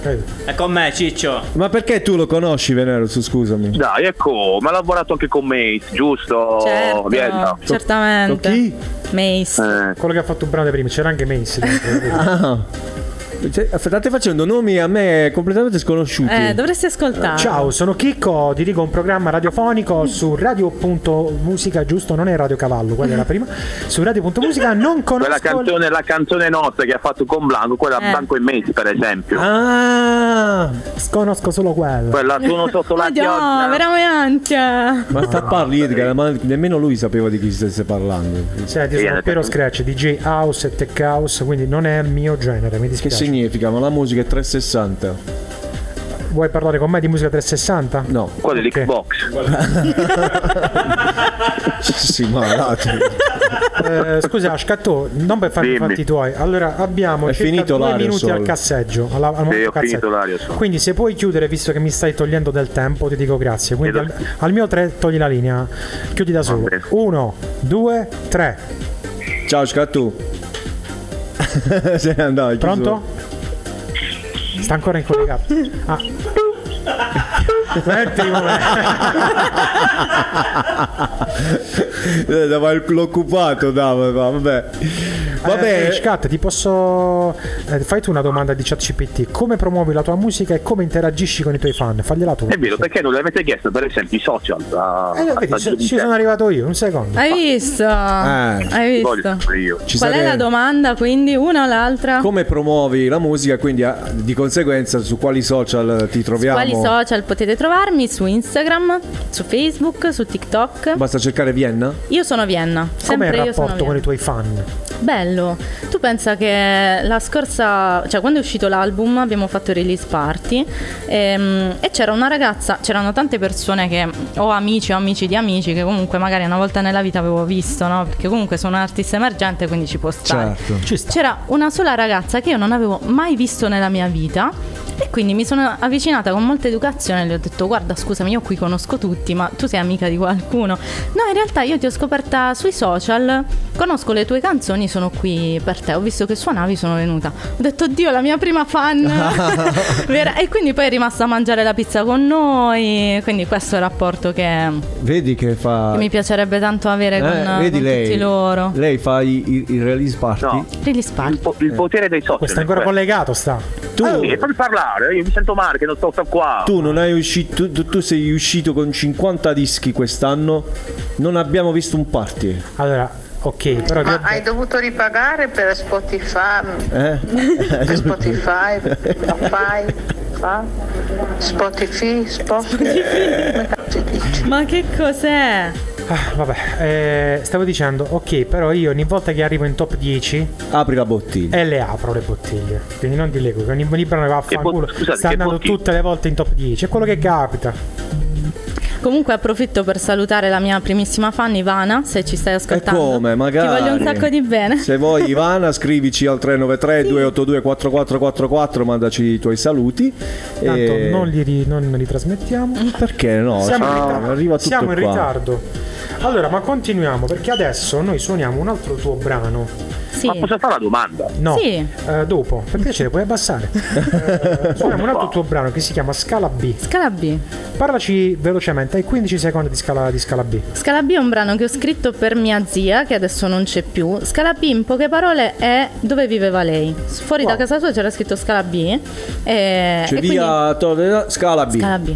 Speaker 4: È con me, Ciccio.
Speaker 3: Ma perché tu lo conosci, Venerus? Scusami.
Speaker 6: Dai, ecco, ma ha lavorato anche con Mace, giusto?
Speaker 5: Certo,
Speaker 6: Vienna.
Speaker 5: certamente.
Speaker 6: Eh, con chi?
Speaker 5: Mace.
Speaker 8: Quello che ha fatto un brano prima, c'era anche Mace.
Speaker 3: Ah. Cioè, state facendo nomi a me completamente sconosciuti.
Speaker 5: Eh, dovresti ascoltare.
Speaker 8: Ciao, sono Chicco, dirigo un programma
Speaker 6: Mm.
Speaker 8: radiofonico su radio.musica, giusto? Non è Radio Cavallo, quella è la prima. Su radio.musica non
Speaker 6: Mm. Quella
Speaker 8: conosco
Speaker 6: canzone, la canzone notte che ha fatto con Blanco, quella
Speaker 8: Eh.
Speaker 6: Blanco e Mace, per esempio.
Speaker 3: Ah,
Speaker 8: conosco solo quella.
Speaker 6: Quella sono
Speaker 5: [LAUGHS]
Speaker 6: sotto la
Speaker 5: Oddio,
Speaker 6: pioggia.
Speaker 5: veramente.
Speaker 3: Ma sta parli Edgar, ma nemmeno lui sapeva di chi stesse parlando.
Speaker 8: Senti, Cioè,
Speaker 6: eh,
Speaker 8: sono Piero Scratch, DJ House e Tech House, quindi non è il mio genere, mi
Speaker 3: Che
Speaker 8: dispiace.
Speaker 3: significa? Ma la musica è 360.
Speaker 8: Vuoi parlare con me di musica 360?
Speaker 3: [LAUGHS] No.
Speaker 6: Quello è l'Xbox.
Speaker 3: sì, ma
Speaker 8: Eh, scusa, Scatto, non per fare i
Speaker 3: Dimmi.
Speaker 8: fatti tuoi. Allora, abbiamo
Speaker 3: È
Speaker 8: circa
Speaker 3: finito
Speaker 8: due
Speaker 3: l'aria
Speaker 8: minuti
Speaker 3: solo.
Speaker 8: al casseggio. alla- al
Speaker 3: Sì,
Speaker 8: momento
Speaker 3: ho
Speaker 8: del
Speaker 3: finito
Speaker 8: casseggio.
Speaker 3: l'aria solo.
Speaker 8: Quindi, se puoi chiudere, visto che mi stai togliendo del tempo, ti dico grazie. Quindi, al,
Speaker 3: Esatto.
Speaker 8: al mio 3 togli la linea. Chiudi da solo. 1, 2, 3.
Speaker 3: Ciao, Scattu. Se ne andava, è chiuso.
Speaker 8: Pronto? Sta ancora in collegato. Ah. Metti un
Speaker 3: Eh, dava il- L'ho occupato, dava, va- vabbè. Vabbè,
Speaker 8: Eh, Scat, ti posso. eh, fai tu una domanda di ChatGPT. Come promuovi la tua musica e come interagisci con i tuoi fan? Fagliela tu.
Speaker 6: È vero, perché non le avete chiesto, per esempio, i social? A,
Speaker 8: Eh, lo vedi,
Speaker 6: a-
Speaker 8: ci- ci sono arrivato io, un secondo.
Speaker 5: Hai
Speaker 8: Eh.
Speaker 5: visto? Hai
Speaker 3: voglio
Speaker 5: visto?
Speaker 3: sapere io. Ci
Speaker 5: Qual è
Speaker 3: sarebbe-
Speaker 5: la domanda, quindi? Una o l'altra?
Speaker 3: come promuovi la musica? Quindi, ah, di conseguenza, su quali social ti troviamo?
Speaker 5: Quali social potete trovarmi? Su Instagram, su Facebook, su TikTok.
Speaker 3: Basta cercare Vienna?
Speaker 5: Io sono Vienna,
Speaker 8: Com'è
Speaker 5: sempre
Speaker 8: il
Speaker 5: io sono
Speaker 8: rapporto con
Speaker 5: Vienna.
Speaker 8: i tuoi fan?
Speaker 5: Bello, tu pensa che la scorsa, cioè quando è uscito l'album abbiamo fatto il release party ehm, e c'era una ragazza, c'erano tante persone che ho amici o amici di amici che comunque magari una volta nella vita avevo visto, no? Perché comunque sono un artista emergente quindi ci può stare.
Speaker 23: Certo. Ci sta.
Speaker 5: C'era una sola ragazza che io non avevo mai visto nella mia vita e quindi mi sono avvicinata con molta educazione e le ho detto guarda scusami io qui conosco tutti ma tu sei amica di qualcuno. No in realtà io ti ho scoperta sui social, conosco le tue canzoni, sono qui per te, ho visto che suonavi sono venuta. Ho detto oddio la mia prima
Speaker 1: [LAUGHS]
Speaker 5: fan. Vera- e quindi poi è rimasta a mangiare la pizza con noi, quindi questo è il rapporto che,
Speaker 1: Vedi che fa.
Speaker 5: che mi piacerebbe tanto avere
Speaker 1: Ah. Eh,
Speaker 5: con,
Speaker 1: vedi
Speaker 5: con
Speaker 1: lei.
Speaker 5: tutti loro.
Speaker 1: Lei fa i- i- il release party.
Speaker 5: Release party.
Speaker 6: Il potere dei social.
Speaker 8: Questo è Eh. ancora collegato, sta.
Speaker 3: Tu-
Speaker 6: Ah, sì, fammi parlare, io mi sento male che non sto, sto qua.
Speaker 3: Tu non hai uscito, tu, tu sei uscito con 50 dischi quest'anno. Non abbiamo visto un party.
Speaker 8: Allora, ok, però
Speaker 13: Ah,
Speaker 24: Ma hai dovuto ripagare per Spotify?
Speaker 3: Eh?
Speaker 6: [LAUGHS]
Speaker 24: Per Spotify? Spotify? fa? Spotify? Spotify?
Speaker 5: Ma che cos'è?
Speaker 8: Ah, vabbè, eh, stavo dicendo, ok, però io ogni volta che arrivo in top 10
Speaker 3: Apri la
Speaker 5: Eh,
Speaker 3: bottiglia.
Speaker 8: e le apro le bottiglie. Quindi non di Lego, che ogni, ogni brano che va a
Speaker 3: Che bot-
Speaker 8: fanculo.
Speaker 3: scusate,
Speaker 8: Sta
Speaker 3: che
Speaker 8: andando
Speaker 3: bottiglie?
Speaker 8: tutte le volte in top 10. È quello che capita.
Speaker 5: Comunque approfitto per salutare la mia primissima fan Ivana, se ci stai
Speaker 3: E
Speaker 5: ascoltando.
Speaker 3: come? Magari.
Speaker 5: Ti voglio un sacco di bene.
Speaker 3: Se vuoi Ivana scrivici al
Speaker 5: [LAUGHS]
Speaker 3: 393 282 4444 mandaci i tuoi saluti.
Speaker 8: Tanto
Speaker 3: E-
Speaker 8: non li, ri- non li trasmettiamo.
Speaker 3: Perché Eh. no?
Speaker 8: Siamo in
Speaker 3: Cioè,
Speaker 8: ritardo.
Speaker 3: Arriva tutto
Speaker 8: Siamo in
Speaker 3: qua.
Speaker 8: ritardo. Allora, ma continuiamo perché adesso noi suoniamo un altro tuo brano.
Speaker 6: Ma posso fare la domanda?
Speaker 8: No, eh, dopo, per piacere,
Speaker 3: [LAUGHS]
Speaker 8: puoi abbassare. Eh, suoniamo un altro tuo brano che si chiama Scala B.
Speaker 5: Scala B.
Speaker 8: Parlaci velocemente, hai 15 secondi di scala, di scala B.
Speaker 5: Scala B è un brano che ho scritto per mia zia, che adesso non c'è più. Scala B, in poche parole, è dove viveva lei. Fuori da casa sua c'era scritto Scala B. Eh, E,
Speaker 3: Cioè
Speaker 5: e
Speaker 3: via Torre- Scala B.
Speaker 5: Scala B.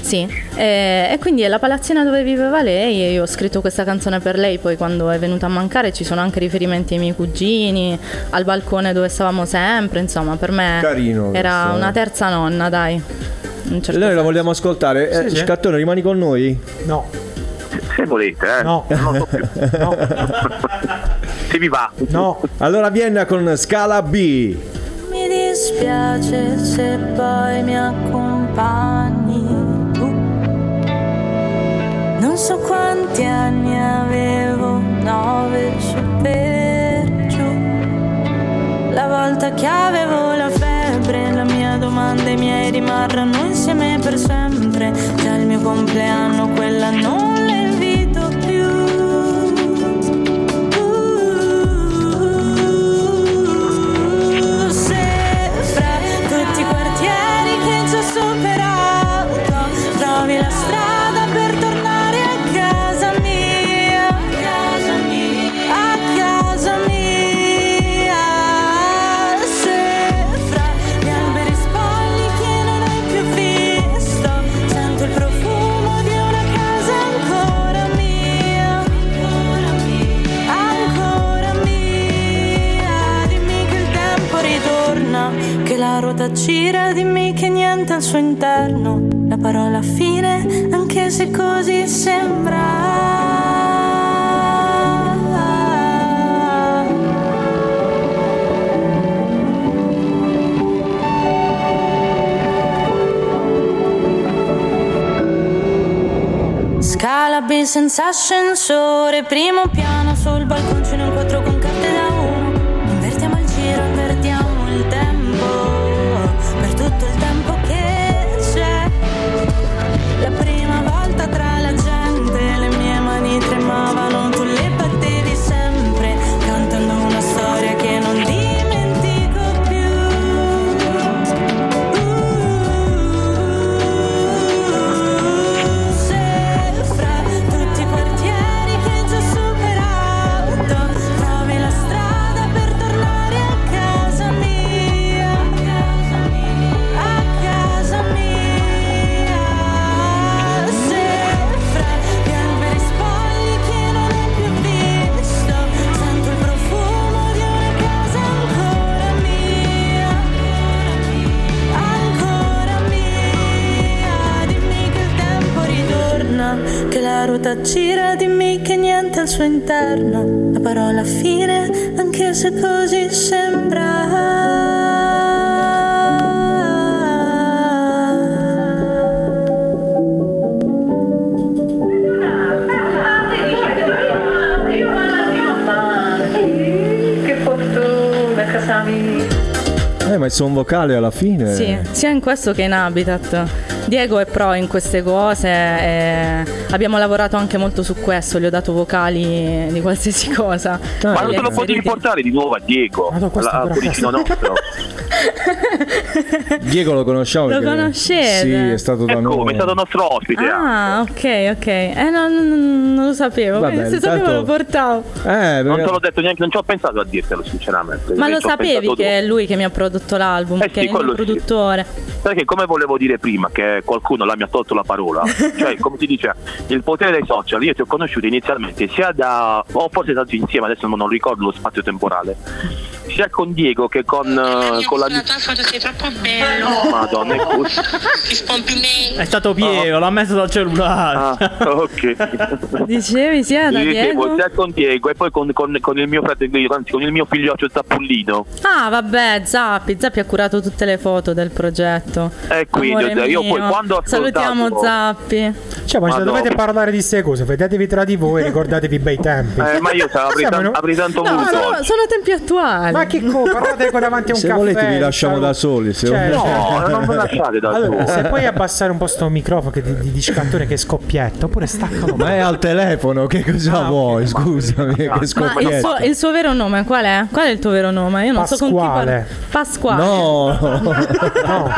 Speaker 5: Sì, eh, e quindi è la palazzina dove viveva lei e io ho scritto questa canzone per lei, poi quando è venuta a mancare ci sono anche riferimenti ai miei cugini, al balcone dove stavamo sempre, insomma per me
Speaker 3: Carino
Speaker 5: era
Speaker 3: questo, eh.
Speaker 5: una terza nonna, dai. In un certo
Speaker 3: Noi la vogliamo ascoltare. Eh,
Speaker 5: Sì, sì.
Speaker 3: Scattone, rimani con noi?
Speaker 8: No.
Speaker 6: Se volete, eh.
Speaker 8: No.
Speaker 6: Non lo so più. Se vi va.
Speaker 8: No.
Speaker 3: Allora Vienna con Scala B.
Speaker 14: Mi dispiace se poi mi accompagni tu. Non so quanti anni avevo, nove su per giù. La volta che avevo la febbre, la mia domanda e i miei rimarranno insieme per sempre. Già il mio compleanno, quella non la invito Uh, più. uh, Se
Speaker 7: da gira, dimmi che niente al suo interno. La parola fine, anche se così sembra. Scala B senza ascensore, primo piano sul balconcino incontro con carte da uno. Invertiamo il giro, invertiamo il tempo, per tutto il tempo che c'è. La prima volta tra la gente, le mie mani tremavano, tu le battevi sempre, cantando una storia che non dimentico più. Se fra tutti i quartieri che già superato trovi la strada per tornare a casa mia, a casa mia. Se fra gli alberi spogli che non hai più visto sento il profumo di una casa ancora mia, ancora mia. Dimmi che il tempo ritorna, che la ruota gira, dimmi che niente al suo interno. La parola fine, anche se così sembra.
Speaker 24: Che fortuna, Casami.
Speaker 3: Eh, ma il suo vocale alla fine.
Speaker 6: Eh.
Speaker 5: Sì, sia in questo che in Habitat. Diego è pro in queste cose, e abbiamo lavorato anche molto su questo, gli ho dato vocali di qualsiasi [LAUGHS] cosa.
Speaker 6: Ma non te
Speaker 5: Eh,
Speaker 6: lo potevi portare di nuovo a Diego, alla- al cuoricino nostro.
Speaker 3: Diego lo conosciamo.
Speaker 5: Lo
Speaker 3: perché-
Speaker 5: conoscete?
Speaker 3: Sì, è stato da noi.
Speaker 6: Eh, Come è stato nostro ospite.
Speaker 5: Ah, ok, ok. Eh, no, no, no, non lo sapevo.
Speaker 6: Vabbè,
Speaker 5: Se sapevo
Speaker 6: intanto-
Speaker 5: lo portavo.
Speaker 3: Eh,
Speaker 6: non te l'ho detto neanche, non ci ho pensato a dirtelo sinceramente.
Speaker 5: Ma lo
Speaker 6: Ci ho
Speaker 5: sapevi
Speaker 6: pensato
Speaker 5: che è lui che mi ha prodotto l'album, che è il
Speaker 6: quello
Speaker 5: mio
Speaker 6: sì.
Speaker 5: produttore.
Speaker 6: Perché come volevo dire prima che qualcuno la mi ha tolto
Speaker 5: [LAUGHS]
Speaker 6: la parola, cioè come si dice, il potere dei social, io ti ho conosciuto inizialmente sia da, o forse stato insieme, adesso non ricordo lo spazio temporale, sia con Diego che con, eh, con la...
Speaker 24: tua foto sei troppo bello.
Speaker 6: Madonna, è così.
Speaker 24: Ti spompimenti.
Speaker 4: È
Speaker 3: Ah.
Speaker 4: stato Piero, l'ha messo dal [LAUGHS] cellulare.
Speaker 6: Ah, ok.
Speaker 5: Dicevi sia da
Speaker 6: Sì,
Speaker 5: Diego?
Speaker 6: Diego, sia con Diego e poi con, con- con il mio fratello, anzi con il mio figlioccio Zappullino.
Speaker 5: Ah, vabbè, Zappi. Zappi ha curato tutte le foto del progetto.
Speaker 6: E quindi
Speaker 5: Amore
Speaker 6: io poi
Speaker 5: mio.
Speaker 6: quando ho
Speaker 5: Salutiamo
Speaker 6: ascoltato-
Speaker 5: Zappi.
Speaker 8: Cioè, ma se
Speaker 6: Madonna.
Speaker 8: dovete parlare di queste cose, vedetevi tra di voi e ricordatevi i bei tempi.
Speaker 6: Eh, ma io sa- avrei,
Speaker 8: Siamo
Speaker 6: tan-
Speaker 8: in un-
Speaker 6: avrei tanto
Speaker 5: No,
Speaker 6: voluto
Speaker 5: sono,
Speaker 6: oggi.
Speaker 5: sono tempi attuali.
Speaker 8: Ma che co, parlate qua davanti a un
Speaker 3: Se
Speaker 8: caffè.
Speaker 3: volete vi
Speaker 8: vi
Speaker 3: lasciamo da soli. Se
Speaker 8: Cioè,
Speaker 3: volete.
Speaker 6: No, non me lasciate da
Speaker 8: Allora,
Speaker 6: solo.
Speaker 8: se puoi abbassare un po' sto microfono che di, di, di scattore che scoppietta, oppure staccalo.
Speaker 3: Ma è al telefono, che
Speaker 5: Ah,
Speaker 3: cosa vuoi? Scusami, che Eh,
Speaker 5: Ma il suo,
Speaker 3: scoppietta.
Speaker 5: il suo vero nome qual è? Qual è il tuo vero nome? Io non so con chi
Speaker 3: Pasquale.
Speaker 5: parla. Pasquale. [LAUGHS]
Speaker 3: No,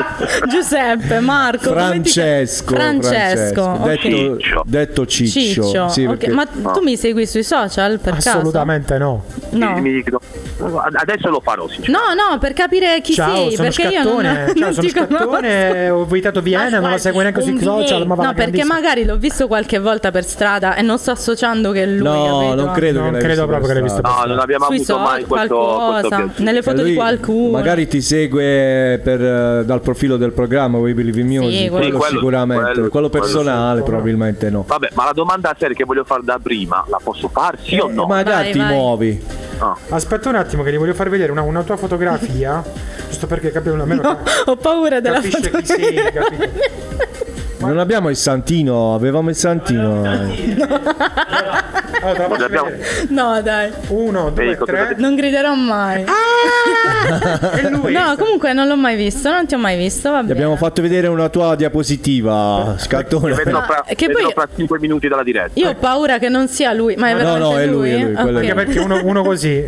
Speaker 5: Giuseppe, Marco, come ti
Speaker 3: Francesco.
Speaker 5: chiami? Francesco, ok.
Speaker 3: Detto, detto Ciccio.
Speaker 5: Ciccio,
Speaker 3: Sì,
Speaker 5: ok.
Speaker 3: perché-
Speaker 5: ma tu mi segui sui social per
Speaker 8: Assolutamente no.
Speaker 5: caso? No.
Speaker 6: Mi dico- Adesso lo farò, sinceramente.
Speaker 5: No, no, per capire chi
Speaker 8: Ciao,
Speaker 5: sei,
Speaker 8: sono
Speaker 5: perché [LAUGHS]
Speaker 8: scattone.
Speaker 5: io non,
Speaker 8: Ciao,
Speaker 5: non
Speaker 8: sono
Speaker 5: ti conosco.
Speaker 8: scattone. Ho invitato Vienna, non la seguo neanche sui social. Ma va
Speaker 5: no, perché
Speaker 8: grandissimo.
Speaker 5: magari l'ho visto qualche volta per strada e non sto associando che è lui capito?
Speaker 8: Non credo proprio che l'hai visto.
Speaker 6: No, non abbiamo
Speaker 5: Sui
Speaker 6: avuto
Speaker 5: social,
Speaker 6: mai questo, questo
Speaker 5: qualcosa,
Speaker 6: piacere.
Speaker 5: nelle foto
Speaker 8: Cioè,
Speaker 3: Lui
Speaker 5: di qualcuno.
Speaker 3: Magari ti segue per, eh, dal profilo del programma We Believe in Music,
Speaker 5: Sì, quello-
Speaker 3: quello,
Speaker 6: Sì, quello-
Speaker 3: sicuramente, quello,
Speaker 6: quello-
Speaker 3: personale probabilmente no.
Speaker 6: Vabbè, ma la domanda seria che voglio fare da prima, la posso fare sì o no?
Speaker 3: Ma dai, ti muovi.
Speaker 6: Ah.
Speaker 8: Aspetta un attimo, che ti voglio far vedere una, una tua fotografia. giusto perché capire una meno.
Speaker 5: [LAUGHS] Ho paura della
Speaker 8: Capisce
Speaker 5: foto.
Speaker 8: chi sei, capito?
Speaker 3: Non abbiamo il Santino, avevamo il Santino.
Speaker 8: Allora, te la faccio vedere.
Speaker 5: [LAUGHS] No, dai.
Speaker 8: Uno, due,
Speaker 3: Ecco,
Speaker 8: tre.
Speaker 5: Non griderò mai.
Speaker 3: Ah,
Speaker 5: No, comunque non l'ho mai visto, non ti ho mai visto, va
Speaker 3: Gli
Speaker 5: bene.
Speaker 3: abbiamo fatto vedere una tua diapositiva,
Speaker 6: Che
Speaker 3: scattone.
Speaker 6: vedrò fra,
Speaker 5: che
Speaker 6: vedrò
Speaker 5: poi-
Speaker 6: fra 5 minuti dalla diretta.
Speaker 5: Io ho paura che non sia lui, ma è
Speaker 3: Ecco. No,
Speaker 5: veramente
Speaker 3: no, è lui, è lui,
Speaker 5: eh?
Speaker 3: quello
Speaker 5: Ok.
Speaker 3: è
Speaker 8: Anche perché uno, uno così.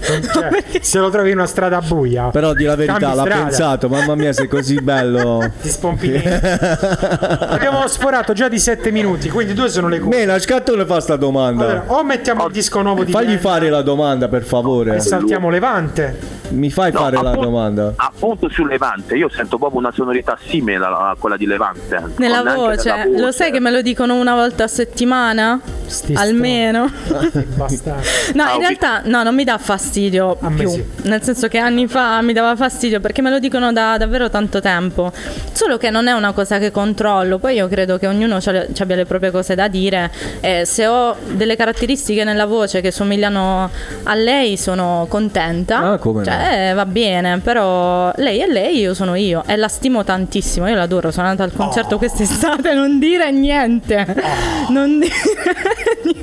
Speaker 5: [LAUGHS]
Speaker 8: non- cioè, se lo trovi in una strada buia.
Speaker 3: Però di la verità,
Speaker 8: Cambi
Speaker 3: l'ha
Speaker 8: strada.
Speaker 3: pensato, mamma mia, sei così bello.
Speaker 8: Ti spompini. Abbiamo sforato già di 7 minuti, quindi due sono le cose.
Speaker 3: [LAUGHS] Mena, scattone fa sta domanda.
Speaker 8: Allora, o mettiamo il disco nuovo di
Speaker 3: Fagli
Speaker 8: Vienna
Speaker 3: fare la domanda, per favore.
Speaker 8: e saltiamo Levante.
Speaker 3: Mi fai fare la
Speaker 6: appunto-
Speaker 3: domanda?
Speaker 6: Appunto su Levante, io sento proprio una sonorità simile alla- a quella di Levante.
Speaker 5: Nella
Speaker 6: Con anche
Speaker 5: voce.
Speaker 6: nella
Speaker 5: lo sai che me lo dicono una volta a settimana?
Speaker 8: Sti Ah,
Speaker 5: Almeno.
Speaker 8: Basta.
Speaker 5: No, in realtà no, non mi dà fastidio
Speaker 8: me
Speaker 5: più.
Speaker 8: sì.
Speaker 5: Nel senso che anni fa mi dava fastidio perché me lo dicono da davvero tanto tempo. Solo che non è una cosa che controllo. Poi io credo che ognuno c'ha le- ci abbia le proprie cose da dire. E se ho delle caratteristiche nella voce che somigliano a lei, sono contenta.
Speaker 1: Ah, come no.
Speaker 5: cioè, eh, va bene, però lei è lei, io sono io. E la stimo tantissimo. Io l'adoro. Sono andata al
Speaker 1: Oh.
Speaker 5: concerto quest'estate. Non dire niente.
Speaker 1: Eh.
Speaker 5: Non [LAUGHS] dire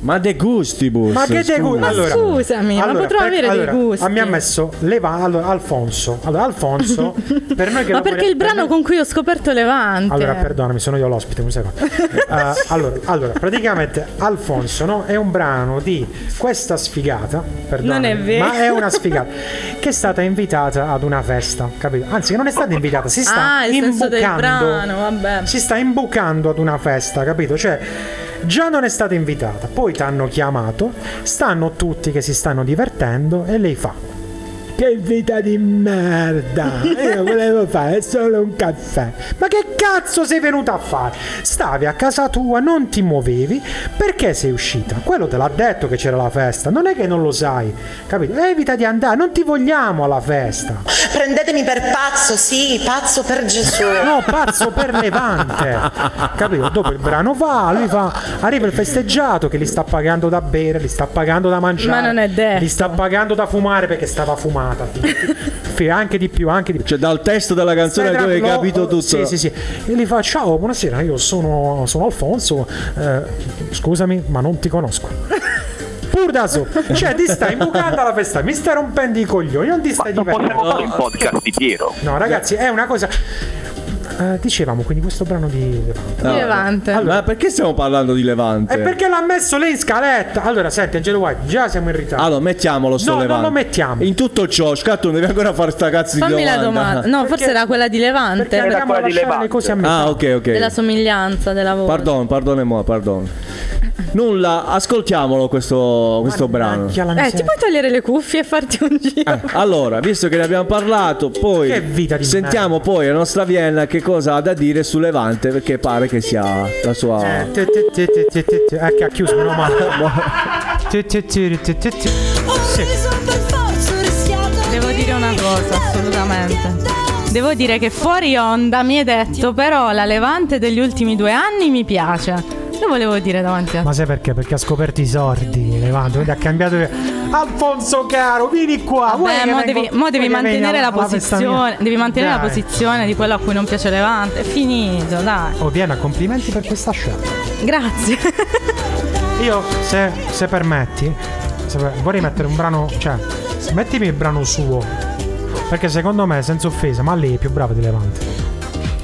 Speaker 3: Ma de gustibus.
Speaker 8: Ma che dei gusti?
Speaker 3: scusa.
Speaker 8: Allora, ecco,
Speaker 5: scusami, ma potrò avere dei
Speaker 8: allora,
Speaker 5: gusti.
Speaker 8: ah, Mi ha messo Leva allora, Alfonso.
Speaker 5: [LAUGHS]
Speaker 8: Allora, Alfonso, per noi che
Speaker 5: Ma
Speaker 8: lavoriamo-
Speaker 5: perché il
Speaker 8: per
Speaker 5: brano con cui ho scoperto Levante?
Speaker 8: Allora, perdonami, sono io l'ospite,
Speaker 5: [LAUGHS]
Speaker 8: un secondo. Eh, allora, allora, praticamente Alfonso no, è un brano di questa sfigata, perdonami,
Speaker 5: Non è vero.
Speaker 8: ma è una sfigata, che è stata invitata ad una festa, capito? Anzi, che non è stata invitata, si sta
Speaker 5: ah, il senso del brano,
Speaker 8: imbucando.
Speaker 5: vabbè.
Speaker 8: Si sta imbucando ad una festa, capito? Cioè, già non è stata invitata, poi ti hanno chiamato, stanno tutti che si stanno divertendo e lei fa... Che vita di merda! Io volevo fare solo un caffè. Ma che cazzo sei venuta a fare? Stavi a casa tua, non ti muovevi. Perché sei uscita? Quello te l'ha detto che c'era la festa. Non è che non lo sai, capito? Evita di andare, non ti vogliamo alla festa.
Speaker 13: Prendetemi per pazzo, sì, pazzo per Gesù.
Speaker 8: No, pazzo per Levante. Capito? Dopo il brano va, lui fa. Arriva il festeggiato che li sta pagando da bere, li sta pagando da mangiare.
Speaker 5: Ma non è detto.
Speaker 8: Li sta pagando da fumare perché stava fumata. Fi- Anche di più, anche di più.
Speaker 3: Cioè, dal testo della canzone tu hai
Speaker 8: Lo-
Speaker 3: capito tutto.
Speaker 8: Sì, sì, sì. E gli fa: Ciao, buonasera, io sono, sono Alfonso. eh, scusami, ma non ti conosco. Pur da so. Cioè, ti stai imbucando alla festa, mi stai rompendo i coglioni, non ti stai divertendo.
Speaker 6: Fare un podcast di Piero.
Speaker 8: No, ragazzi, è una cosa. Eh, dicevamo quindi questo brano di Levante.
Speaker 3: Ah.
Speaker 5: Levante.
Speaker 3: Ma perché stiamo parlando di Levante?
Speaker 8: E perché l'ha messo lei in scaletta? Allora, senti, Angelo White, già siamo in ritardo.
Speaker 3: Allora, mettiamolo sto
Speaker 8: No, non
Speaker 3: Levante.
Speaker 8: lo mettiamo.
Speaker 3: In tutto ciò, scatto, non devi ancora fare sta cazzo
Speaker 5: Fammi
Speaker 3: di
Speaker 5: la
Speaker 3: domanda.
Speaker 5: domanda. No, forse era quella di Levante.
Speaker 8: Perché
Speaker 5: per-
Speaker 8: andiamo a lasciare le cose a
Speaker 3: [LAUGHS]
Speaker 8: me.
Speaker 3: Ah, ok, ok.
Speaker 5: Della somiglianza della voce.
Speaker 3: Pardon, pardon, moi, pardon. Nulla, ascoltiamolo questo, questo brano. Eh,
Speaker 5: Eh, ti puoi togliere le cuffie e farti un giro?
Speaker 3: Allora, visto che ne abbiamo parlato, poi
Speaker 8: Che vita di
Speaker 3: sentiamo poi la nostra Vienna che cosa ha da dire su Levante perché pare che sia la sua...
Speaker 8: Eh, te- te- te- te- te- te- te- eh, che ha chiuso,
Speaker 3: [LAUGHS]
Speaker 8: meno male. Te- te- te- te- te- te- Sì.
Speaker 5: Devo dire una cosa, assolutamente. Devo dire che fuori onda mi hai detto, però la Levante degli ultimi due anni mi piace. Lo volevo dire davanti a te.
Speaker 8: Ma sai perché? Perché ha scoperto i sordi, Levante, quindi ha cambiato. Alfonso caro, vieni qua. vuoi
Speaker 5: Beh,
Speaker 8: che
Speaker 5: mo devi,
Speaker 8: vengo-
Speaker 5: mo devi
Speaker 8: vuoi che
Speaker 5: mantenere
Speaker 8: venga
Speaker 5: la
Speaker 8: alla festa
Speaker 5: posizione.
Speaker 8: mia?
Speaker 5: Devi mantenere la
Speaker 8: Dai.
Speaker 5: posizione di quello a cui non piace Levante. È finito, dai.
Speaker 8: Oh, Diana, complimenti per questa scelta.
Speaker 5: Grazie.
Speaker 8: Io, se, se permetti, se per- vorrei mettere un brano. Cioè, mettimi il brano suo. Perché secondo me, senza offesa, ma lei è più brava di Levante.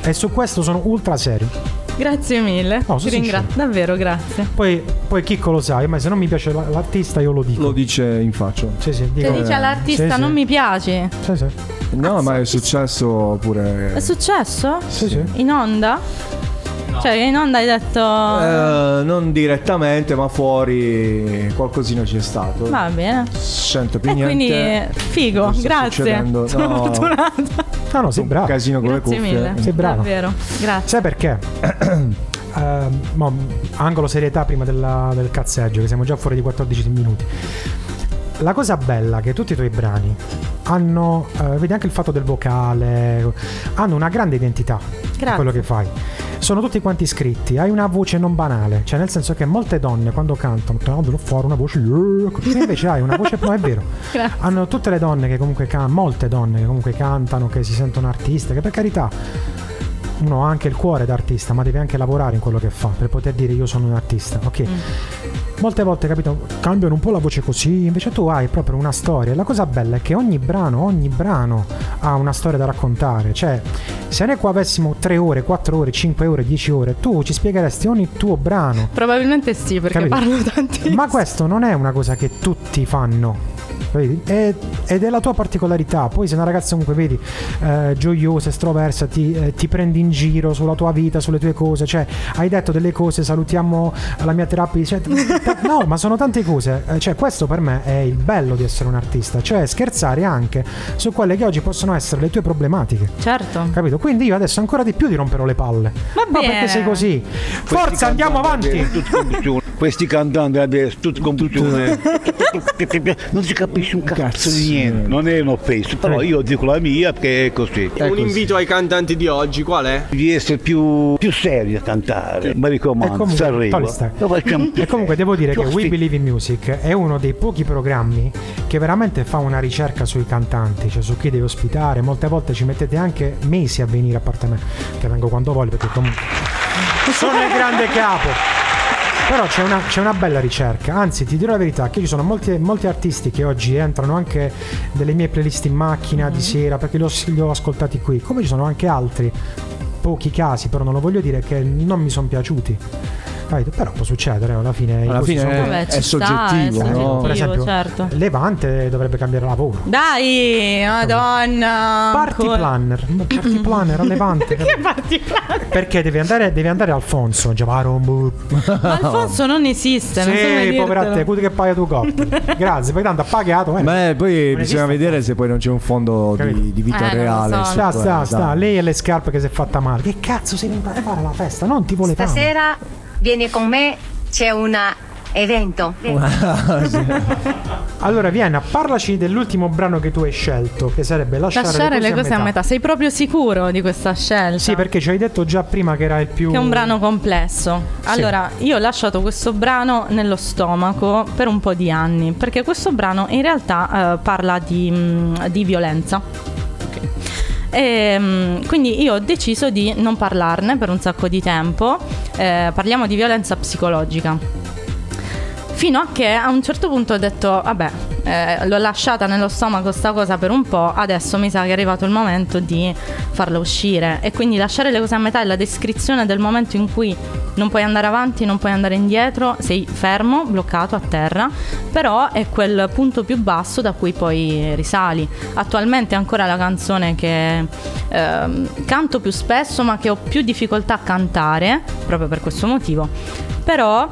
Speaker 8: E su questo sono ultra serio.
Speaker 5: [LAUGHS] Grazie mille.
Speaker 8: No,
Speaker 5: Ti
Speaker 8: sono
Speaker 5: ringrazio. Davvero, grazie.
Speaker 8: Poi, poi Chicco lo sa, ma se non mi piace la- l'artista, io lo dico.
Speaker 1: Lo dice in faccia.
Speaker 8: Sì, sì,
Speaker 5: Se
Speaker 8: dico.
Speaker 5: dici all'artista
Speaker 8: Sì, sì.
Speaker 5: non mi piaci.
Speaker 8: Sì, sì.
Speaker 1: No, ma è successo pure.
Speaker 5: È successo?
Speaker 8: Sì, sì.
Speaker 5: In onda? Cioè, in onda hai detto.
Speaker 1: Eh, non direttamente, ma fuori qualcosina c'è stato.
Speaker 5: Va bene.
Speaker 1: Sento più
Speaker 8: Eh,
Speaker 5: E
Speaker 1: niente.
Speaker 5: quindi figo,
Speaker 1: Cosa sta
Speaker 5: grazie.
Speaker 8: [LAUGHS]
Speaker 1: succedendo?
Speaker 5: [LAUGHS] Sono
Speaker 1: No. Ah,
Speaker 5: fortunata.
Speaker 8: No, no, sei bravo.
Speaker 1: Casino con
Speaker 5: Grazie
Speaker 1: le cuffie.
Speaker 5: mille.
Speaker 8: Sei brava.
Speaker 5: Davvero. Grazie.
Speaker 8: Sai perché? [CLEARS THROAT] Ehm, mo, angolo serietà prima della- del cazzeggio, che siamo già fuori di 14 minuti. La cosa bella è che tutti i tuoi brani hanno, eh, vedi anche il fatto del vocale, hanno una grande identità
Speaker 5: Grazie.
Speaker 8: quello che fai. Sono tutti quanti iscritti, hai una voce non banale, cioè nel senso che molte donne quando cantano, "Ah, devo fare una voce, eh", tu invece hai una voce, no è vero,
Speaker 5: [LAUGHS] Grazie.
Speaker 8: hanno tutte le donne che comunque cantano, molte donne che comunque cantano, che si sentono artiste, che per carità uno ha anche il cuore d'artista, ma deve anche lavorare in quello che fa per poter dire io sono un artista, ok? Molte volte, capito, cambiano un po' la voce così, invece tu hai proprio una storia. E La cosa bella è che ogni brano, ogni brano ha una storia da raccontare. Cioè, se noi qua avessimo 3 ore, 4 ore, 5 ore, 10 ore, tu ci spiegheresti ogni tuo brano.
Speaker 5: Probabilmente sì, perché
Speaker 8: Capito?
Speaker 5: parlo tantissimo.
Speaker 8: Ma questo non è una cosa che tutti fanno. Vedi? È- ed è la tua particolarità. Poi, se una ragazza comunque vedi eh, gioiosa, estroversa, ti, eh, ti prendi in giro sulla tua vita, sulle tue cose. Cioè, hai detto delle cose, salutiamo la mia
Speaker 5: [LAUGHS]
Speaker 8: terapia. cioè, t- no, ma sono tante cose. Eh, Cioè, questo per me è il bello di essere un artista. Cioè, scherzare anche su quelle che oggi possono essere le tue problematiche.
Speaker 5: Certo.
Speaker 8: Capito? Quindi io adesso ancora di più ti romperò le palle.
Speaker 5: Va
Speaker 8: Ma
Speaker 5: bene.
Speaker 8: perché sei così? Forza, andiamo avanti!
Speaker 23: questi cantanti adesso, tutti con non si capisce un cazzo di niente. Non è un
Speaker 1: Eh.
Speaker 23: offeso, però io dico la mia perché è così.
Speaker 25: Un invito ai cantanti di oggi qual è?
Speaker 23: di essere più, più seri a cantare. Mi
Speaker 8: E
Speaker 23: raccomando,
Speaker 8: comunque,
Speaker 23: Sanremo.
Speaker 8: Tony Stark.
Speaker 23: Lo facciamo
Speaker 8: E comunque devo dire che
Speaker 23: Giusti.
Speaker 8: We Believe in Music è uno dei pochi programmi che veramente fa una ricerca sui cantanti, cioè su chi devi ospitare. Molte volte ci mettete anche mesi a venire a parte me, che vengo quando voglio perché comunque sono il grande capo. Però c'è una, c'è una bella ricerca, anzi ti dirò la verità che ci sono molti, molti artisti che oggi entrano anche nelle mie playlist in macchina
Speaker 5: Mm.
Speaker 8: di sera perché li ho, li ho ascoltati qui, come ci sono anche altri, pochi casi però non lo voglio dire, che non mi sono piaciuti. Capito? Però può succedere, alla fine... i
Speaker 1: Alla
Speaker 8: gusti
Speaker 1: fine
Speaker 8: sono
Speaker 1: è-
Speaker 8: quelli.
Speaker 1: Vabbè, ci è sta, soggettivo, è no? soggettivo,
Speaker 8: Per esempio,
Speaker 5: certo.
Speaker 8: Levante dovrebbe cambiare lavoro.
Speaker 5: Dai, madonna.
Speaker 8: Party
Speaker 5: ancora.
Speaker 8: planner,
Speaker 5: [LAUGHS]
Speaker 8: party planner a Levante.
Speaker 5: Perché party planner?
Speaker 8: Perché deve andare, deve andare Alfonso, Giavaro.
Speaker 5: Ma Alfonso non esiste, Cioè, non so come
Speaker 8: Sì, povera te,
Speaker 5: dirtelo.
Speaker 8: quello che paga tu coppia.
Speaker 5: [LAUGHS]
Speaker 8: Grazie, poi tanto ha pagato. eh.
Speaker 1: Beh, poi
Speaker 8: Non
Speaker 1: bisogna vedere se poi non c'è un fondo di, di vita
Speaker 8: Eh, non lo
Speaker 1: reale.
Speaker 8: so.
Speaker 1: su
Speaker 8: Sta,
Speaker 1: quello, esatto.
Speaker 8: sta, sta.
Speaker 1: dai.
Speaker 8: Lei e le scarpe che si è fatta male. Che cazzo sei venuta a fare la festa? Non ti vuole tanto.
Speaker 26: Stasera vieni con me, c'è un evento.
Speaker 8: Allora, Vienna, parlaci dell'ultimo brano che tu hai scelto, che sarebbe Lasciare,
Speaker 5: Lasciare le cose a metà. Sei proprio sicuro di questa scelta?
Speaker 8: Sì, perché ci hai detto già prima che era il più.
Speaker 5: Che è un brano complesso. Allora, io ho lasciato questo brano nello stomaco per un po' di anni, perché questo brano in realtà eh, parla di, mh, di violenza. E, mh, quindi io ho deciso di non parlarne per un sacco di tempo. Eh, parliamo di violenza psicologica. Fino a che a un certo punto ho detto, vabbè, eh, l'ho lasciata nello stomaco sta cosa per un po', adesso mi sa che è arrivato il momento di farla uscire. E quindi lasciare le cose a metà è la descrizione del momento in cui non puoi andare avanti, non puoi andare indietro, sei fermo, bloccato a terra, però è quel punto più basso da cui poi risali. Attualmente è ancora la canzone che ehm, canto più spesso ma che ho più difficoltà a cantare, proprio per questo motivo. Però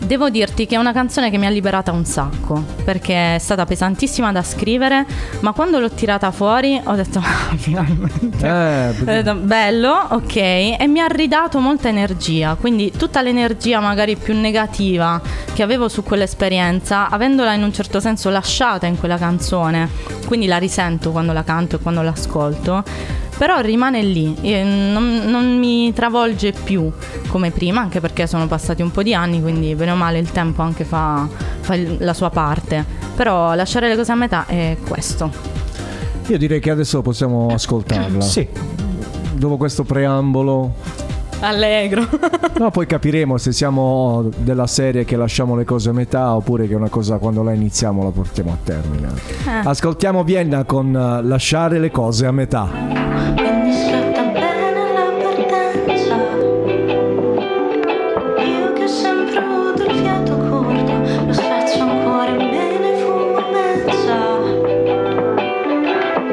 Speaker 5: Devo dirti che è una canzone che mi ha liberata un sacco, perché è stata pesantissima da scrivere, ma quando l'ho tirata fuori ho detto, [LAUGHS] "Ah, finalmente.
Speaker 1: Eh,
Speaker 5: Ho detto, bello, ok, e mi ha ridato molta energia, quindi tutta l'energia magari più negativa che avevo su quell'esperienza, avendola in un certo senso lasciata in quella canzone, quindi la risento quando la canto e quando l'ascolto, però rimane lì, eh, non, non mi travolge più come prima, anche perché sono passati un po' di anni, quindi bene o male il tempo anche fa, fa il- la sua parte, però lasciare le cose a metà è questo.
Speaker 1: Io direi che adesso possiamo ascoltarla.
Speaker 8: Sì.
Speaker 1: Dopo questo preambolo,
Speaker 5: Allegro.
Speaker 1: no, poi capiremo se siamo della serie che lasciamo le cose a metà oppure che è una cosa quando la iniziamo la portiamo a termine.
Speaker 5: Ah.
Speaker 26: Eh.
Speaker 1: Ascoltiamo Vienna con eh, Lasciare le cose a metà.
Speaker 26: E mi scatta bene la partenza Io che ho sempre avuto il fiato corto Lo spazio ancora e me ne fumo mezza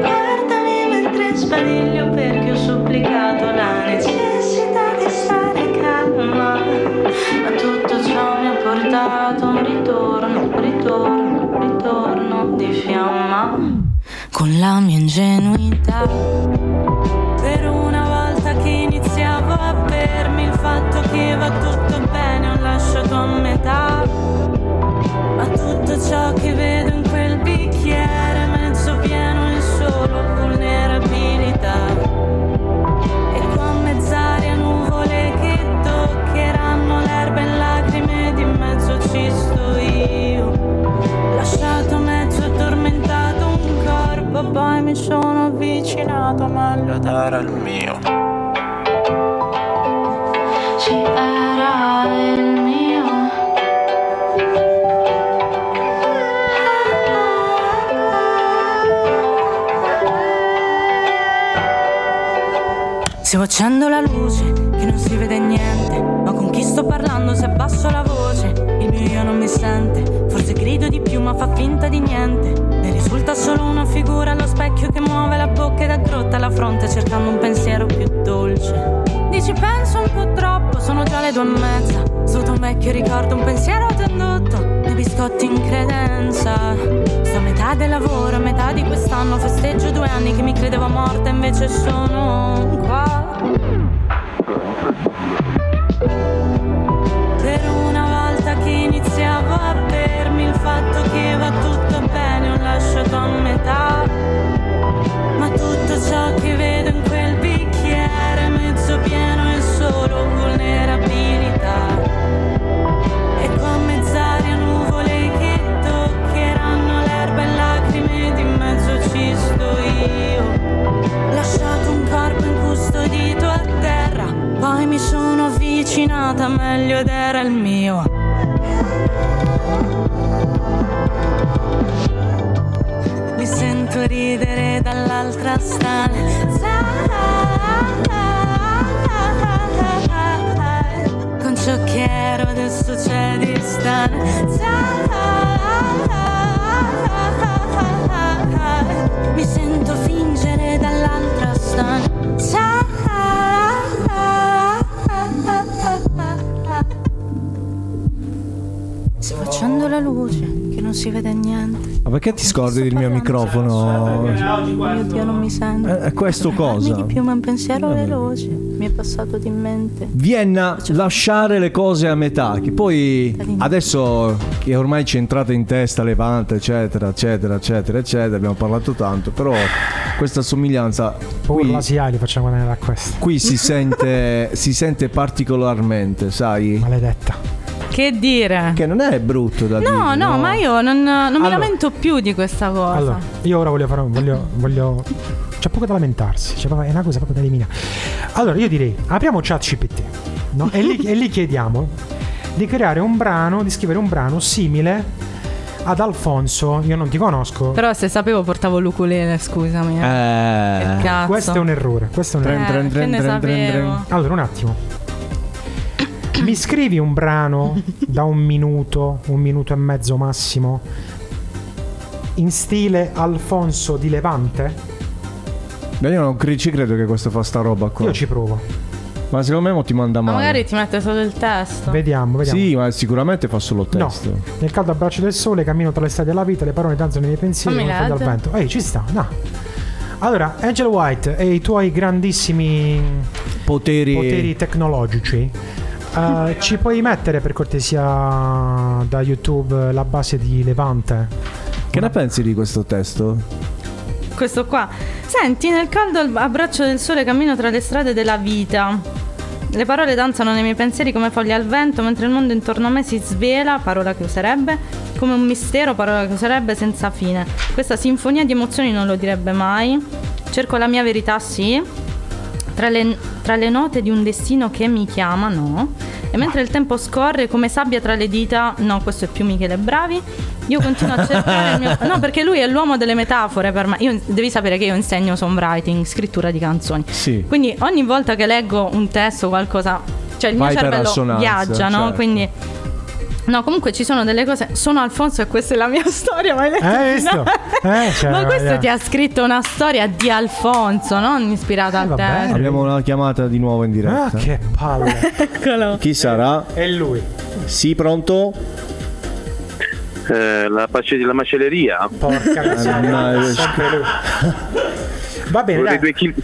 Speaker 26: Guardami mentre sbadiglio perché ho supplicato la necessità di stare calma Ma tutto ciò mi ha portato a un ritorno, un ritorno, un ritorno di fiamma Con la mia ingenuità
Speaker 7: Per una volta che iniziavo a bermi il fatto che va tutto bene ho lasciato a metà. Ma tutto ciò che vedo in quel bicchiere mezzo pieno è solo vulnerabilità. E con mezz'aria nuvole che toccheranno l'erba in lacrime di mezzo ci sto io. Lasciato mezzo addormentato un corpo, poi mi sono avvicinato meglio
Speaker 27: Dara il mio.
Speaker 26: Era il mio
Speaker 7: Stiamo accendo la luce che non si vede niente Ma con chi sto parlando se abbasso la voce Il mio io non mi sente Forse grido di più ma fa finta di niente Ne risulta solo una figura allo specchio che muove la bocca ed aggrotta la fronte Cercando un pensiero più dolce Dici penso un po' troppo, sono già le due e mezza Sotto un vecchio ricordo un pensiero tendotto Nei biscotti in credenza Sto a metà del lavoro, a metà di quest'anno Festeggio due anni che mi credevo morta invece sono qua Per una volta
Speaker 5: bevuto a metà, ma tutto ciò che vedo in quel bicchiere mezzo pieno è solo vulnerabilità. E con mezz'aria nuvole che toccheranno l'erba e lacrime di mezzo ci sto io. Lasciato un corpo incustodito a terra, poi mi sono avvicinata meglio ed era il mio. Mi sento ridere dall'altra stanza. Con ciò che ero adesso c'è distanza. Mi sento fingere dall'altra stanza. Sto facendo la luce che non si vede niente.
Speaker 3: Ma perché ti scordi del mio microfono?
Speaker 5: Mio Dio non mi sento.
Speaker 3: Eh, eh, questo cosa?
Speaker 5: Parli di più, ma un pensiero veloce mi è passato di mente.
Speaker 3: Vienna, lasciare le cose a metà, che poi adesso che ormai ci è entrata in testa Levante, eccetera, eccetera, eccetera, eccetera, abbiamo parlato tanto, però questa somiglianza
Speaker 8: Urla sia, li facciamo venire a questo.
Speaker 3: qui si sente, si sente particolarmente, sai?
Speaker 8: Maledetta.
Speaker 28: Che dire?
Speaker 3: Che non è brutto da dire.
Speaker 28: No, no, ma io non, non mi
Speaker 8: Allora.
Speaker 28: lamento più di questa cosa.
Speaker 8: Allora, io ora voglio fare un- voglio, voglio- C'è poco da lamentarsi, c'è proprio- è una cosa proprio da eliminare. Allora, io direi, apriamo ChatGPT no? e, lì, e lì chiediamo di creare un brano, di scrivere un brano simile ad Alfonso, io non ti conosco.
Speaker 28: Però se sapevo portavo l'uculele, scusami. eh. Che cazzo.
Speaker 8: Questo è un errore. Questo è un
Speaker 28: Eh,
Speaker 8: errore.
Speaker 28: che ne sapevo.
Speaker 8: Allora, un attimo. Mi scrivi un brano da un minuto, un minuto e mezzo massimo, in stile Alfonso di Levante?
Speaker 3: Ma io non cre- ci credo che questo fa sta roba qua.
Speaker 8: Io ci provo.
Speaker 3: Ma secondo me mo ti manda
Speaker 28: Ma
Speaker 3: male.
Speaker 28: magari ti mette solo il testo.
Speaker 8: Vediamo, vediamo.
Speaker 3: Sì, ma sicuramente fa solo
Speaker 8: No,
Speaker 3: testo.
Speaker 8: nel caldo abbraccio del sole cammino tra le strade della vita, le parole danzano nei miei pensieri,
Speaker 28: Fammi
Speaker 8: come freddo al
Speaker 28: leggere.
Speaker 8: vento. Ehi, ci sta, no. Allora, Angel White e i tuoi grandissimi
Speaker 3: Poteri.
Speaker 8: poteri tecnologici.
Speaker 28: [LAUGHS]
Speaker 8: Eh, ci puoi mettere per cortesia da YouTube la base di Levante?
Speaker 3: Che ne pensi di questo testo?
Speaker 28: Questo qua. Senti, nel caldo al- abbraccio del sole cammino tra le strade della vita. Le parole danzano nei miei pensieri come foglie al vento, mentre il mondo intorno a me si svela, parola che userebbe, come un mistero, parola che userebbe senza fine. Questa sinfonia di emozioni non lo direbbe mai. Cerco la mia verità, sì. Tra le, tra le note di un destino che mi chiama, no. E mentre il tempo scorre come sabbia tra le dita, no, questo è più Michele Bravi. Io continuo a cercare il
Speaker 3: [LAUGHS]
Speaker 28: mio. No, perché lui è l'uomo delle metafore per me. Io- devi sapere che io insegno songwriting, scrittura di canzoni.
Speaker 3: Sì.
Speaker 28: Quindi ogni volta che leggo un testo o qualcosa, cioè il
Speaker 3: Vai
Speaker 28: mio
Speaker 3: per
Speaker 28: cervello
Speaker 3: assonanza,
Speaker 28: viaggia, no?
Speaker 3: certo.
Speaker 28: Quindi No, comunque ci sono delle cose. Sono Alfonso e questa è la mia [LAUGHS] storia, ma hai letto
Speaker 3: Eh,
Speaker 8: Hai
Speaker 28: il
Speaker 8: visto?
Speaker 28: finale?
Speaker 8: Eh, cioè,
Speaker 28: Ma questo
Speaker 8: eh.
Speaker 28: ti ha scritto una storia di Alfonso, non
Speaker 3: Eh,
Speaker 28: ispirata a te.
Speaker 3: Abbiamo una chiamata di nuovo in diretta.
Speaker 8: Ah, che palle.
Speaker 29: Chi sarà?
Speaker 8: È lui.
Speaker 29: Sì, pronto?
Speaker 6: Eh, la, pace- la macelleria.
Speaker 8: Porca
Speaker 3: [LAUGHS]
Speaker 8: miseria.
Speaker 29: eh,
Speaker 8: Sempre lui. Va
Speaker 6: Vorrei
Speaker 8: bene,
Speaker 3: Esatto.
Speaker 8: dai.
Speaker 6: due, chili,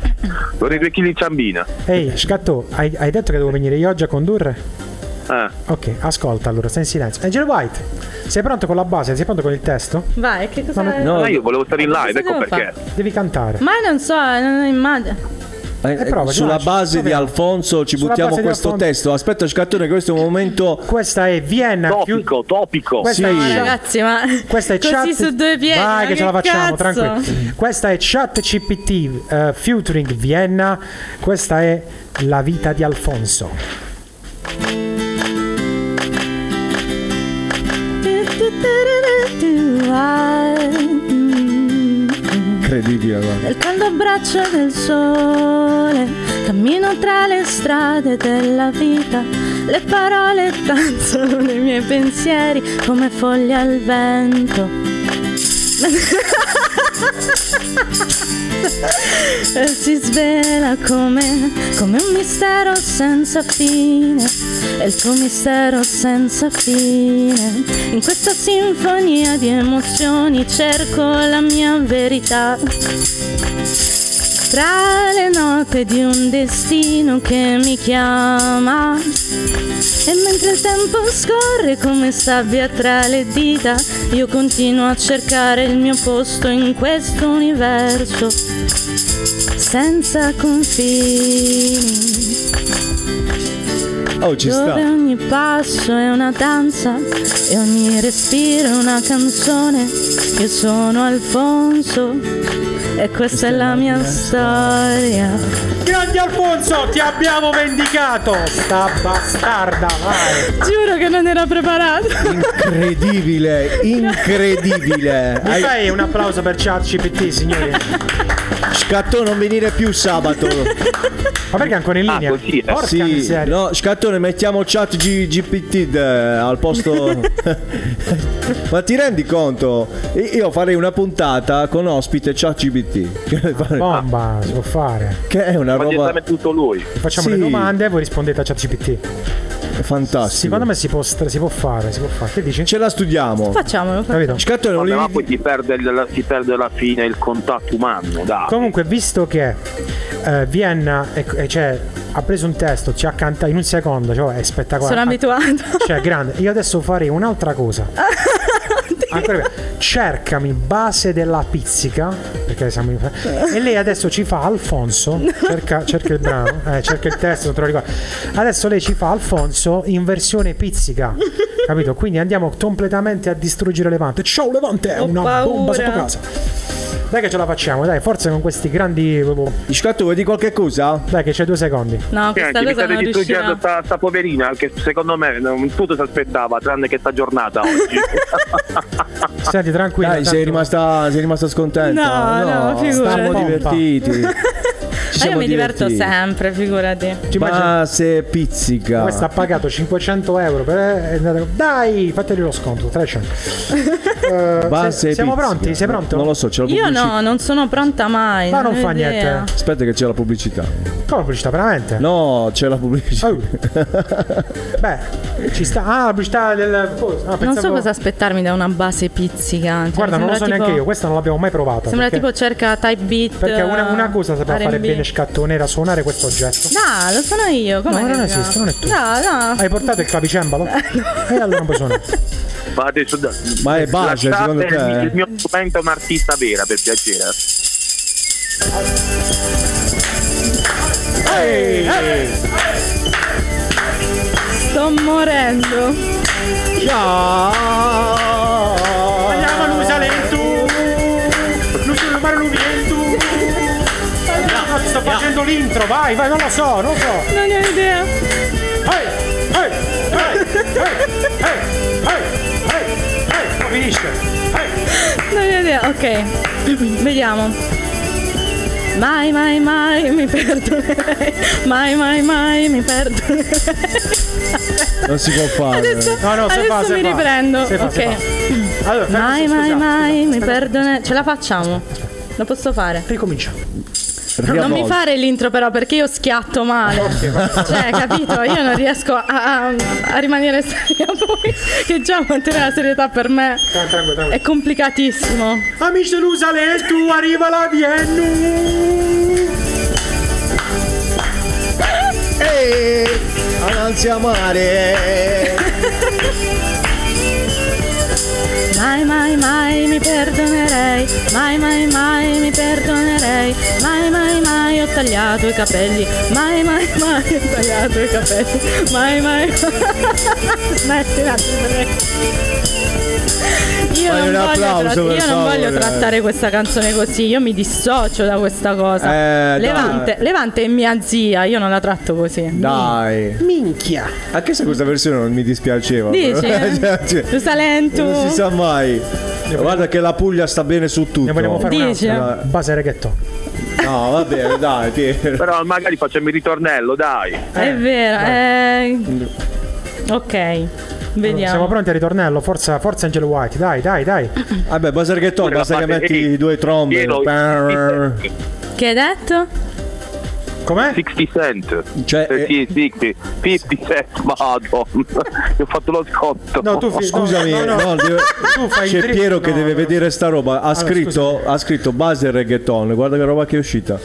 Speaker 6: vorrei due chili in ciambina.
Speaker 8: Ehi, Scatto, hai, hai detto che devo venire io oggi a condurre?
Speaker 6: Eh.
Speaker 8: Ok, ascolta allora, stai in silenzio. Angel White, sei pronto con la base? Sei pronto con il testo?
Speaker 28: Vai, che cosa
Speaker 8: No,
Speaker 3: Oh.
Speaker 6: Ah, io volevo stare in
Speaker 28: Ma
Speaker 6: live,
Speaker 28: cosa
Speaker 6: ecco
Speaker 28: devo
Speaker 6: perché.
Speaker 8: Devi cantare.
Speaker 28: Ma non so, non immagino.
Speaker 29: Eh, eh,
Speaker 8: prova,
Speaker 29: sulla
Speaker 8: Giorgio,
Speaker 29: base
Speaker 8: va
Speaker 29: di
Speaker 8: bene.
Speaker 29: Alfonso ci
Speaker 8: Sulla
Speaker 29: buttiamo
Speaker 8: base di
Speaker 29: questo
Speaker 8: Alfonso.
Speaker 29: testo. Aspetta, scattone, questo è un momento.
Speaker 8: Questa è Vienna.
Speaker 6: Topico, topico.
Speaker 8: Questa
Speaker 29: Sì.
Speaker 8: è
Speaker 28: Ragazzi, ma
Speaker 8: Questa è
Speaker 28: così
Speaker 8: chat.
Speaker 28: su due piedi.
Speaker 8: Vai,
Speaker 28: ma
Speaker 8: che, ce la facciamo,
Speaker 28: cazzo?
Speaker 8: tranquillo. Questa è Chat CPT eh, featuring Vienna. Questa è la vita di Alfonso.
Speaker 29: Incredibile, guarda.
Speaker 5: Nel caldo abbraccio del sole, cammino tra le strade della vita, le parole danzano nei miei pensieri come foglie al vento. E si svela come, come un mistero senza fine, è il tuo mistero senza fine. In questa sinfonia di emozioni cerco la mia verità. Tra le note di un destino che mi chiama E mentre il tempo scorre come sabbia tra le dita Io continuo a cercare il mio posto in questo universo Senza confini
Speaker 3: Oh, ci sta.
Speaker 5: dove ogni passo è una danza e ogni respiro è una canzone. Io sono Alfonso e questa è la mia storia.
Speaker 8: Grande Alfonso, ti abbiamo vendicato! Sta bastarda, vai!
Speaker 5: Giuro che non era [LAUGHS] preparato. [LAUGHS]
Speaker 3: Incredibile, incredibile.
Speaker 8: Mi
Speaker 3: Hai-
Speaker 8: fai un applauso per ChatGPT, signori?
Speaker 3: Scattò non venire più
Speaker 5: [LAUGHS]
Speaker 3: sabato. Ma
Speaker 8: perché è ancora in linea? Porca
Speaker 3: sì,
Speaker 8: miseria.
Speaker 3: no, eh, scattone, mettiamo chat G- GPT d- al posto.
Speaker 5: [LAUGHS]
Speaker 3: Ma ti rendi conto? I- Io farei una puntata con ospite chat GPT.
Speaker 8: Bomba, si può fare.
Speaker 3: Che è una roba
Speaker 6: tutto lui.
Speaker 8: Facciamo
Speaker 3: ah. Sì.
Speaker 8: le domande e voi rispondete a ChatGPT.
Speaker 3: fantastica.
Speaker 8: Secondo me si può, stra- si può fare, si può fare. Che dici?
Speaker 3: Ce la studiamo.
Speaker 5: Facciamolo.
Speaker 8: Capito?
Speaker 3: Scattone, non
Speaker 6: Vabbè,
Speaker 3: li-
Speaker 6: ma poi ti perde, il- si perde alla fine il contatto umano, dai.
Speaker 8: Comunque, visto che eh, Vienna è- è- cioè, ha preso un testo, ci ha cantato in un secondo, cioè, è spettacolare.
Speaker 5: Sono abituato.
Speaker 8: Cioè, grande. Io adesso farei un'altra
Speaker 5: [LAUGHS]
Speaker 8: cosa. Ancora più. Cercami base della pizzica. Perché siamo in... E lei adesso ci fa Alfonso. Cerca, cerca il brano, eh, cerca il testo, non te lo ricordo. Adesso lei ci fa Alfonso in versione pizzica. Capito? Quindi andiamo completamente a distruggere Levante. Ciao Levante, è
Speaker 5: Ho
Speaker 8: una bomba
Speaker 5: paura.
Speaker 8: sotto casa. Dai che ce la facciamo, dai, forse con questi grandi. boh,
Speaker 3: Scatto, vuoi dire qualche cosa?
Speaker 8: Dai, che c'è due secondi.
Speaker 5: No, questa
Speaker 6: Senti,
Speaker 5: cosa
Speaker 6: mi state
Speaker 5: non
Speaker 6: distruggendo
Speaker 5: riuscirà.
Speaker 6: sta, sta poverina che secondo me non tutto si aspettava tranne che sta
Speaker 3: [LAUGHS]
Speaker 6: giornata oggi.
Speaker 8: Senti, tranquillo.
Speaker 3: Dai, sei rimasta, sei rimasta scontenta.
Speaker 5: No, no, figurati.
Speaker 3: Siamo
Speaker 5: [LAUGHS]
Speaker 3: divertiti. Ci
Speaker 5: Ma io
Speaker 3: siamo
Speaker 5: mi diverto
Speaker 3: divertiti.
Speaker 5: sempre, figurati.
Speaker 3: Base
Speaker 5: Ah.
Speaker 3: pizzica.
Speaker 8: Questa ha pagato 500 euro per... eh, è andata- Dai, fateli lo sconto, 300. Eh,
Speaker 3: Base
Speaker 8: se- siamo
Speaker 3: pizzica.
Speaker 8: pronti? Sei pronto?
Speaker 3: Non lo so, c'è la
Speaker 5: Io
Speaker 3: pubblicità.
Speaker 5: no, non sono pronta mai.
Speaker 8: Ma non
Speaker 5: ho
Speaker 8: fa
Speaker 5: idea.
Speaker 8: niente.
Speaker 3: Aspetta che c'è la pubblicità.
Speaker 8: Come pubblicità, veramente? Ah, uh.
Speaker 3: No, c'è la pubblicità.
Speaker 8: Oh. Beh, ci sta... Ah, la pubblicità del... ah,
Speaker 5: Non so
Speaker 8: pensavo-
Speaker 5: cosa aspettarmi da una base pizzica. Cioè,
Speaker 8: Guarda, non lo so
Speaker 5: sembra
Speaker 8: neanche
Speaker 5: tipo-
Speaker 8: io, questa non l'abbiamo mai provata.
Speaker 5: Sembra
Speaker 8: perché...
Speaker 5: tipo eh, cerca type beat.
Speaker 8: Perché una, una cosa sapeva fare
Speaker 5: R&B.
Speaker 8: bene scattone era suonare questo oggetto.
Speaker 5: No, lo sono io. Come
Speaker 8: No, non esiste, non è tu.
Speaker 5: No, no.
Speaker 8: Hai portato
Speaker 5: [LAUGHS]
Speaker 8: il clavicembalo?
Speaker 5: Eh,
Speaker 8: E allora non puoi suonare.
Speaker 6: ma adesso da-
Speaker 3: Ma è base,
Speaker 6: lasciate
Speaker 3: secondo te?
Speaker 6: Il mio strumento è un'artista vera, per piacere.
Speaker 5: Sto morendo.
Speaker 8: Andiamo Luisa Lentu! Luisa Romero Luvientu! No, sto facendo l'intro, vai, vai, non lo so, non lo so!
Speaker 5: Non ne ho idea.
Speaker 8: Ehi, ehi, ehi, ehi, ehi, ehi, ehi, ehi, non finisce!
Speaker 5: Non ne ho idea. Ok. Vediamo. Mai, mai, mai mi perdonerei. [LAUGHS] Mai, mai, mai mi perdonerei.
Speaker 3: Non si può fare.
Speaker 5: Adesso,
Speaker 8: No, no, se
Speaker 5: adesso
Speaker 8: fa, se
Speaker 5: mi
Speaker 8: fa.
Speaker 5: riprendo.
Speaker 8: Se fa,
Speaker 5: ok.
Speaker 8: se fa. Allora, fermo,
Speaker 5: mai, mai,
Speaker 8: scusa, scusa.
Speaker 5: mai mi perdonerei. Ce la facciamo. Lo posso fare.
Speaker 8: Ricomincia.
Speaker 5: Non mi fare l'intro però perché io schiatto male. Cioè, capito? Io non riesco a, a- a rimanere [LAUGHS] seria poi. Che già mantenere la serietà per me
Speaker 8: Tran- tranquillo,
Speaker 5: è
Speaker 8: tranquillo.
Speaker 5: complicatissimo.
Speaker 8: Amici di Lusalentu, arriva la Vienna!
Speaker 9: Ehi, anzi amare.
Speaker 5: Mai, mai, mai mi perdonerei. Mai, mai, mai mi perdonerei. Mai, mai, mai ho tagliato i capelli. Mai, mai, mai ho tagliato i capelli. Mai, mai. [LAUGHS] Smettila, ti prego. Io
Speaker 3: Fai
Speaker 5: non,
Speaker 3: un
Speaker 5: voglio,
Speaker 3: applauso,
Speaker 5: trat-
Speaker 3: per
Speaker 5: io non
Speaker 3: favore.
Speaker 5: voglio trattare questa canzone così, io mi dissocio da questa cosa.
Speaker 3: Eh, dai.
Speaker 5: Levante, Levante è mia zia, io non la tratto così.
Speaker 3: Dai.
Speaker 8: Minchia.
Speaker 3: Anche se questa versione non mi dispiaceva. [LAUGHS]
Speaker 5: Dici? eh?
Speaker 3: però. Cioè, cioè,
Speaker 5: Tu Salento.
Speaker 3: non si sa mai. Guarda che la Puglia sta bene su tutto.
Speaker 8: Eh. Ne vogliamo fare
Speaker 5: Dici?
Speaker 8: un'altra. Base reggaeton.
Speaker 3: No, va bene, dai, Pier.
Speaker 6: Però magari facciamo il ritornello, dai.
Speaker 5: È vero, eh, Ok,
Speaker 8: Siamo
Speaker 5: vediamo.
Speaker 8: pronti al ritornello, forza, forza Angel White, dai, dai, dai.
Speaker 3: Vabbè, buzzer ghetto, basta che
Speaker 6: fate-
Speaker 3: metti
Speaker 6: ehi,
Speaker 3: due trombe.
Speaker 6: Piero,
Speaker 3: Brrr.
Speaker 5: Che hai detto?
Speaker 8: Com'è?
Speaker 6: 60 cent.
Speaker 3: Cioè,
Speaker 6: Eh, sì, 60, 50 cent, madonna. Io ho fatto lo scotto.
Speaker 8: No, tu fi-
Speaker 3: Scusami,
Speaker 8: no, no, [LAUGHS] no.
Speaker 3: no, deve-
Speaker 8: Tu fai il
Speaker 3: c'è
Speaker 8: tri-
Speaker 3: Piero che
Speaker 8: no,
Speaker 3: deve
Speaker 8: no.
Speaker 3: vedere sta roba. Ha
Speaker 8: Allora,
Speaker 3: scritto, ha scritto base reggaeton. Guarda che roba che è uscita.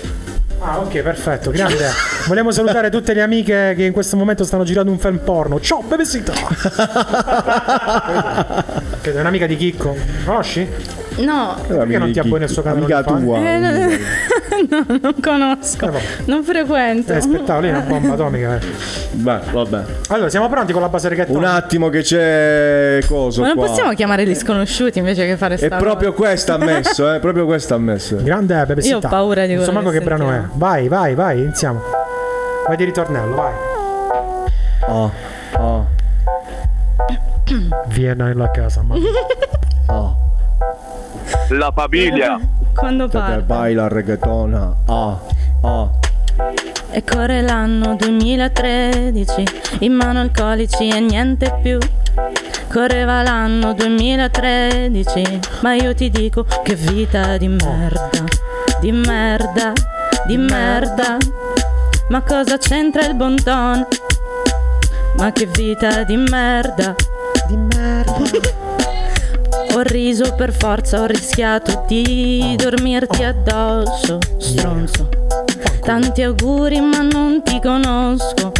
Speaker 8: Ah, ok, perfetto, grande. Vogliamo salutare tutte le amiche che in questo momento stanno girando un film porno. Ciao, bebesita! Ah,
Speaker 3: [LAUGHS]
Speaker 8: Che è un'amica di Chicco. Conosci?
Speaker 5: No,
Speaker 8: Perché non ti apponi al suo canale
Speaker 3: Amica
Speaker 8: OnlyFans?
Speaker 3: tua.
Speaker 5: Eh, no, no, non
Speaker 3: Eh,
Speaker 5: conosco, non frequento.
Speaker 8: Eh, aspettavo, lei è una bomba atomica. eh.
Speaker 3: Beh, vabbè.
Speaker 8: Allora, siamo pronti con la base reggaeton?
Speaker 3: Un attimo che c'è coso
Speaker 5: Ma non
Speaker 3: qua.
Speaker 5: possiamo chiamare gli sconosciuti invece che fare
Speaker 3: È
Speaker 5: sta
Speaker 3: proprio
Speaker 5: cosa.
Speaker 3: questa ha messo, eh, proprio questa ha
Speaker 8: [LAUGHS]
Speaker 3: messo.
Speaker 8: Grande bebesita.
Speaker 5: Io ho paura di
Speaker 8: Non so
Speaker 5: quello
Speaker 8: manco
Speaker 5: che
Speaker 8: che brano è.
Speaker 5: sentiamo.
Speaker 8: Vai, vai, vai, iniziamo. Vai di ritornello, vai.
Speaker 3: Oh, oh,
Speaker 8: Vienna nella casa, ma.
Speaker 3: oh.
Speaker 6: La famiglia.
Speaker 5: Quando parlo.
Speaker 3: Baila reggaetona. Oh, oh.
Speaker 5: E corre l'anno 2013, in mano alcolici e niente più. Correva l'anno 2013, ma io ti dico che vita di merda, di merda, di merda. Ma cosa c'entra il bonton? Ma che vita di merda, di merda. [LAUGHS] Ho riso per forza, ho rischiato di dormirti addosso, stronzo. Tanti auguri ma non ti conosco.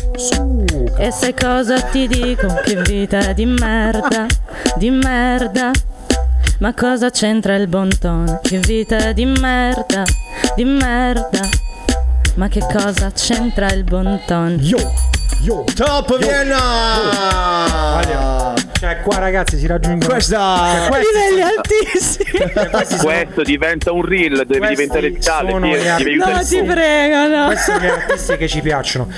Speaker 5: E sai cosa ti dico? Che vita di [LAUGHS] merda, di merda. Ma cosa c'entra il bontone? Che vita di merda, di merda. Ma che cosa c'entra il bontone?
Speaker 8: Yo, yo.
Speaker 3: Top Vienna!
Speaker 8: Cioè, qua ragazzi si raggiungono.
Speaker 3: Questa
Speaker 5: Livelli altissimi.
Speaker 6: Questo diventa un reel, devi
Speaker 8: Questi
Speaker 6: diventare tale,
Speaker 8: sono
Speaker 6: devi,
Speaker 8: gli
Speaker 6: devi
Speaker 8: artisti.
Speaker 6: aiutare
Speaker 5: No, ti prego, no.
Speaker 8: Questi sono gli artisti che ci piacciono.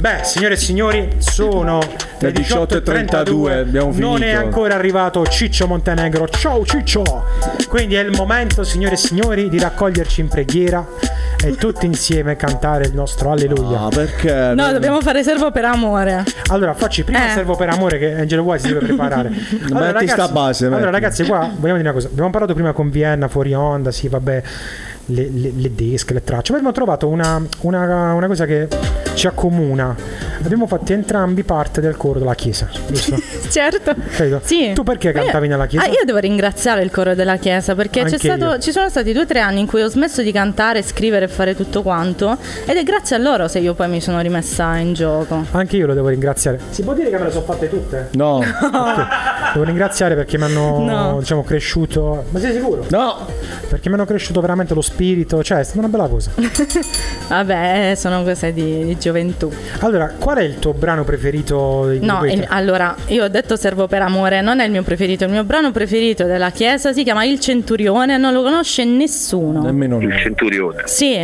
Speaker 8: Beh, signore e signori, sono le 18.32.
Speaker 3: abbiamo
Speaker 8: Non è
Speaker 3: finito.
Speaker 8: ancora arrivato Ciccio Montenegro. Ciao Ciccio! Quindi è il momento, signore e signori, di raccoglierci in preghiera e tutti insieme cantare il nostro alleluia.
Speaker 3: Ah, perché?
Speaker 5: No, dobbiamo fare servo per amore.
Speaker 8: Allora, facci prima
Speaker 5: Eh.
Speaker 8: servo per amore che Angelo Wise deve preparare. Allora,
Speaker 3: [LAUGHS] Metti sta base,
Speaker 8: allora,
Speaker 3: metti.
Speaker 8: ragazzi, qua vogliamo dire una cosa. Abbiamo parlato prima con Vienna, fuori onda, sì, vabbè, le, le, le disc, le tracce. Poi abbiamo trovato una, una- una cosa che ci accomuna. Abbiamo fatto entrambi parte del coro della chiesa,
Speaker 5: [LAUGHS]
Speaker 8: giusto?
Speaker 5: Certo.
Speaker 8: Capito?
Speaker 5: Sì.
Speaker 8: Tu perché
Speaker 5: Ma io-
Speaker 8: cantavi nella chiesa?
Speaker 5: Ah, io devo ringraziare il coro della chiesa perché c'è
Speaker 8: Anche
Speaker 5: stato-
Speaker 8: io.
Speaker 5: ci sono stati due o tre anni in cui ho smesso di cantare, scrivere e fare tutto quanto ed è grazie a loro se io poi mi sono rimessa in gioco.
Speaker 8: Anche io lo devo ringraziare. Si può dire che me le sono fatte tutte?
Speaker 5: [LAUGHS]
Speaker 3: No,
Speaker 8: Devo ringraziare perché mi hanno
Speaker 5: No.
Speaker 8: diciamo, cresciuto. Ma sei sicuro?
Speaker 3: no.
Speaker 8: Perché mi hanno cresciuto veramente lo spirito. Cioè, è stata una bella cosa.
Speaker 5: Vabbè, eh, sono cose di, di gioventù.
Speaker 8: Allora, qual è il tuo brano preferito di
Speaker 5: No,
Speaker 8: Guetta?
Speaker 5: il- allora, io ho detto servo per amore, non è il mio preferito, il mio brano preferito della chiesa si chiama Il Centurione, non lo conosce nessuno.
Speaker 3: Nemmeno lui.
Speaker 6: il centurione.
Speaker 5: Sì.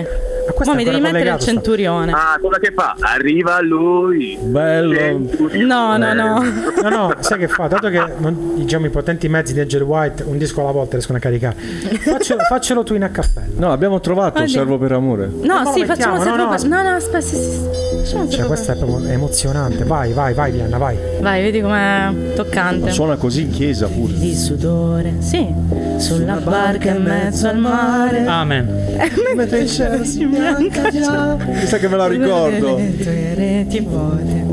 Speaker 5: Ma
Speaker 8: questo è
Speaker 5: mi devi mettere
Speaker 8: ancora
Speaker 5: il
Speaker 8: collegato, sta-
Speaker 5: centurione.
Speaker 6: Ah, cosa che fa? Arriva lui.
Speaker 3: Bello.
Speaker 5: No, no, no.
Speaker 8: No, no, sai che fa? Dato che non- diciamo, i potenti mezzi di Angel White un disco alla volta riescono a caricare, [LAUGHS] faccelo, faccelo tu in a cappella.
Speaker 3: No, abbiamo trovato un
Speaker 5: Oddio.
Speaker 3: servo per amore.
Speaker 5: No,
Speaker 8: Ma
Speaker 5: sì, facciamo
Speaker 8: lo mettiamo,
Speaker 5: sempre.
Speaker 8: no, no,
Speaker 5: No, no, aspetta, sì, sì, sì. Facciamo
Speaker 8: Cioè,
Speaker 5: sempre-
Speaker 8: questa è proprio emozionante. Vai, vai, vai, Diana, vai.
Speaker 5: Vai, vedi com'è toccante.
Speaker 3: Suona così in chiesa pure.
Speaker 5: Di sudore, sì. Sulla barca in mezzo al mare.
Speaker 4: Amen.
Speaker 5: Mentre il cielo si bianca già.
Speaker 3: Mi sa che me la ricordo.
Speaker 5: Dentro i reti vuote.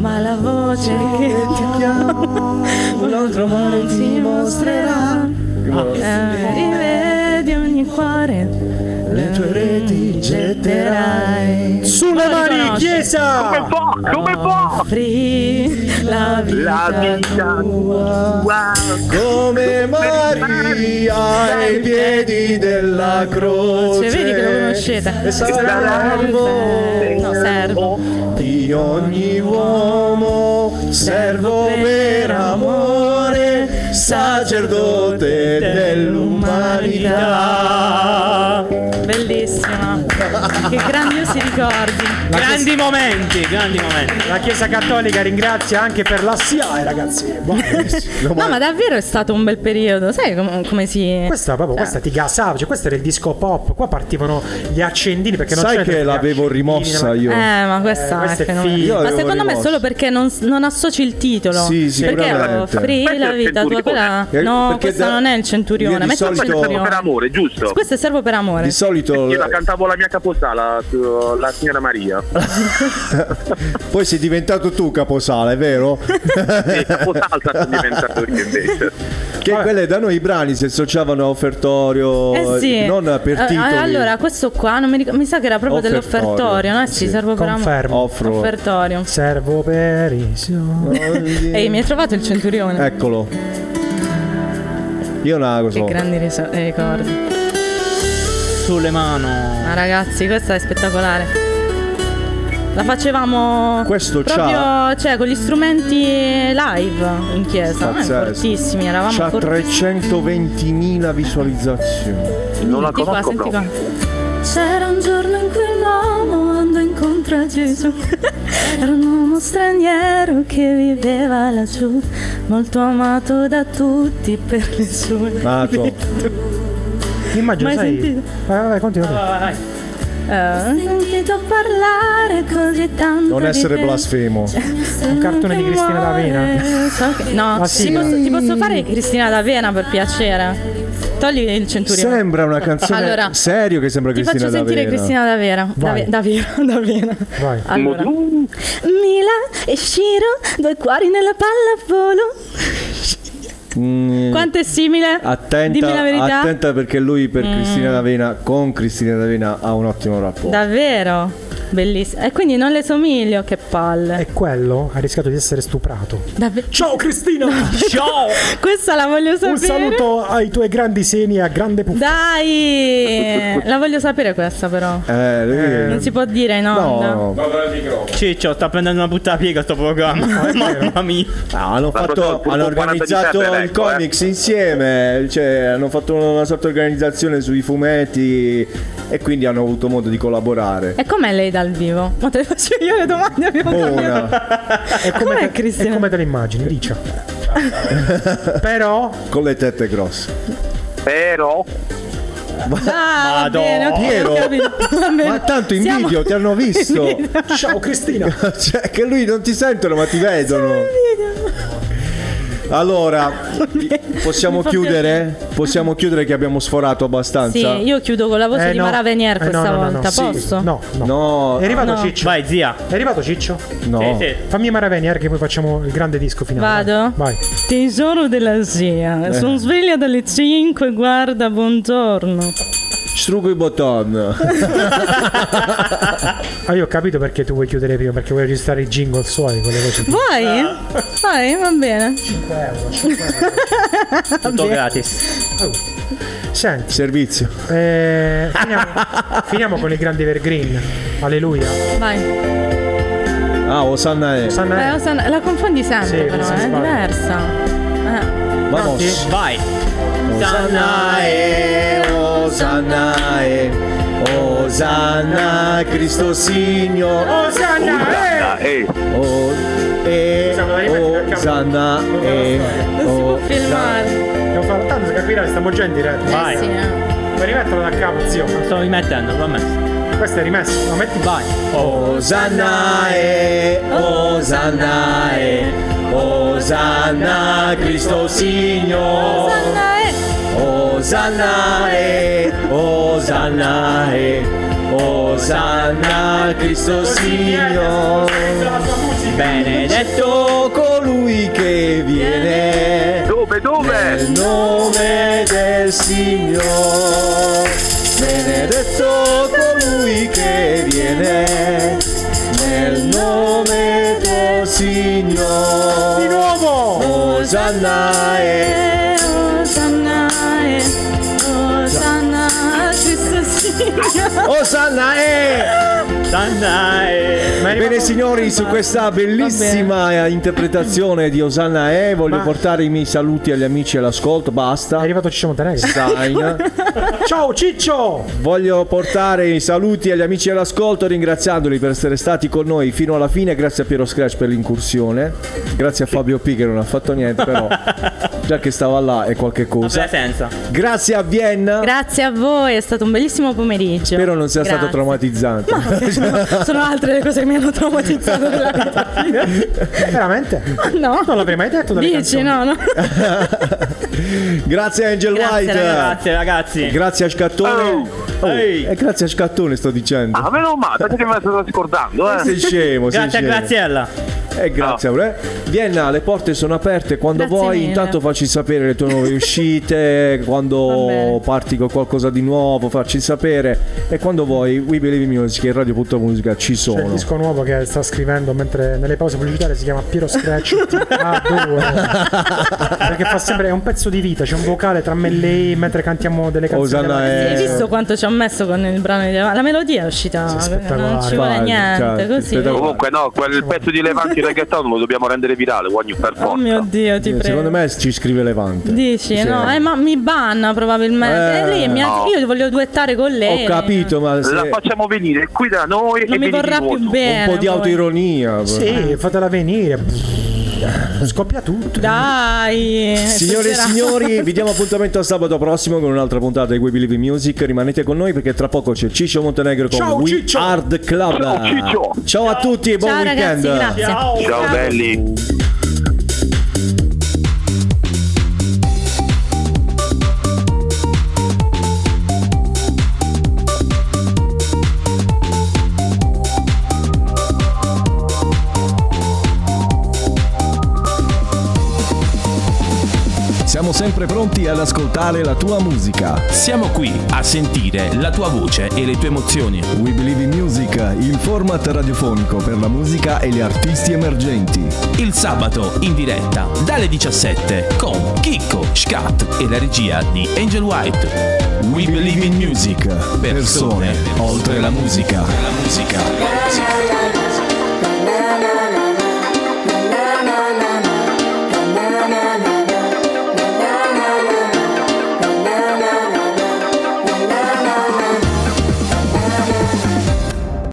Speaker 5: Ma la voce che ti chiama, un altro mare ti mostrerà. Eh, rivedi ogni cuore, le tue reti getterai.
Speaker 8: Sulle
Speaker 5: mani,
Speaker 8: mani, chiesa!
Speaker 6: Come può? Come può?
Speaker 5: Offri la vita,
Speaker 6: La vita
Speaker 5: tua.
Speaker 3: Come Maria ai piedi della croce.
Speaker 5: Cioè, vedi che lo conoscete.
Speaker 3: E
Speaker 6: Eh,
Speaker 3: salvo
Speaker 5: No, servo.
Speaker 3: di ogni uomo, servo per amore, sacerdote dell'umanità.
Speaker 5: Bellissima. Che grandiosi ricordi.
Speaker 4: Grandi momenti, grandi momenti.
Speaker 8: La Chiesa Cattolica ringrazia anche per la SIAE, ragazzi. Buono, bellissimo.
Speaker 5: No, ma davvero è stato un bel periodo. Sai com- come si.
Speaker 8: Questa, proprio, questa ti gasava, cioè, questo era il disco pop. Qua partivano gli accendini perché non
Speaker 3: Sai
Speaker 8: c'erano
Speaker 3: che
Speaker 8: gli
Speaker 3: l'avevo
Speaker 8: accendini,
Speaker 3: rimossa
Speaker 8: no?
Speaker 3: io.
Speaker 5: Eh, ma questa,
Speaker 8: Eh, questa
Speaker 5: è
Speaker 8: è
Speaker 5: fenomenale.
Speaker 8: figa.
Speaker 3: Io
Speaker 5: Ma
Speaker 3: l'avevo
Speaker 5: secondo me è
Speaker 3: rimossa.
Speaker 5: solo perché non, non associ il titolo.
Speaker 3: Sì, sì,
Speaker 5: perché
Speaker 3: sicuramente.
Speaker 5: offrì
Speaker 6: Questo è
Speaker 5: la
Speaker 6: il
Speaker 5: vita tua quella.
Speaker 6: centurione.
Speaker 3: Eh,
Speaker 5: No,
Speaker 3: perché
Speaker 5: questa
Speaker 3: da-
Speaker 5: non è il
Speaker 3: io
Speaker 5: centurione.
Speaker 3: di
Speaker 5: Metti il
Speaker 3: solito-
Speaker 6: Servo per
Speaker 5: centurione.
Speaker 6: amore, giusto?
Speaker 5: Questo è servo per amore.
Speaker 3: Di solito
Speaker 5: Eh.
Speaker 6: Io la cantavo la mia caposala, tu- la
Speaker 5: [LAUGHS]
Speaker 6: signora Maria.
Speaker 3: poi sei
Speaker 6: [LAUGHS]
Speaker 3: diventato tu caposala, è vero?
Speaker 6: E caposalta sono diventato io invece.
Speaker 3: Che quelle da noi i brani si associavano a offertorio,
Speaker 5: Eh sì.
Speaker 3: non per
Speaker 5: Eh,
Speaker 3: titoli.
Speaker 5: allora, questo qua non mi, ricordo, mi sa che era proprio
Speaker 3: Offertorio,
Speaker 5: dell'offertorio, no? Eh sì,
Speaker 3: sì.
Speaker 5: servo per amore.
Speaker 3: Confermo. Offro.
Speaker 5: Offertorio.
Speaker 8: Servo per i soldi.
Speaker 5: Ehi, mi hai trovato il centurione.
Speaker 3: Eh, Eccolo. Io una cosa.
Speaker 5: Che grandi risa- eh, ricordi.
Speaker 30: Sulle mano.
Speaker 5: Ma Ah, ragazzi, questa è spettacolare. La facevamo
Speaker 3: Questo
Speaker 5: proprio
Speaker 3: c'ha-
Speaker 5: cioè, con gli strumenti live in chiesa. Ma è
Speaker 3: Pazzesco.
Speaker 5: fortissimi, eravamo
Speaker 3: C'ha
Speaker 5: fortissimi.
Speaker 3: 320.000 visualizzazioni.
Speaker 5: Senti qua, senti qua.
Speaker 26: C'era un giorno in cui un uomo andò incontro a Gesù. Era un uomo straniero che viveva laggiù, molto amato da tutti per le sue.
Speaker 5: [LAUGHS]
Speaker 3: Nato.
Speaker 8: Immagino,
Speaker 26: Mai
Speaker 8: sai.
Speaker 26: sentito?
Speaker 8: Vai, vai, vai, continua.
Speaker 5: Eh?
Speaker 26: Ho sentito parlare così tanto.
Speaker 3: Non
Speaker 26: di
Speaker 3: essere
Speaker 26: te.
Speaker 3: blasfemo.
Speaker 8: Un cartone di Cristina D'Avena.
Speaker 5: So
Speaker 8: [LAUGHS]
Speaker 5: che- No,
Speaker 8: La
Speaker 5: ti
Speaker 8: sigla.
Speaker 5: posso, ti posso fare Cristina d'Avena per piacere? Togli il centurione.
Speaker 3: Sembra una canzone
Speaker 5: Allora,
Speaker 3: serio che sembra
Speaker 5: Ti
Speaker 3: Cristina
Speaker 5: faccio sentire
Speaker 3: D'Avena.
Speaker 5: Cristina d'Avena.
Speaker 3: Vai.
Speaker 5: D'Ave- D'Avena. [LAUGHS] D'Avena.
Speaker 3: Vai.
Speaker 5: Allora.
Speaker 26: Mila e Shiro, due cuori nella pallavolo.
Speaker 3: Mm,
Speaker 5: Quanto è simile? Dimmi la
Speaker 3: Attenta,
Speaker 5: verità. Mm.
Speaker 3: attenta perché lui per Cristina D'Avena, con Cristina D'Avena ha un ottimo rapporto.
Speaker 5: Davvero? Bellissimo. E quindi non le somiglio, che palle.
Speaker 8: E quello ha rischiato di essere stuprato.
Speaker 5: Ciao
Speaker 8: Cristina! [LAUGHS]
Speaker 5: Ciao! Questa la voglio sapere.
Speaker 8: Un saluto ai tuoi grandi seni e a grande
Speaker 3: [LAUGHS]
Speaker 8: puffa.
Speaker 5: Dai! La voglio sapere questa però.
Speaker 3: Eh, lui è-
Speaker 5: Non si può dire in onda.
Speaker 30: Ciccio, sta prendendo una butta piega sto programma. [LAUGHS] Mamma mia.
Speaker 3: Ah, hanno, fatto- hanno organizzato il comics insieme, cioè, hanno fatto una sorta di organizzazione sui fumetti e quindi hanno avuto modo di collaborare.
Speaker 5: E com'è lei dal vivo? Ma te le faccio io le domande abbiamo cambiato.
Speaker 3: Buona,
Speaker 8: E come, te, e come te le immagini, [LAUGHS] dicia. Però
Speaker 3: con le tette grosse.
Speaker 6: Però.
Speaker 5: Ah, va
Speaker 3: Madò.
Speaker 5: bene, ok,
Speaker 3: Piero,
Speaker 5: ho capito. Va bene.
Speaker 3: Ma tanto in
Speaker 5: Eh, Siamo-
Speaker 3: video ti hanno visto.
Speaker 8: Ciao Cristina.
Speaker 3: [LAUGHS] cioè, che lui non ti sentono, ma ti vedono.
Speaker 5: [LAUGHS]
Speaker 3: Allora, possiamo
Speaker 5: Mi fa
Speaker 3: chiudere? Possiamo chiudere che abbiamo sforato
Speaker 5: Sì,
Speaker 3: abbastanza.
Speaker 5: io chiudo con la voce
Speaker 3: Eh,
Speaker 5: di
Speaker 3: no.
Speaker 5: Mara Venier
Speaker 3: Eh,
Speaker 5: questa
Speaker 3: no, no, no, no.
Speaker 5: volta,
Speaker 3: Sì.
Speaker 5: posso?
Speaker 8: No, no.
Speaker 3: No.
Speaker 8: È arrivato
Speaker 5: No.
Speaker 8: Ciccio. Vai,
Speaker 30: zia.
Speaker 8: È arrivato Ciccio?
Speaker 3: No.
Speaker 30: Sì, sì.
Speaker 8: Fammi Maravenier che poi facciamo il grande disco finale.
Speaker 5: Vado?
Speaker 8: Vai.
Speaker 5: Tesoro della zia,
Speaker 3: Eh.
Speaker 5: sono sveglia dalle 5, guarda, buongiorno.
Speaker 3: Strugo i
Speaker 5: [LAUGHS]
Speaker 3: bottoni.
Speaker 8: Ah, io ho capito perché tu vuoi chiudere prima, perché vuoi registrare i jingle suoi, quelle cose.
Speaker 5: Vuoi?
Speaker 3: Ah.
Speaker 5: Vai, va bene.
Speaker 30: Tutto gratis.
Speaker 8: Senti.
Speaker 3: Servizio.
Speaker 8: eh, finiamo, finiamo con il grande Evergreen. Alleluia.
Speaker 3: Eh.
Speaker 5: Vai.
Speaker 3: Ah, Osanna è.
Speaker 5: Eh, Osanna- la confondi sempre,
Speaker 8: Sì,
Speaker 5: però,
Speaker 8: sì,
Speaker 5: eh, è
Speaker 8: sbaglio.
Speaker 5: diversa. Eh.
Speaker 3: Vamos.
Speaker 30: Vai.
Speaker 3: Osannae, Osannae, Osanna, Cristo
Speaker 5: Eh.
Speaker 3: Signor.
Speaker 8: Oh,
Speaker 6: Osanna, eh.
Speaker 3: O- e- Osanna, e- Oh,
Speaker 8: Devo fare tanto per capire, stiamo già in diretta.
Speaker 5: Eh,
Speaker 30: Vai.
Speaker 8: Puoi rimetterlo da capo, zio.
Speaker 30: Lo sto rimettendo, va messo.
Speaker 8: Questo è rimesso. Lo metti
Speaker 30: Vai.
Speaker 3: Osannae, Osannae, Osanna, Cristo Signor. Osannae, Osannae, Osanna, Cristo Signor. Benedetto colui che viene.
Speaker 6: Dove, dove?
Speaker 5: Eh.
Speaker 3: Nel nome del Signor. Benedetto colui che viene. Nel nome del Signor. Di nuovo. Osannae.
Speaker 26: Osannae, Osanna, Cristo Signore.
Speaker 3: Osannae!
Speaker 30: Osannae!
Speaker 3: Bene signori, su questa bellissima interpretazione di Osanna E voglio portare i miei saluti agli amici all'ascolto, basta. È
Speaker 8: arrivato Ciccio Montenegro.
Speaker 3: Stein.
Speaker 8: Ciao Ciccio!
Speaker 3: Voglio portare i saluti agli amici all'ascolto ringraziandoli per essere stati con noi fino alla fine, grazie a Piero Scratch per l'incursione, grazie a Fabio P che non ha fatto niente però, già che stava là è qualche cosa.
Speaker 30: Presenza.
Speaker 3: Eh. Grazie a Vienna,
Speaker 5: Grazie a voi, è stato un bellissimo pomeriggio.
Speaker 3: spero non sia stato
Speaker 5: Grazie.
Speaker 3: traumatizzante.
Speaker 5: [LAUGHS] Sono altre le cose che mi hanno traumatizzato. nella
Speaker 3: [LAUGHS]
Speaker 5: vita.
Speaker 8: Veramente?
Speaker 5: no.
Speaker 8: Non l'avrei mai detto dalle
Speaker 5: Dici,
Speaker 8: canzoni.
Speaker 5: no, no.
Speaker 3: Grazie Angel
Speaker 30: Grazie,
Speaker 3: White.
Speaker 30: ragazzi, ragazzi.
Speaker 3: Grazie a Scattone. Oh, E grazie a Scattone sto dicendo.
Speaker 6: Ah, meno male, perché me la stavo scordando, eh.
Speaker 3: Sei scemo, sei
Speaker 30: Ah. Grazie a
Speaker 3: scemo.
Speaker 30: Graziella.
Speaker 3: E Eh, grazie a te. Vienna, le porte sono aperte quando
Speaker 5: Grazie
Speaker 3: vuoi.
Speaker 5: mille.
Speaker 3: Intanto facci sapere le tue
Speaker 5: [LAUGHS]
Speaker 3: nuove uscite, quando parti con qualcosa di nuovo, facci sapere. E quando vuoi, We Believe in Music e Radio.musica ci
Speaker 8: C'è il
Speaker 3: sono. Eh,
Speaker 8: disco nuovo che sta scrivendo mentre nelle pause pubblicitarie si chiama Piero Scratch Adoro. Perché fa sempre è un pezzo di vita, c'è un vocale tra me e lei mentre cantiamo delle canzoni.
Speaker 3: Osanna è-
Speaker 5: Hai visto quanto ci ho messo con il brano di Levante? La melodia è uscita, non ci vuole
Speaker 6: Vai,
Speaker 5: niente,
Speaker 6: cioè,
Speaker 5: così.
Speaker 6: spettacolo. Comunque no, quel pezzo di Levanti reggaeton lo dobbiamo rendere virale, ogni per
Speaker 5: Oh
Speaker 6: forza.
Speaker 5: mio Dio, ti prego.
Speaker 3: Eh, Secondo me ci scrive Levante.
Speaker 5: Dici,
Speaker 3: Sì.
Speaker 5: no? Eh, ma mi banna probabilmente.
Speaker 3: Eh,
Speaker 5: E lei mi ha-
Speaker 3: no.
Speaker 5: Io voglio duettare con lei.
Speaker 3: Ho capito, ma se-
Speaker 6: La facciamo venire qui da noi
Speaker 5: Non mi
Speaker 6: e vieni
Speaker 5: vorrà
Speaker 6: di nuovo.
Speaker 5: più bene.
Speaker 3: un po' di
Speaker 5: poi.
Speaker 3: autoironia.
Speaker 8: Sì, fatela venire. Scoppia tutto.
Speaker 5: Dai.
Speaker 3: Signore e
Speaker 5: stasera.
Speaker 3: signori, vi
Speaker 5: [LAUGHS]
Speaker 3: diamo appuntamento a sabato prossimo con un'altra puntata di We Believe in Music. Rimanete con noi perché tra poco c'è Ciccio Montenegro con
Speaker 6: Ciao,
Speaker 3: We
Speaker 6: Ciccio.
Speaker 3: Hard Club.
Speaker 6: Ciao, Ciccio.
Speaker 3: Ciao a tutti e buon
Speaker 5: Ciao, ragazzi,
Speaker 3: weekend.
Speaker 5: grazie. Ciao.
Speaker 6: Ciao belli.
Speaker 9: Siamo sempre pronti ad ascoltare la tua musica.
Speaker 2: Siamo qui a sentire la tua voce e le tue emozioni.
Speaker 9: We Believe in Music, il format radiofonico per la musica e gli artisti emergenti.
Speaker 2: Il sabato in diretta dalle 17 con Chicco, Scat e la regia di Angel White. We Believe in Music. Persone oltre la musica. La musica.